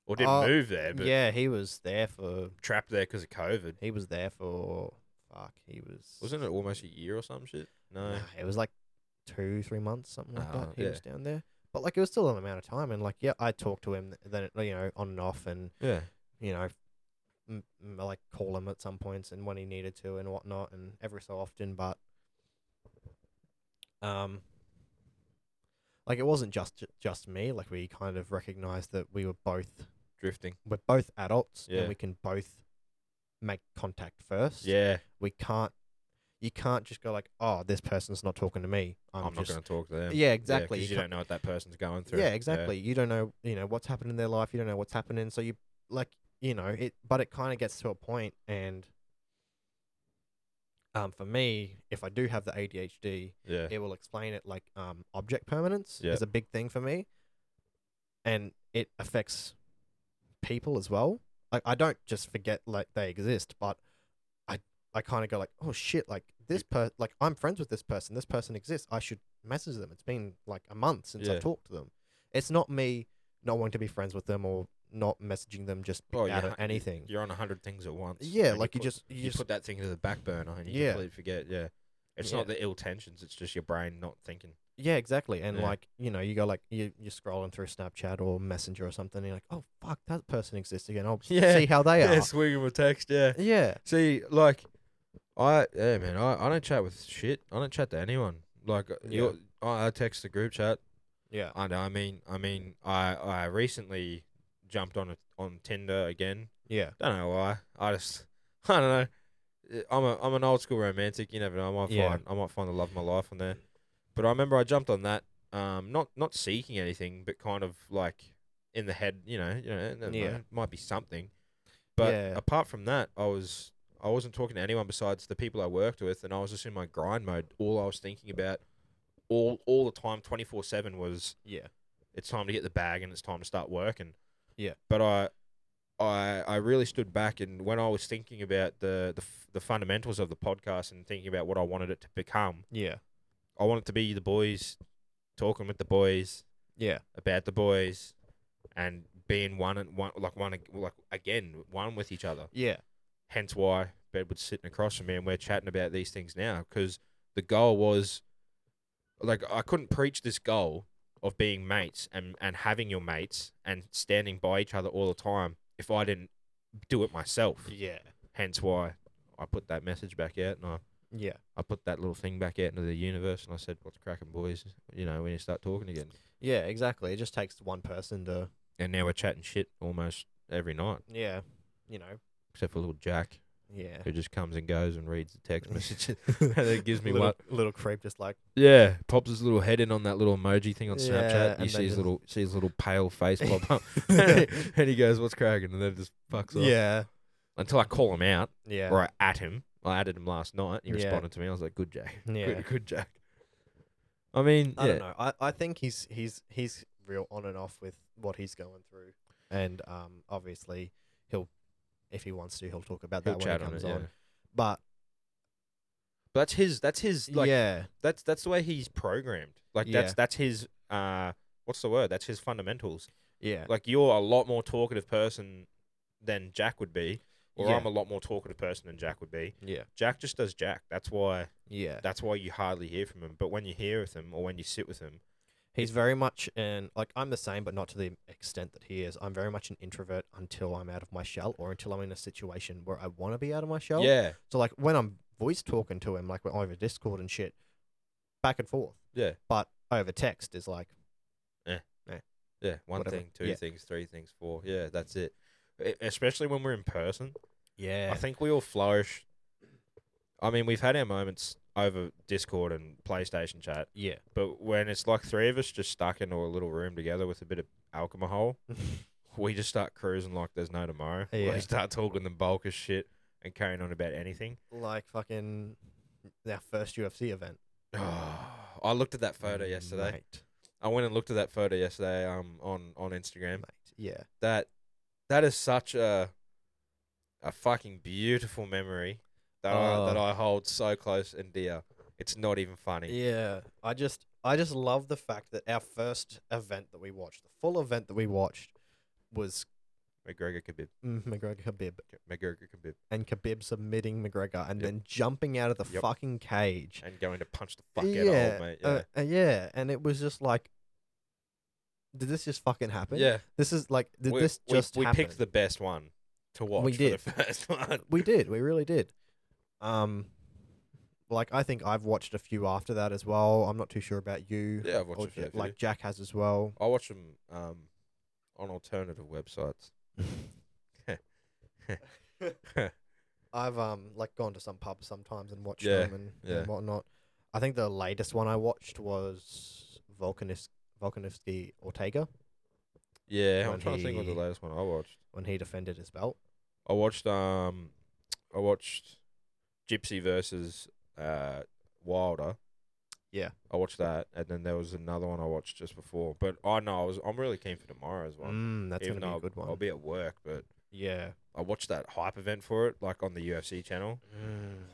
Speaker 1: or didn't
Speaker 2: Oh,
Speaker 1: move there, but
Speaker 2: yeah he was there for
Speaker 1: trapped there because of COVID.
Speaker 2: he was there for fuck he was
Speaker 1: Wasn't it almost a year or some shit? No.
Speaker 2: Nah, it was like two, three months, something like that.
Speaker 1: Oh,
Speaker 2: He
Speaker 1: yeah.
Speaker 2: was down there, but like it was still an amount of time. And like, yeah, I talked to him th- then, you know, on and off, and
Speaker 1: Yeah.
Speaker 2: you know, m- m- I, like call him at some points and when he needed to and whatnot, and every so often. But um, like it wasn't just ju- just me. Like we kind of recognized that we were both
Speaker 1: Drifting.
Speaker 2: we're both adults,
Speaker 1: Yeah.
Speaker 2: and we can both make contact first.
Speaker 1: Yeah.
Speaker 2: we can't. You can't just go like, oh, this person's not talking to me. I'm,
Speaker 1: I'm, not
Speaker 2: just
Speaker 1: going to talk to them.
Speaker 2: yeah, exactly.
Speaker 1: Because you don't know what that person's going
Speaker 2: can't-
Speaker 1: through.
Speaker 2: yeah, exactly. You don't know, you know, what's happened in their life. You don't know what's happening. So you like, you know, it. But it kind of gets to a point, and um, for me, if I do have the ADHD,
Speaker 1: Yeah.
Speaker 2: it will explain it. Like, um, object permanence
Speaker 1: Yeah.
Speaker 2: is a big thing for me, and it affects people as well. Like, I don't just forget like they exist, but I I kind of go like, oh shit, like this per like I'm friends with this person. This person exists. I should message them. It's been like a month since
Speaker 1: Yeah.
Speaker 2: I've talked to them. It's not me not wanting to be friends with them or not messaging them just
Speaker 1: Oh,
Speaker 2: out
Speaker 1: you're
Speaker 2: of
Speaker 1: hu-
Speaker 2: anything.
Speaker 1: You're on a hundred things at once.
Speaker 2: Yeah,
Speaker 1: and
Speaker 2: like you,
Speaker 1: put-
Speaker 2: just you,
Speaker 1: you,
Speaker 2: just
Speaker 1: put that thing to the back burner and you
Speaker 2: Yeah.
Speaker 1: completely forget. Yeah. It's
Speaker 2: Yeah.
Speaker 1: not the ill tensions. It's just your brain not thinking.
Speaker 2: Yeah, exactly. And
Speaker 1: Yeah.
Speaker 2: like, you know, you go like you you're scrolling through Snapchat or Messenger or something, and you're like, oh fuck, that person exists again. [LAUGHS] I'll
Speaker 1: Yeah.
Speaker 2: see how they are.
Speaker 1: swinging with text. Yeah.
Speaker 2: Yeah.
Speaker 1: See, like, I yeah, man, I, I don't chat with shit. I don't chat to anyone. Like,
Speaker 2: Yeah.
Speaker 1: you I I text the group chat.
Speaker 2: Yeah.
Speaker 1: I know. I mean, I mean, I I recently jumped on a, on Tinder again.
Speaker 2: Yeah.
Speaker 1: Don't know why. I just [LAUGHS] I don't know. I'm a I'm an old school romantic. You never know. I might
Speaker 2: Yeah.
Speaker 1: find I might find the love of my life on there. But I remember I jumped on that. Um, not not seeking anything, but kind of like in the head. You know, you know, never
Speaker 2: Yeah.
Speaker 1: know, might be something. But
Speaker 2: Yeah.
Speaker 1: apart from that, I was I wasn't talking to anyone besides the people I worked with, and I was just in my grind mode. All I was thinking about all all the time, twenty four seven, was
Speaker 2: Yeah.
Speaker 1: it's time to get the bag and it's time to start working.
Speaker 2: Yeah.
Speaker 1: But I, I, I really stood back and when I was thinking about the the, f- the fundamentals of the podcast and thinking about what I wanted it to become,
Speaker 2: Yeah.
Speaker 1: I wanted to be the boys, talking with the boys
Speaker 2: Yeah.
Speaker 1: about the boys, and being one and one like one ag- like again one with each other.
Speaker 2: Yeah.
Speaker 1: Hence why Bedwood's sitting across from me and we're chatting about these things now because the goal was like I couldn't preach this goal of being mates and, and having your mates and standing by each other all the time if I didn't do it myself.
Speaker 2: Yeah.
Speaker 1: Hence why I put that message back out and I,
Speaker 2: Yeah.
Speaker 1: I put that little thing back out into the universe and I said, What's cracking boys? You know, when you start talking again.
Speaker 2: Yeah. Exactly. It just takes one person to.
Speaker 1: And now we're chatting shit almost every night,
Speaker 2: Yeah. You know.
Speaker 1: except for little Jack,
Speaker 2: [LAUGHS] Yeah.
Speaker 1: who just comes and goes and reads the text messages. and it gives me
Speaker 2: [LAUGHS] little,
Speaker 1: one
Speaker 2: little creep, just like
Speaker 1: Yeah, pops his little head in on that little emoji thing on
Speaker 2: Yeah,
Speaker 1: Snapchat. You
Speaker 2: and
Speaker 1: see
Speaker 2: they
Speaker 1: his
Speaker 2: just-
Speaker 1: little see his little pale face pop
Speaker 2: [LAUGHS]
Speaker 1: up, [LAUGHS] and he goes, "What's cracking?" And then just fucks off.
Speaker 2: yeah,
Speaker 1: Until I call him out
Speaker 2: [LAUGHS] yeah,
Speaker 1: or I at him. I added him last night. He
Speaker 2: Yeah.
Speaker 1: responded to me. I was like, "Good Jack, [LAUGHS]
Speaker 2: yeah.
Speaker 1: good, good Jack." I mean,
Speaker 2: I
Speaker 1: yeah,
Speaker 2: don't know. I, I think he's he's he's real on and off with what he's going through, and um obviously he'll if he wants to he'll talk about
Speaker 1: he'll
Speaker 2: that when
Speaker 1: chat
Speaker 2: he
Speaker 1: on it.
Speaker 2: comes
Speaker 1: Yeah.
Speaker 2: on. But
Speaker 1: But that's his. That's his. Like
Speaker 2: yeah,
Speaker 1: that's that's the way he's programmed. Like that's
Speaker 2: Yeah.
Speaker 1: that's his. Uh, what's the word? That's his fundamentals.
Speaker 2: yeah,
Speaker 1: Like you're a lot more talkative person than Jack would be, or
Speaker 2: Yeah.
Speaker 1: I'm a lot more talkative person than Jack would be.
Speaker 2: yeah,
Speaker 1: Jack just does Jack. That's why
Speaker 2: yeah.
Speaker 1: that's why you hardly hear from him. But when you hear with him or when you sit with him,
Speaker 2: He's very much an like I'm the same, but not to the extent that he is. I'm very much an introvert until I'm out of my shell, or until I'm in a situation where I want to be out of my shell.
Speaker 1: yeah,
Speaker 2: So like when I'm voice talking to him, like we're over Discord and shit, back and forth.
Speaker 1: yeah,
Speaker 2: But over text is like
Speaker 1: yeah, one
Speaker 2: Whatever.
Speaker 1: thing, two
Speaker 2: Yeah.
Speaker 1: things, three things, four. Yeah, that's it. E- Especially when we're in person,
Speaker 2: yeah,
Speaker 1: I think we all flourish. I mean, we've had our moments over Discord and PlayStation chat,
Speaker 2: yeah,
Speaker 1: but when it's like three of us just stuck into a little room together with a bit of alcohol,
Speaker 2: [LAUGHS]
Speaker 1: we just start cruising like there's no tomorrow.
Speaker 2: Yeah.
Speaker 1: We start talking the bulk of shit and carrying on about anything. [SIGHS]
Speaker 2: like fucking our first UFC event.
Speaker 1: I looked at that photo yesterday.
Speaker 2: Mate,
Speaker 1: I went and looked at that photo yesterday um on on Instagram.
Speaker 2: mate. Yeah,
Speaker 1: That that is such a a fucking beautiful memory that I, that
Speaker 2: Oh.
Speaker 1: I hold so close and dear. It's not even funny.
Speaker 2: yeah. I just, I just love the fact that our first event that we watched, the full event that we watched, was
Speaker 1: McGregor Khabib.
Speaker 2: mm, McGregor Khabib
Speaker 1: McGregor Khabib
Speaker 2: and Khabib submitting McGregor and
Speaker 1: Yep.
Speaker 2: then jumping out of the
Speaker 1: Yep.
Speaker 2: fucking cage.
Speaker 1: and going to punch the fuck out of
Speaker 2: yeah,
Speaker 1: old mate. Yeah.
Speaker 2: uh, uh, yeah, and it was just like, did this just fucking happen?
Speaker 1: yeah.
Speaker 2: this is like, did
Speaker 1: we,
Speaker 2: this
Speaker 1: we-
Speaker 2: just
Speaker 1: we,
Speaker 2: happen?
Speaker 1: picked the best one to watch for
Speaker 2: did.
Speaker 1: the [LAUGHS] first one.
Speaker 2: we did. We really did. Um, like I think I've watched a few after that as well. I'm not too sure about you.
Speaker 1: Yeah, I've watched
Speaker 2: or
Speaker 1: a fair
Speaker 2: Ja-
Speaker 1: few.
Speaker 2: Oh, like Jack has as well.
Speaker 1: I watch them um on alternative
Speaker 2: [LAUGHS]
Speaker 1: websites. [LAUGHS]
Speaker 2: I've um like gone to some pubs sometimes and watched
Speaker 1: Yeah,
Speaker 2: them and,
Speaker 1: yeah.
Speaker 2: and whatnot. I think the latest one I watched was Volkanis Volkanovski Ortega
Speaker 1: Yeah, I'm
Speaker 2: When
Speaker 1: trying to think of the
Speaker 2: he-
Speaker 1: latest one I watched.
Speaker 2: when he defended his belt.
Speaker 1: I watched um, I watched Gypsy versus uh Wilder.
Speaker 2: Yeah.
Speaker 1: I watched that, and then there was another one I watched just before. But I know I was I'm really keen for tomorrow as well.
Speaker 2: Mm, that's
Speaker 1: Even
Speaker 2: gonna be
Speaker 1: though
Speaker 2: a good
Speaker 1: I'll-
Speaker 2: one.
Speaker 1: I'll be at work, but
Speaker 2: yeah.
Speaker 1: I watched that hype event for it, like on the UFC channel.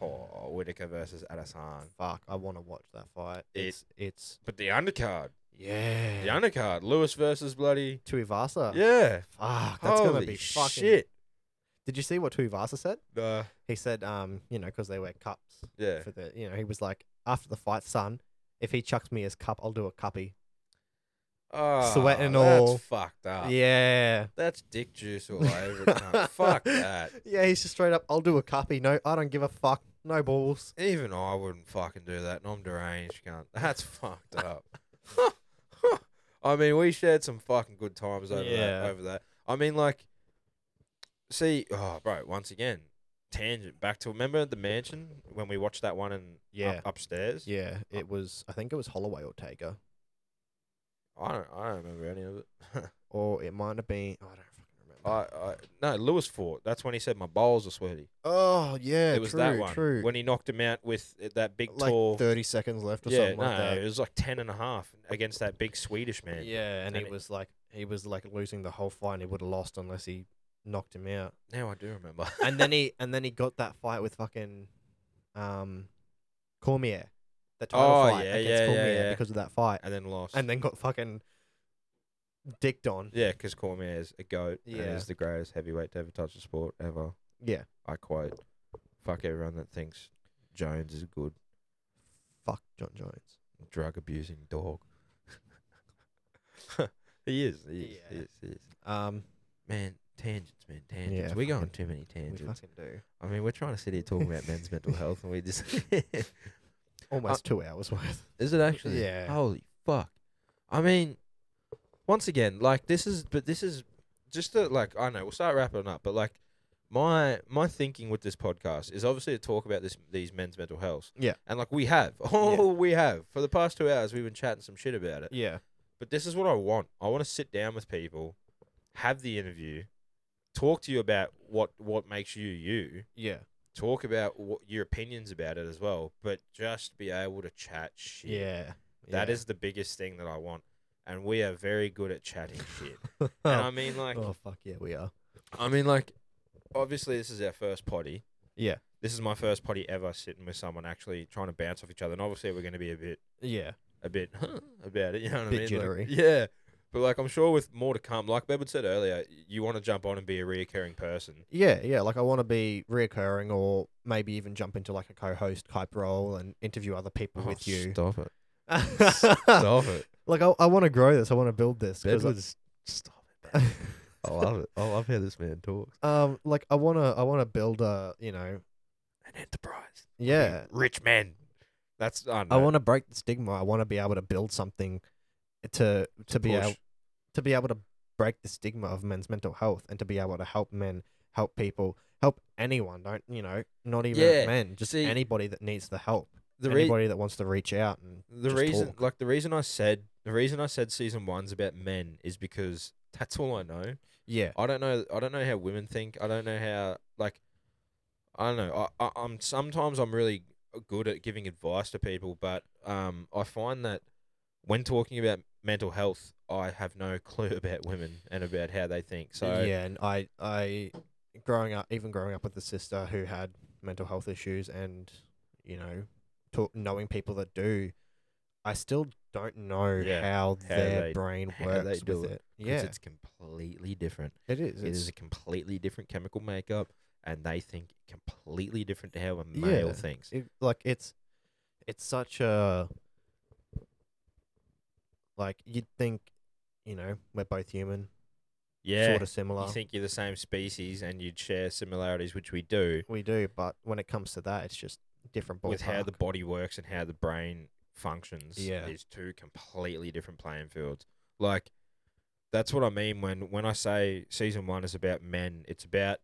Speaker 1: Oh, Whitaker versus Adesanya.
Speaker 2: Fuck, I want to watch that fight.
Speaker 1: It-
Speaker 2: It's it's
Speaker 1: But the undercard,
Speaker 2: yeah.
Speaker 1: the undercard, Lewis versus bloody
Speaker 2: Tuivasa.
Speaker 1: yeah.
Speaker 2: Fuck, that's
Speaker 1: Holy
Speaker 2: gonna be fucking
Speaker 1: shit.
Speaker 2: Did you see what Tuivasa said?
Speaker 1: Uh,
Speaker 2: He said, um, you know, 'cause they wear cups
Speaker 1: yeah.
Speaker 2: for the, you know, he was like, after the fight, son, if he chucks me his cup, I'll do a cuppy.
Speaker 1: Oh,
Speaker 2: Sweat and
Speaker 1: that's
Speaker 2: all.
Speaker 1: fucked up.
Speaker 2: yeah.
Speaker 1: That's dick juice all
Speaker 2: [LAUGHS]
Speaker 1: over it. cunt. Fuck that.
Speaker 2: Yeah, he's just straight up, I'll do a cuppy. No, I don't give a fuck. No balls.
Speaker 1: Even [LAUGHS] I wouldn't fucking do that, and I'm deranged, cunt. That's fucked up. [LAUGHS] I mean, we shared some fucking good times over
Speaker 2: Yeah.
Speaker 1: that. Over that. I mean, like, see, oh, bro. Once again, tangent back to remember the mansion when we watched that one in up-
Speaker 2: Yeah.
Speaker 1: upstairs.
Speaker 2: Yeah, it was. I think it was Holloway or Taker,
Speaker 1: I don't. I don't remember any of it. [LAUGHS]
Speaker 2: or it might have been. I don't fucking
Speaker 1: I,
Speaker 2: remember.
Speaker 1: I no Lewis Fort. That's when he said my balls are sweaty.
Speaker 2: oh yeah,
Speaker 1: it was
Speaker 2: true,
Speaker 1: that one
Speaker 2: true.
Speaker 1: when he knocked him out with uh, that big
Speaker 2: like
Speaker 1: tall.
Speaker 2: thirty seconds left or
Speaker 1: yeah,
Speaker 2: something
Speaker 1: no,
Speaker 2: like that.
Speaker 1: it was like ten and a half against that big Swedish man.
Speaker 2: Yeah,
Speaker 1: And
Speaker 2: and, he
Speaker 1: it-
Speaker 2: was like he was like losing the whole fight and he would have lost unless he knocked him out.
Speaker 1: Now I do remember.
Speaker 2: [LAUGHS] And then he and then he got that fight with fucking um Cormier. The title
Speaker 1: Oh,
Speaker 2: fight
Speaker 1: yeah,
Speaker 2: against
Speaker 1: yeah, yeah,
Speaker 2: Cormier
Speaker 1: yeah.
Speaker 2: because of that fight.
Speaker 1: [LAUGHS] and then lost.
Speaker 2: And then got fucking dicked on.
Speaker 1: Yeah, because Cormier is a goat. And
Speaker 2: Yeah.
Speaker 1: is the greatest heavyweight to ever touch the sport ever.
Speaker 2: Yeah.
Speaker 1: I quote. Fuck everyone that thinks Jones is a good
Speaker 2: Fuck John Jones.
Speaker 1: drug abusing dog. [LAUGHS] he is. He is. He
Speaker 2: Yeah.
Speaker 1: is. He is.
Speaker 2: Um
Speaker 1: Man, tangents, man, tangents.
Speaker 2: Yeah,
Speaker 1: We're going
Speaker 2: fucking-
Speaker 1: too many
Speaker 2: we
Speaker 1: tangents.
Speaker 2: fucking do.
Speaker 1: I mean, we're trying to sit here talking about men's mental health, and we just
Speaker 2: [LAUGHS] Almost
Speaker 1: Uh,
Speaker 2: two hours
Speaker 1: [LAUGHS]
Speaker 2: worth.
Speaker 1: is it actually?
Speaker 2: Yeah.
Speaker 1: Holy fuck! I mean, once again, like this is, but this is just to, like I know we'll start wrapping up, but like my my thinking with this podcast is obviously to talk about this these men's mental health.
Speaker 2: Yeah.
Speaker 1: and like we have, [LAUGHS] oh, we have for the past two hours we've been chatting some shit about it.
Speaker 2: Yeah.
Speaker 1: But this is what I want. I want to sit down with people, have the interview, talk to you about what what makes you you
Speaker 2: Yeah.
Speaker 1: talk about what your opinions about it as well, but just be able to chat shit.
Speaker 2: Yeah.
Speaker 1: that is
Speaker 2: [LAUGHS]
Speaker 1: the biggest thing that I want. And we are very good at [LAUGHS] chatting shit.
Speaker 2: oh,
Speaker 1: And I mean, like,
Speaker 2: oh fuck yeah, we are.
Speaker 1: I mean, like, obviously, this is our first potty.
Speaker 2: Yeah.
Speaker 1: This is my first potty ever sitting with someone actually trying to bounce off each other. And obviously, we're going to be a bit,
Speaker 2: Yeah.
Speaker 1: a bit [LAUGHS] about it. You know what I mean?
Speaker 2: Bit
Speaker 1: Like,
Speaker 2: jittery.
Speaker 1: yeah. But like, I'm sure with more to come. Like Bedwood said earlier, you want to jump on and be a reoccurring person.
Speaker 2: Yeah, yeah. Like I want to be reoccurring, or maybe even jump into like a co-host type role and interview other people with you.
Speaker 1: Stop
Speaker 2: [LAUGHS]
Speaker 1: it. Oh, Stop it.
Speaker 2: like I, I want to grow this. I want to build this. 'cause I-
Speaker 1: Bedwood's. Stop it,
Speaker 2: [LAUGHS]
Speaker 1: man. I love it. I love how this man talks.
Speaker 2: um, like I wanna, I wanna build a, you know,
Speaker 1: An enterprise.
Speaker 2: yeah.
Speaker 1: Rich men. That's I,
Speaker 2: I want to break the stigma. I want to be able to build something to to be able to be able to break the stigma of men's mental health and to be able to help men, help people, help anyone. Don't you know? Not even
Speaker 1: Yeah,
Speaker 2: men, just
Speaker 1: see-
Speaker 2: anybody that needs the help.
Speaker 1: the re-
Speaker 2: anybody that wants to reach out and
Speaker 1: the
Speaker 2: just
Speaker 1: reason
Speaker 2: talk.
Speaker 1: like the reason I said the reason I said season one's about men is because that's all I know.
Speaker 2: yeah,
Speaker 1: I don't know. I don't know how women think. I don't know how like I don't know. I, I I'm sometimes I'm really good at giving advice to people, but um I find that when talking about mental health, I have no [LAUGHS] clue about women and about how they think. So
Speaker 2: yeah, and I, I, growing up, even growing up with a sister who had mental health issues, and you know, talk, knowing people that do, I still don't know
Speaker 1: Yeah,
Speaker 2: how,
Speaker 1: how
Speaker 2: their
Speaker 1: they-
Speaker 2: brain
Speaker 1: how they
Speaker 2: works
Speaker 1: do
Speaker 2: with
Speaker 1: it,
Speaker 2: it.
Speaker 1: 'cause
Speaker 2: Yeah,
Speaker 1: it's completely different.
Speaker 2: it is.
Speaker 1: It
Speaker 2: It's,
Speaker 1: is a completely different chemical makeup, and they think completely different to how a male
Speaker 2: Yeah.
Speaker 1: thinks.
Speaker 2: it, like it's, it's such a. Like you'd think, you know, we're both human,
Speaker 1: Yeah,
Speaker 2: sort of similar.
Speaker 1: you think you're the same species and you'd share similarities, which we do,
Speaker 2: we do, but when it comes to that, it's just different. Ballpark.
Speaker 1: with how the body works and how the brain functions.
Speaker 2: Yeah.
Speaker 1: is two completely different playing fields. Like that's what I mean when when I say season one is about men. It's about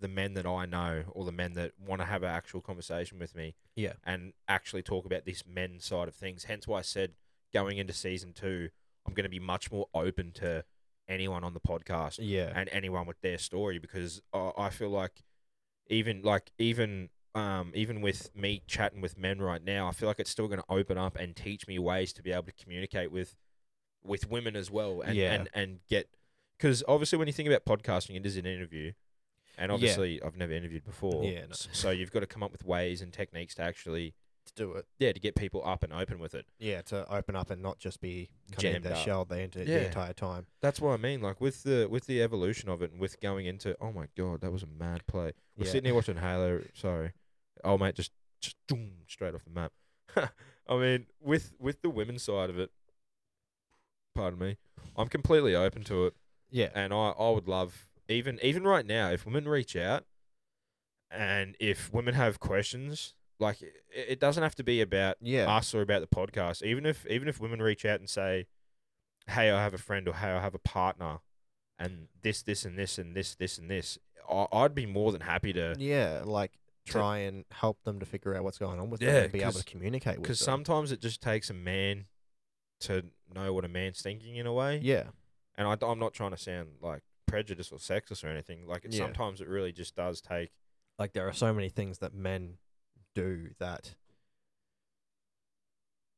Speaker 1: the men that I know or the men that want to have an actual conversation with me.
Speaker 2: Yeah.
Speaker 1: and actually talk about this men side of things. Hence why I said going into season two, I'm going to be much more open to anyone on the podcast
Speaker 2: yeah,
Speaker 1: and anyone with their story because I, I feel like even like even um even with me chatting with men right now, I feel like it's still going to open up and teach me ways to be able to communicate with with women as well and
Speaker 2: Yeah.
Speaker 1: and, and get because obviously when you think about podcasting, it is an interview. And
Speaker 2: Yeah.
Speaker 1: obviously, I've never interviewed before.
Speaker 2: Yeah, no.
Speaker 1: s- So you've got to come up with ways and techniques to actually
Speaker 2: to do it.
Speaker 1: yeah, to get people up and open with it.
Speaker 2: Yeah, to open up and not just be kind of
Speaker 1: Jammed
Speaker 2: in their
Speaker 1: up.
Speaker 2: shell the, enti-
Speaker 1: Yeah.
Speaker 2: the entire time.
Speaker 1: That's what I mean. Like with the with the evolution of it, and with going into oh my god, that was a mad play. We're
Speaker 2: Yeah.
Speaker 1: sitting here watching Halo. Sorry, oh mate, just just boom, straight off the map. [LAUGHS] I mean, with with the women's side of it, pardon me, I'm completely open to it,
Speaker 2: Yeah,
Speaker 1: and I I would love even even right now if women reach out, and if women have questions, like it, it doesn't have to be about
Speaker 2: yeah,
Speaker 1: us or about the podcast. Even if even if women reach out and say, hey, I have a friend or hey, I have a partner, and this, this, and this, and this, this, and this, I, I'd be more than happy to.
Speaker 2: yeah, like try and help them to figure out what's going on with
Speaker 1: Yeah,
Speaker 2: them and be able
Speaker 1: 'cause-
Speaker 2: to communicate with them.
Speaker 1: Because sometimes it just takes a man to know what a man's thinking in a way.
Speaker 2: yeah,
Speaker 1: and I, am not trying to sound like prejudiced or sexist or anything. Like it,
Speaker 2: Yeah.
Speaker 1: sometimes it really just does take.
Speaker 2: like there are so many things that men do that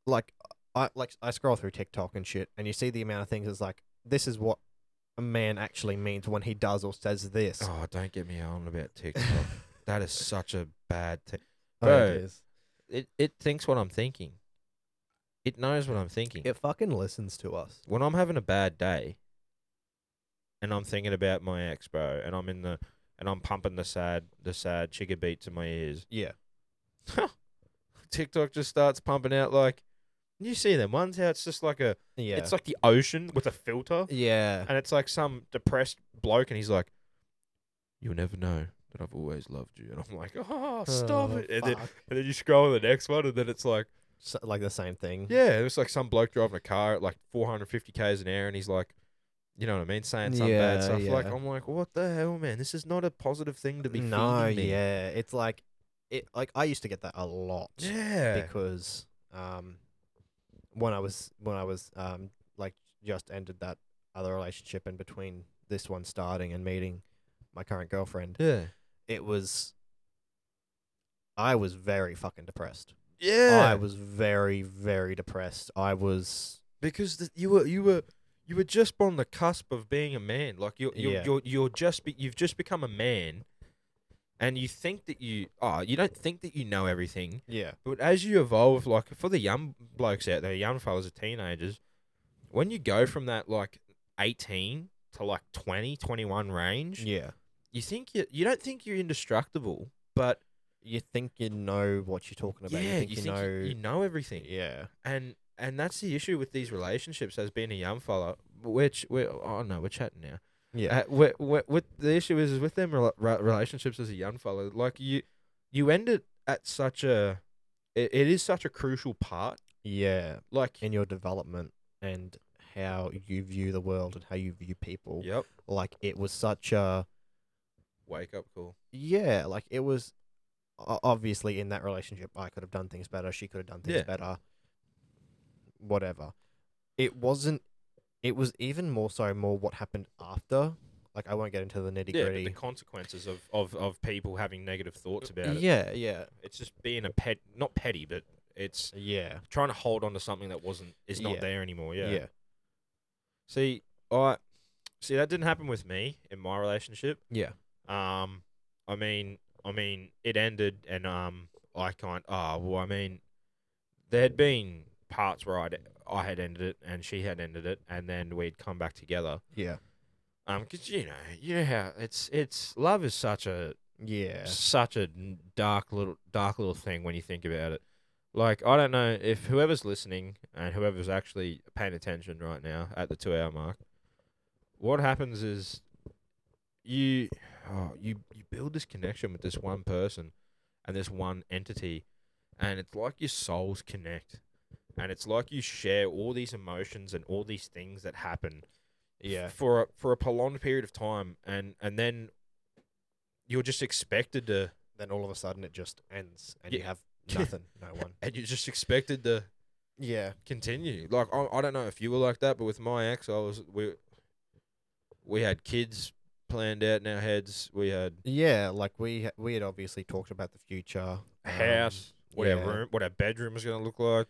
Speaker 2: like I like I scroll through TikTok and shit and you see the amount of things that's like this is what a man actually means when he does or says this. [LAUGHS]
Speaker 1: Oh, don't get me on about TikTok. [LAUGHS] that is such a bad thing.
Speaker 2: Oh, it
Speaker 1: Bro.
Speaker 2: is.
Speaker 1: It it thinks what I'm thinking. It knows what I'm thinking.
Speaker 2: It fucking listens to us.
Speaker 1: When I'm having a bad day, and I'm thinking about my ex, bro, and I'm in the and I'm pumping the sad the sad chicka beats in my ears. [LAUGHS]
Speaker 2: Yeah.
Speaker 1: TikTok just starts pumping out like. You see them ones how it's just like a,
Speaker 2: Yeah.
Speaker 1: it's like the ocean with a filter.
Speaker 2: yeah.
Speaker 1: and it's like some depressed bloke, and he's like, "You'll never know that I've always loved you," and I'm like, "Oh, stop
Speaker 2: Oh,
Speaker 1: it!" And then,
Speaker 2: fuck.
Speaker 1: and then you scroll to the next one, and then it's like,
Speaker 2: So, like the same thing.
Speaker 1: "Yeah," and it's like some bloke driving a car at like 450 k's an hour, and he's like, "You know what I mean?" Saying some
Speaker 2: Yeah,
Speaker 1: bad stuff. Like
Speaker 2: yeah.
Speaker 1: I'm like, "What the hell, man? This is not a positive thing to be."
Speaker 2: No,
Speaker 1: feeding me."
Speaker 2: yeah. It's like it like I used to get that a lot.
Speaker 1: yeah,
Speaker 2: because um, when I was when I was um, like just ended that other relationship in between this one starting and meeting my current girlfriend,
Speaker 1: yeah,
Speaker 2: it was I was very fucking depressed.
Speaker 1: yeah.
Speaker 2: I was very very depressed. I was
Speaker 1: because the, you were you were you were just on the cusp of being a man. Like you're you're
Speaker 2: Yeah.
Speaker 1: you're, you're just be, you've just become a man, and you think that you oh you don't think that you know everything,
Speaker 2: yeah
Speaker 1: but as you evolve, like for the young blokes out there, young fellas or teenagers, when you go from that like eighteen to like 20, 21 range,
Speaker 2: yeah.
Speaker 1: you think you you don't think you're indestructible, but
Speaker 2: You think you know what you're talking about.
Speaker 1: yeah,
Speaker 2: you think you, know.
Speaker 1: you know everything
Speaker 2: yeah,
Speaker 1: and and that's the issue with these relationships as being a young fella which we oh no we're chatting now
Speaker 2: yeah,
Speaker 1: uh, we what the issue is, is with them rela- re- relationships as a young fella like you you end it at such a it, it is such a crucial part
Speaker 2: yeah.
Speaker 1: like
Speaker 2: In your development and how you view the world and how you view people,
Speaker 1: yep
Speaker 2: like it was such a
Speaker 1: wake up call
Speaker 2: yeah, like it was o- obviously in that relationship, I could have done things better. She could have done things
Speaker 1: Yeah.
Speaker 2: better. Whatever. It wasn't. It was even more so more what happened after. Like I won't get into the nitty
Speaker 1: yeah but the
Speaker 2: gritty.
Speaker 1: consequences of, of of people having negative thoughts about it
Speaker 2: Yeah, yeah,
Speaker 1: it's just being a pet not petty but it's
Speaker 2: yeah,
Speaker 1: trying to hold on to something that wasn't is not
Speaker 2: Yeah.
Speaker 1: there anymore
Speaker 2: yeah, yeah,
Speaker 1: see i see that didn't happen with me in my relationship Um, I mean, I mean, it ended, and um, I can't. Oh, well, I mean, there had been parts where I I had ended it, and she had ended it, and then we'd come back together.
Speaker 2: yeah,
Speaker 1: Um, 'cause you know, you know how it's it's love is such a
Speaker 2: yeah,
Speaker 1: such a n- dark little dark little thing when you think about it. Like I don't know if whoever's listening and whoever's actually paying attention right now at the two hour mark, what happens is you oh, you you build this connection with this one person and this one entity, and it's like your souls connect, and it's like you share all these emotions and all these things that happen
Speaker 2: yeah,
Speaker 1: for a, for a prolonged period of time, and and then you're just expected to
Speaker 2: Then all of a sudden it just ends, and you
Speaker 1: Yeah. [LAUGHS]
Speaker 2: have nothing, no one.
Speaker 1: and you're just expected to
Speaker 2: Yeah,
Speaker 1: continue. Like I, I don't know if you were like that, but with my ex, I was we we had kids planned out in our heads. We had
Speaker 2: yeah. Like we ha- we had obviously talked about the future,
Speaker 1: a
Speaker 2: um,
Speaker 1: house, what
Speaker 2: yeah.
Speaker 1: our room, what our bedroom was going to look like,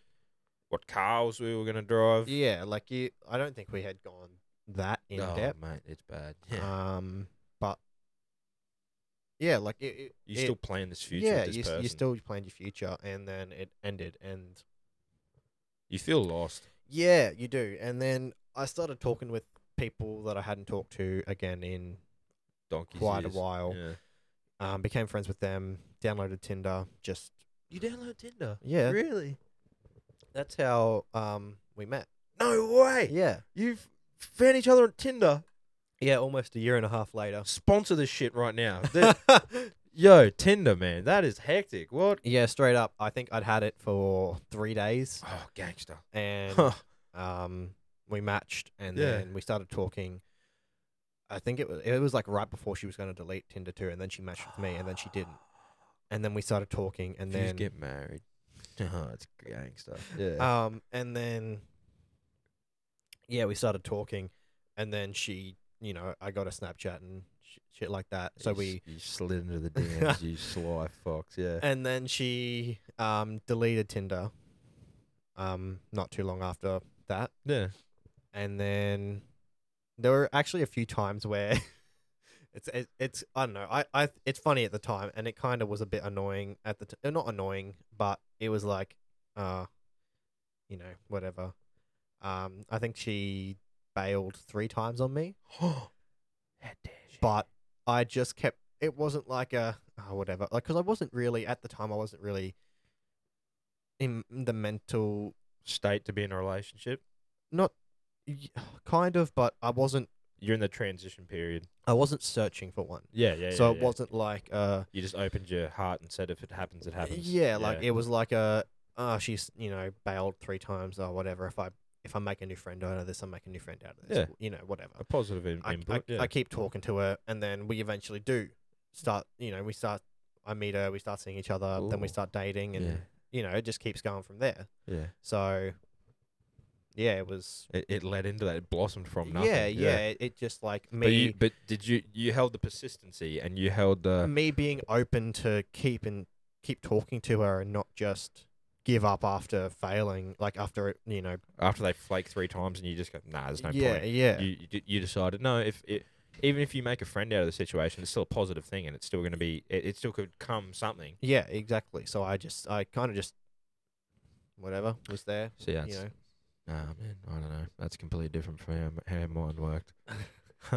Speaker 1: what cars we were going to drive.
Speaker 2: um, Yeah, like you. I don't think we had gone that in
Speaker 1: oh,
Speaker 2: depth.
Speaker 1: mate, it's bad.
Speaker 2: Um, but yeah, like it, it-
Speaker 1: you
Speaker 2: it-
Speaker 1: still plan this future.
Speaker 2: yeah,
Speaker 1: with this
Speaker 2: you, s-
Speaker 1: person.
Speaker 2: you still planned your future, and then it ended, and
Speaker 1: you feel lost.
Speaker 2: yeah, you do. And then I started talking with people that I hadn't talked to again in
Speaker 1: Donkey's
Speaker 2: quite
Speaker 1: years.
Speaker 2: a while.
Speaker 1: Yeah.
Speaker 2: Um, became friends with them, downloaded Tinder, just
Speaker 1: You download Tinder?
Speaker 2: yeah.
Speaker 1: Really?
Speaker 2: That's how um we met.
Speaker 1: No way.
Speaker 2: Yeah,
Speaker 1: You've found each other on Tinder.
Speaker 2: yeah, almost a year and a half later.
Speaker 1: Sponsor this shit right
Speaker 2: [LAUGHS]
Speaker 1: now. The- Yo, Tinder, man, that is hectic. [LAUGHS] What?
Speaker 2: yeah, straight up. I think I'd had it for three days.
Speaker 1: Oh, gangster.
Speaker 2: and
Speaker 1: Huh.
Speaker 2: um, we matched, and
Speaker 4: Yeah.
Speaker 2: then we started talking. I think it was it was like right before she was going to delete Tinder too, and then she matched with me, and then she didn't, and then we started talking, and
Speaker 1: you
Speaker 2: then
Speaker 1: just get married. [LAUGHS] Oh, it's gangster. Uh, Yeah.
Speaker 2: um, and then, yeah, we started talking, and then she, you know, I got a Snapchat and sh- shit like that. So
Speaker 1: You s-
Speaker 2: we,
Speaker 1: you slid into the DMs,
Speaker 2: [LAUGHS]
Speaker 1: you sly fox. Yeah.
Speaker 2: and then she, um, deleted Tinder, um, not too long after that,
Speaker 1: Yeah. [GASPS]
Speaker 2: and then there were actually a few times where. [LAUGHS] It's, it, it's I don't know I, I it's funny at the time and it kind of was a bit annoying at the t- uh, not annoying but it was like uh you know whatever um I think she bailed three times on me but I just kept. It wasn't like a oh, whatever, like because I wasn't really at the time. I wasn't really in the mental,
Speaker 4: State to be in a relationship.
Speaker 2: not y- [SIGHS] kind of, but I wasn't.
Speaker 4: You're in the transition period.
Speaker 2: I wasn't searching for one,
Speaker 4: Yeah, yeah.
Speaker 2: so
Speaker 4: yeah,
Speaker 2: it
Speaker 4: yeah.
Speaker 2: wasn't like uh,
Speaker 4: You just opened your heart and said, if it happens, it happens.
Speaker 2: yeah, like it was like a oh, she's you know bailed three times or whatever. If I if I make a new friend out of this, I make a new friend out of this.
Speaker 1: Yeah.
Speaker 2: you know whatever.
Speaker 1: A positive in-
Speaker 2: I,
Speaker 1: input.
Speaker 2: I,
Speaker 1: yeah.
Speaker 2: I keep talking to her, and then we eventually do start. You know, we start. I meet her, we start seeing each other, then we
Speaker 1: Ooh.
Speaker 2: start dating, and
Speaker 1: yeah.
Speaker 2: you know, it just keeps going from there.
Speaker 1: Yeah.
Speaker 2: So, yeah, it was.
Speaker 1: It, it led into that. It blossomed from nothing.
Speaker 2: Yeah, yeah, It, it just like
Speaker 4: But,
Speaker 2: me,
Speaker 4: you, but did you you held the persistency and you held the
Speaker 2: me being open to keep and keep talking to her, and not just give up after failing, like after it, you know.
Speaker 4: after they flake three times and you just go nah there's no
Speaker 2: yeah,
Speaker 4: point
Speaker 2: yeah,
Speaker 4: you, you d- you decided no if it even if you make a friend out of the situation it's still a positive thing and it's still going to be it, it still could come something
Speaker 2: yeah, exactly. So I just, I kind of just, whatever was there,
Speaker 1: See, that's,
Speaker 2: you know.
Speaker 1: Nah, man, I don't know. That's completely different from how, m- how mine
Speaker 2: [LAUGHS]
Speaker 1: worked. [LAUGHS]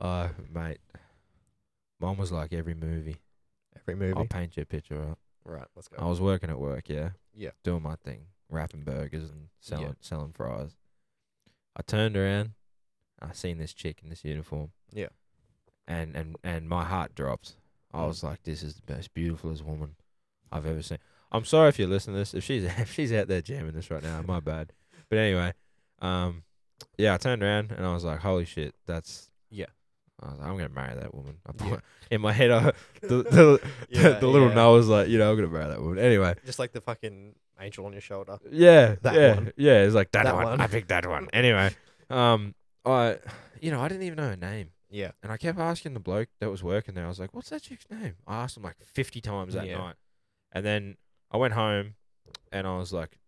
Speaker 1: uh, mate, mine was like every movie.
Speaker 2: Every movie.
Speaker 1: I'll paint you a picture up.
Speaker 2: right, let's go.
Speaker 1: I was working at work, yeah.
Speaker 2: Yeah.
Speaker 1: Doing my thing, wrapping burgers and
Speaker 2: Yeah.
Speaker 1: selling selling fries. I turned around, I seen this chick in this uniform.
Speaker 2: Yeah.
Speaker 1: And and and my heart dropped. I
Speaker 2: Mm.
Speaker 1: was like, this is the most beautifulest woman I've ever seen. I'm sorry if you're listening to this. If she's [LAUGHS] if she's out there jamming this right now,
Speaker 2: [LAUGHS]
Speaker 1: my bad. But anyway, um, yeah, I turned around and I was like, holy shit, that's
Speaker 2: Yeah.
Speaker 1: I was like, I'm gonna marry that woman. I
Speaker 2: Yeah.
Speaker 1: thought in my head, I, the, the,
Speaker 2: [LAUGHS] Yeah,
Speaker 1: the little
Speaker 2: yeah.
Speaker 1: Noah's like, you know, I'm gonna marry that woman. Anyway,
Speaker 2: Just like the fucking angel on your shoulder.
Speaker 1: yeah,
Speaker 2: That
Speaker 1: yeah,
Speaker 2: one.
Speaker 1: yeah. It's like that,
Speaker 2: That
Speaker 1: one.
Speaker 2: one.
Speaker 1: I picked that one. Anyway, um, I, you know, I didn't even know her name,
Speaker 2: Yeah.
Speaker 1: and I kept asking the bloke that was working there. I was like, "What's that chick's name?" I asked him like fifty times that
Speaker 2: Yeah.
Speaker 1: night, and then I went home, and I was like,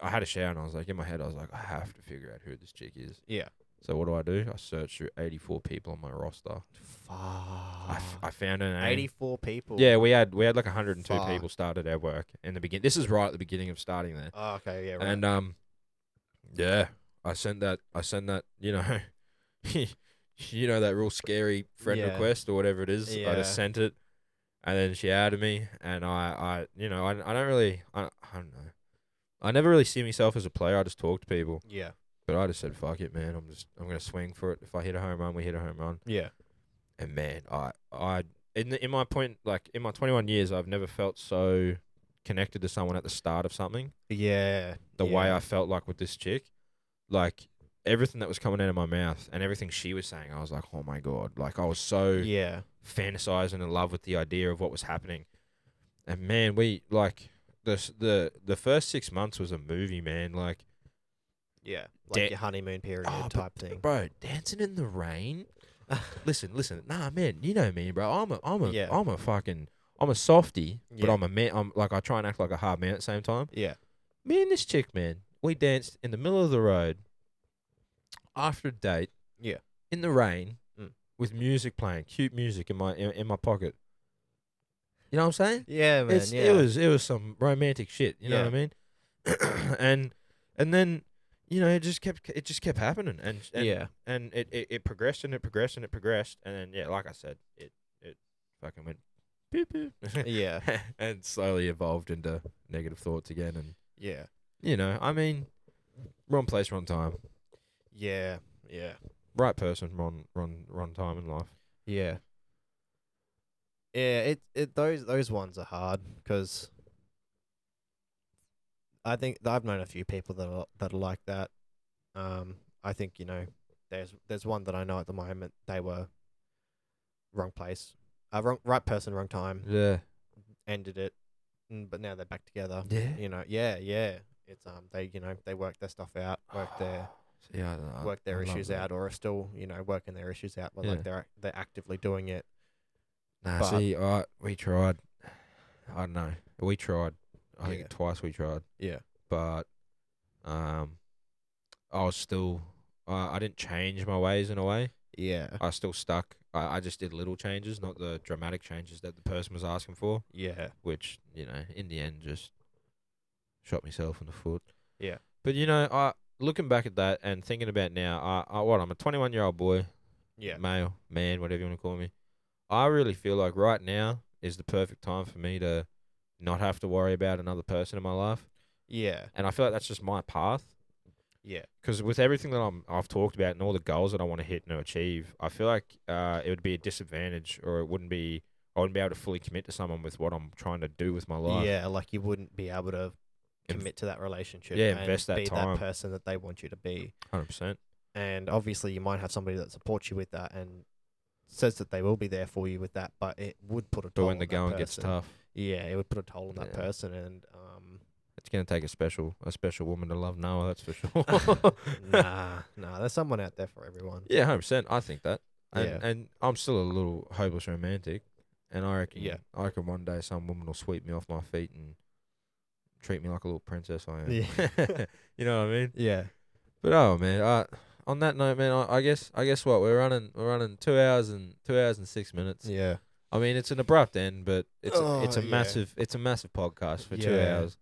Speaker 1: I had a shower, and I was like, in my head, I was like, I have to figure out who this chick is.
Speaker 2: Yeah.
Speaker 1: So what do I do? I searched through eighty-four people on my roster.
Speaker 2: Fuck.
Speaker 1: I, f- I found her name.
Speaker 2: 84 people.
Speaker 1: Yeah, we had we had like hundred and two
Speaker 2: Fuck.
Speaker 1: people started our work in the beginning. This is right at the beginning of starting there.
Speaker 2: Oh, okay, yeah, right.
Speaker 1: And um, yeah, I sent that. I sent that. You know, [LAUGHS] you know that real scary friend
Speaker 2: Yeah.
Speaker 1: request or whatever it is. I
Speaker 2: Yeah.
Speaker 1: just sent it, and then she added me, and I, I, you know, I, I don't really, I, I don't know. I never really see myself as a player. I just talk to people,
Speaker 2: yeah,
Speaker 1: but I just said, "Fuck it, man. I'm just, I'm gonna swing for it. If I hit a home run, we hit a home run."
Speaker 2: yeah,
Speaker 1: and man, I I in the, in my point like in my 21 years, I've never felt so connected to someone at the start of something.
Speaker 2: yeah.
Speaker 1: The way
Speaker 2: yeah.
Speaker 1: I felt like with this chick, like everything that was coming out of my mouth and everything she was saying, I was like, oh my god, like I was so
Speaker 2: Yeah,
Speaker 1: fantasizing in love with the idea of what was happening. And man, we like the s- the the first six months was a movie, man. Like
Speaker 2: yeah. Like
Speaker 1: Da-
Speaker 2: your honeymoon period
Speaker 1: Oh, but-
Speaker 2: type thing.
Speaker 1: bro, dancing in the rain. listen, listen, nah, man, you know me, bro. I'm a, I'm a,
Speaker 2: Yeah.
Speaker 1: am a fucking, I'm a softy, but
Speaker 2: Yeah.
Speaker 1: I'm a man. I'm like I try and act like a hard man at the same time.
Speaker 2: [LAUGHS] yeah,
Speaker 1: Me and this chick, man, we danced in the middle of the road after a date.
Speaker 2: Yeah.
Speaker 1: In the rain,
Speaker 2: Mm.
Speaker 1: with music playing, cute music in my in, in my pocket. You know what I'm saying?
Speaker 2: yeah, man.
Speaker 1: It's-
Speaker 2: yeah,
Speaker 1: It was it was some romantic shit. You know
Speaker 2: Yeah.
Speaker 1: what I mean? [CLEARS THROAT] and and then you know it just kept it just kept happening and, and
Speaker 2: yeah,
Speaker 1: and it, it, it progressed and it progressed and it progressed and then yeah, like I said, it it fucking went boop [LAUGHS] boop
Speaker 2: [LAUGHS] yeah,
Speaker 1: and slowly evolved into negative thoughts again and
Speaker 2: yeah,
Speaker 1: you know, I mean wrong place, wrong time.
Speaker 2: yeah, yeah,
Speaker 1: Right person, wrong wrong wrong time in life.
Speaker 2: yeah. Yeah, it it those those ones are hard because I think I've known a few people that are that are like that. Um, I think you know there's there's one that I know at the moment. They were wrong place, uh, wrong right person, wrong time.
Speaker 1: Yeah.
Speaker 2: Ended it, mm, but now they're back together.
Speaker 1: Yeah.
Speaker 2: You know, yeah, yeah. It's um they you know they work their stuff out, work their
Speaker 1: yeah, I don't know.
Speaker 2: work their
Speaker 1: I love
Speaker 2: issues
Speaker 1: that.
Speaker 2: out, or are still you know working their issues out, but
Speaker 1: Yeah.
Speaker 2: like they're they're actively doing it.
Speaker 1: Nah,
Speaker 2: But-
Speaker 1: see, I we tried. I don't know. We tried. I think
Speaker 2: Yeah.
Speaker 1: twice we tried,
Speaker 2: Yeah,
Speaker 1: but um, I was still. Uh, I didn't change my ways in a way.
Speaker 2: yeah,
Speaker 1: I was still stuck. I, I just did little changes, not the dramatic changes that the person was asking for,
Speaker 2: yeah,
Speaker 1: which you know, in the end, just shot myself in the foot.
Speaker 2: Yeah.
Speaker 1: But you know, I looking back at that and thinking about now, I, I what I'm a 21 year old boy.
Speaker 2: yeah,
Speaker 1: male, man, whatever you want to call me. I really feel like right now is the perfect time for me to not have to worry about another person in my life,
Speaker 2: yeah,
Speaker 1: and I feel like that's just my path.
Speaker 2: yeah,
Speaker 1: Because with everything that I'm, I've talked about and all the goals that I want to hit and achieve, I feel like uh, it would be a disadvantage, or it wouldn't be. I wouldn't be able to fully commit to someone with what I'm trying to do with my life.
Speaker 2: yeah. Like you wouldn't be able to
Speaker 1: Inv-
Speaker 2: commit to that relationship.
Speaker 1: Yeah,
Speaker 2: and
Speaker 1: invest that
Speaker 2: be
Speaker 1: time.
Speaker 2: that person that they want you to be.
Speaker 1: hundred percent.
Speaker 2: and obviously you might have somebody that supports you with that and says that they will be there for you with that, but it would put a
Speaker 1: But
Speaker 2: toll.
Speaker 1: when the
Speaker 2: on that
Speaker 1: going gets
Speaker 2: person.
Speaker 1: tough,
Speaker 2: yeah, it would put a toll on that
Speaker 1: Yeah.
Speaker 2: person, and um,
Speaker 1: it's gonna take a special, a special woman to love Noah. That's for [LAUGHS] sure.
Speaker 2: um, [LAUGHS] nah, nah, there's someone out there for everyone.
Speaker 1: Yeah, hundred percent. I think that, and
Speaker 2: Yeah.
Speaker 1: and I'm still a little hopeless romantic, and I reckon
Speaker 2: Yeah.
Speaker 1: I reckon one day some woman will sweep me off my feet and treat me like a little princess I am.
Speaker 2: Yeah.
Speaker 1: [LAUGHS] you know what I mean?
Speaker 2: Yeah,
Speaker 1: But oh man, I, on that note, man, I, I guess I guess what we're running we're running two hours and two hours and six minutes.
Speaker 2: yeah,
Speaker 1: I mean, it's an abrupt end, but it's a,
Speaker 2: Oh,
Speaker 1: it's a
Speaker 2: yeah.
Speaker 1: massive it's a massive podcast for two
Speaker 2: Yeah.
Speaker 1: hours.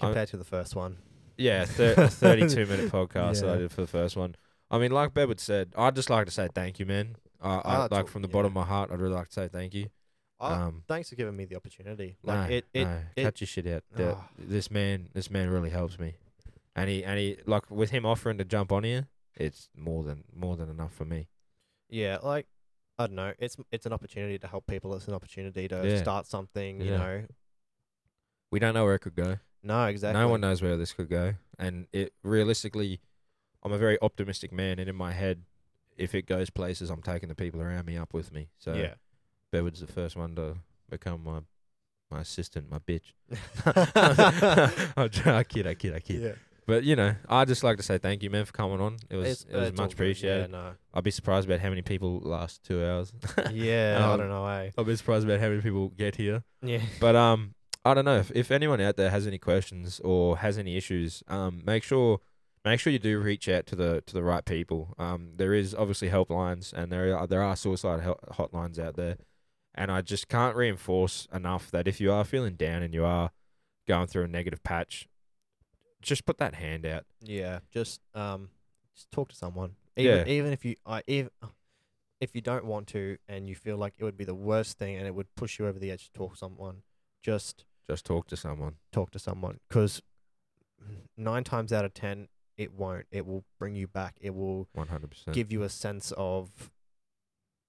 Speaker 1: I'm-
Speaker 2: compared to the first one.
Speaker 1: Yeah, thir- a
Speaker 2: [LAUGHS]
Speaker 1: 32 minute podcast that I
Speaker 2: Yeah.
Speaker 1: did for the first one. I mean, like Bedwood said, I'd just like to say thank you, man. I, I
Speaker 2: Ah, it's
Speaker 1: like
Speaker 2: all-
Speaker 1: from the
Speaker 2: yeah.
Speaker 1: bottom of my heart, I'd really like to say thank you.
Speaker 2: Ah,
Speaker 1: um,
Speaker 2: Thanks for giving me the opportunity.
Speaker 1: like
Speaker 2: Like it, it,
Speaker 1: no, cut your shit out. That-
Speaker 2: Ah.
Speaker 1: This man, this man really helps me, and he and he like with him offering to jump on here, it's more than more than enough for me.
Speaker 2: yeah, like. I don't know. It's it's an opportunity to help people. It's an opportunity to
Speaker 1: Yeah.
Speaker 2: start something. You
Speaker 1: Yeah.
Speaker 2: know,
Speaker 1: We don't know where it could go.
Speaker 2: no, exactly.
Speaker 1: No one knows where this could go, and it realistically, I'm a very optimistic man, and in my head, if it goes places, I'm taking the people around me up with me. So
Speaker 2: Yeah.
Speaker 1: Bedwood's the first one to become my my assistant, my
Speaker 2: [LAUGHS]
Speaker 1: bitch. [LAUGHS] [LAUGHS] I'm j- I kid, I kid, I kid.
Speaker 2: yeah.
Speaker 1: But you know, I just like to say thank you, man, for coming on. It was
Speaker 2: It's-
Speaker 1: it was
Speaker 2: it's all
Speaker 1: much
Speaker 2: good.
Speaker 1: appreciated. [LAUGHS]
Speaker 2: Yeah,
Speaker 1: I'd be surprised about how many people last two hours.
Speaker 2: no. yeah I
Speaker 1: Um,
Speaker 2: don't know. Eh?
Speaker 1: I'd be surprised about how many people get here.
Speaker 2: [LAUGHS] Yeah.
Speaker 1: But um, I don't know if, if anyone out there has any questions or has any issues. Um, make sure make sure you do reach out to the to the right people. Um, there is obviously helplines, and there are there are suicide hel- hotlines out there. And I just can't reinforce enough that if you are feeling down and you are going through a negative patch, just put that hand out.
Speaker 2: Yeah, just um, just talk to someone.
Speaker 1: Yeah.
Speaker 2: Even even if you, I even if you don't want to, and you feel like it would be the worst thing, and it would push you over the edge to talk to someone, just
Speaker 1: Just talk to someone.
Speaker 2: talk to someone. Because nine times out of ten, it won't. It will bring you back. It will
Speaker 1: One hundred percent.
Speaker 2: give you a sense of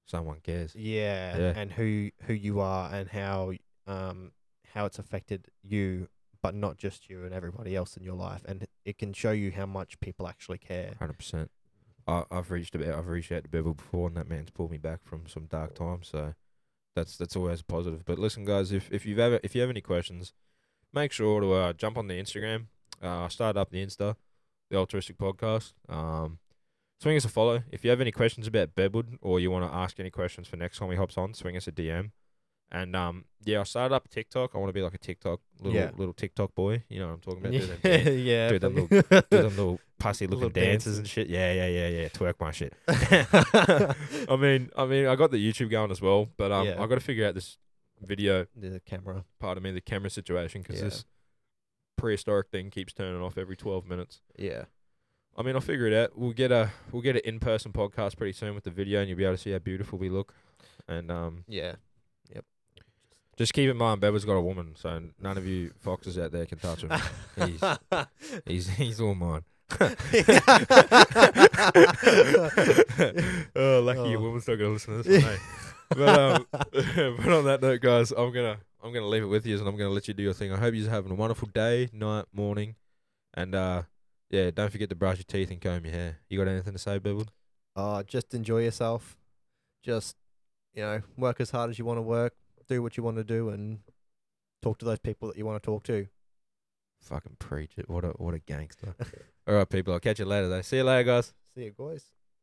Speaker 1: Someone cares.
Speaker 2: yeah,
Speaker 1: Yeah.
Speaker 2: and who who you are, and how um how it's affected you. But not just you and everybody else in your life, and it can show you how much people actually care.
Speaker 1: Hundred percent. I've reached about I've reached out to Bevel before, and that man's pulled me back from some dark times. So that's that's always a positive. But listen, guys, if if you've ever if you have any questions, make sure to uh, jump on the Instagram. Uh, I started up the Insta, the Altruistic Podcast. Um, swing us a follow if you have any questions about Bedwood or you want to ask any questions for next time he hops on. Swing us a DM. And um, yeah, I started up TikTok. I want to be like a TikTok little
Speaker 2: Yeah.
Speaker 1: little TikTok boy. You know what I'm talking about? Do them
Speaker 2: yeah, [LAUGHS]
Speaker 1: dance-
Speaker 2: yeah,
Speaker 1: do them
Speaker 2: but-
Speaker 1: do them little pussy
Speaker 2: [LAUGHS] Little
Speaker 1: looking dances
Speaker 2: dances.
Speaker 1: and shit. Yeah, Oh. yeah, yeah, yeah. Twerk my shit. [LAUGHS]
Speaker 2: [LAUGHS]
Speaker 1: I mean, I mean, I got the YouTube going as well, but um,
Speaker 2: Yeah.
Speaker 1: I got to figure out this video
Speaker 2: the camera.
Speaker 1: part of me, the camera situation, because
Speaker 2: Yeah.
Speaker 1: this prehistoric thing keeps turning off every twelve minutes.
Speaker 2: Yeah,
Speaker 1: I mean, I'll figure it out. We'll get a we'll get an in person podcast pretty soon with the video, and you'll be able to see how beautiful we look. And um,
Speaker 2: yeah,
Speaker 1: just keep in mind, Beba's got a woman, so none of you foxes out there can touch [LAUGHS]
Speaker 2: [LAUGHS]
Speaker 1: him. he's, he's he's all mine. [LAUGHS] oh, lucky your
Speaker 2: Oh.
Speaker 1: woman's not gonna listen to this [LAUGHS] one. eh? but um, [LAUGHS] but on that note, guys, I'm gonna I'm gonna leave it with you, and I'm gonna let you do your thing. I hope you're having a wonderful day, night, morning, and uh, Yeah, don't forget to brush your teeth and comb your hair. You got anything to say, Bibble?
Speaker 2: Uh, just enjoy yourself. Just, you know, work as hard as you want to work. Do what you want to do and talk to those people that you want to talk to.
Speaker 1: [LAUGHS] Fucking preach it. What a what a gangster. All right, people. I'll catch you later. Though. See you later, guys.
Speaker 2: See you, guys.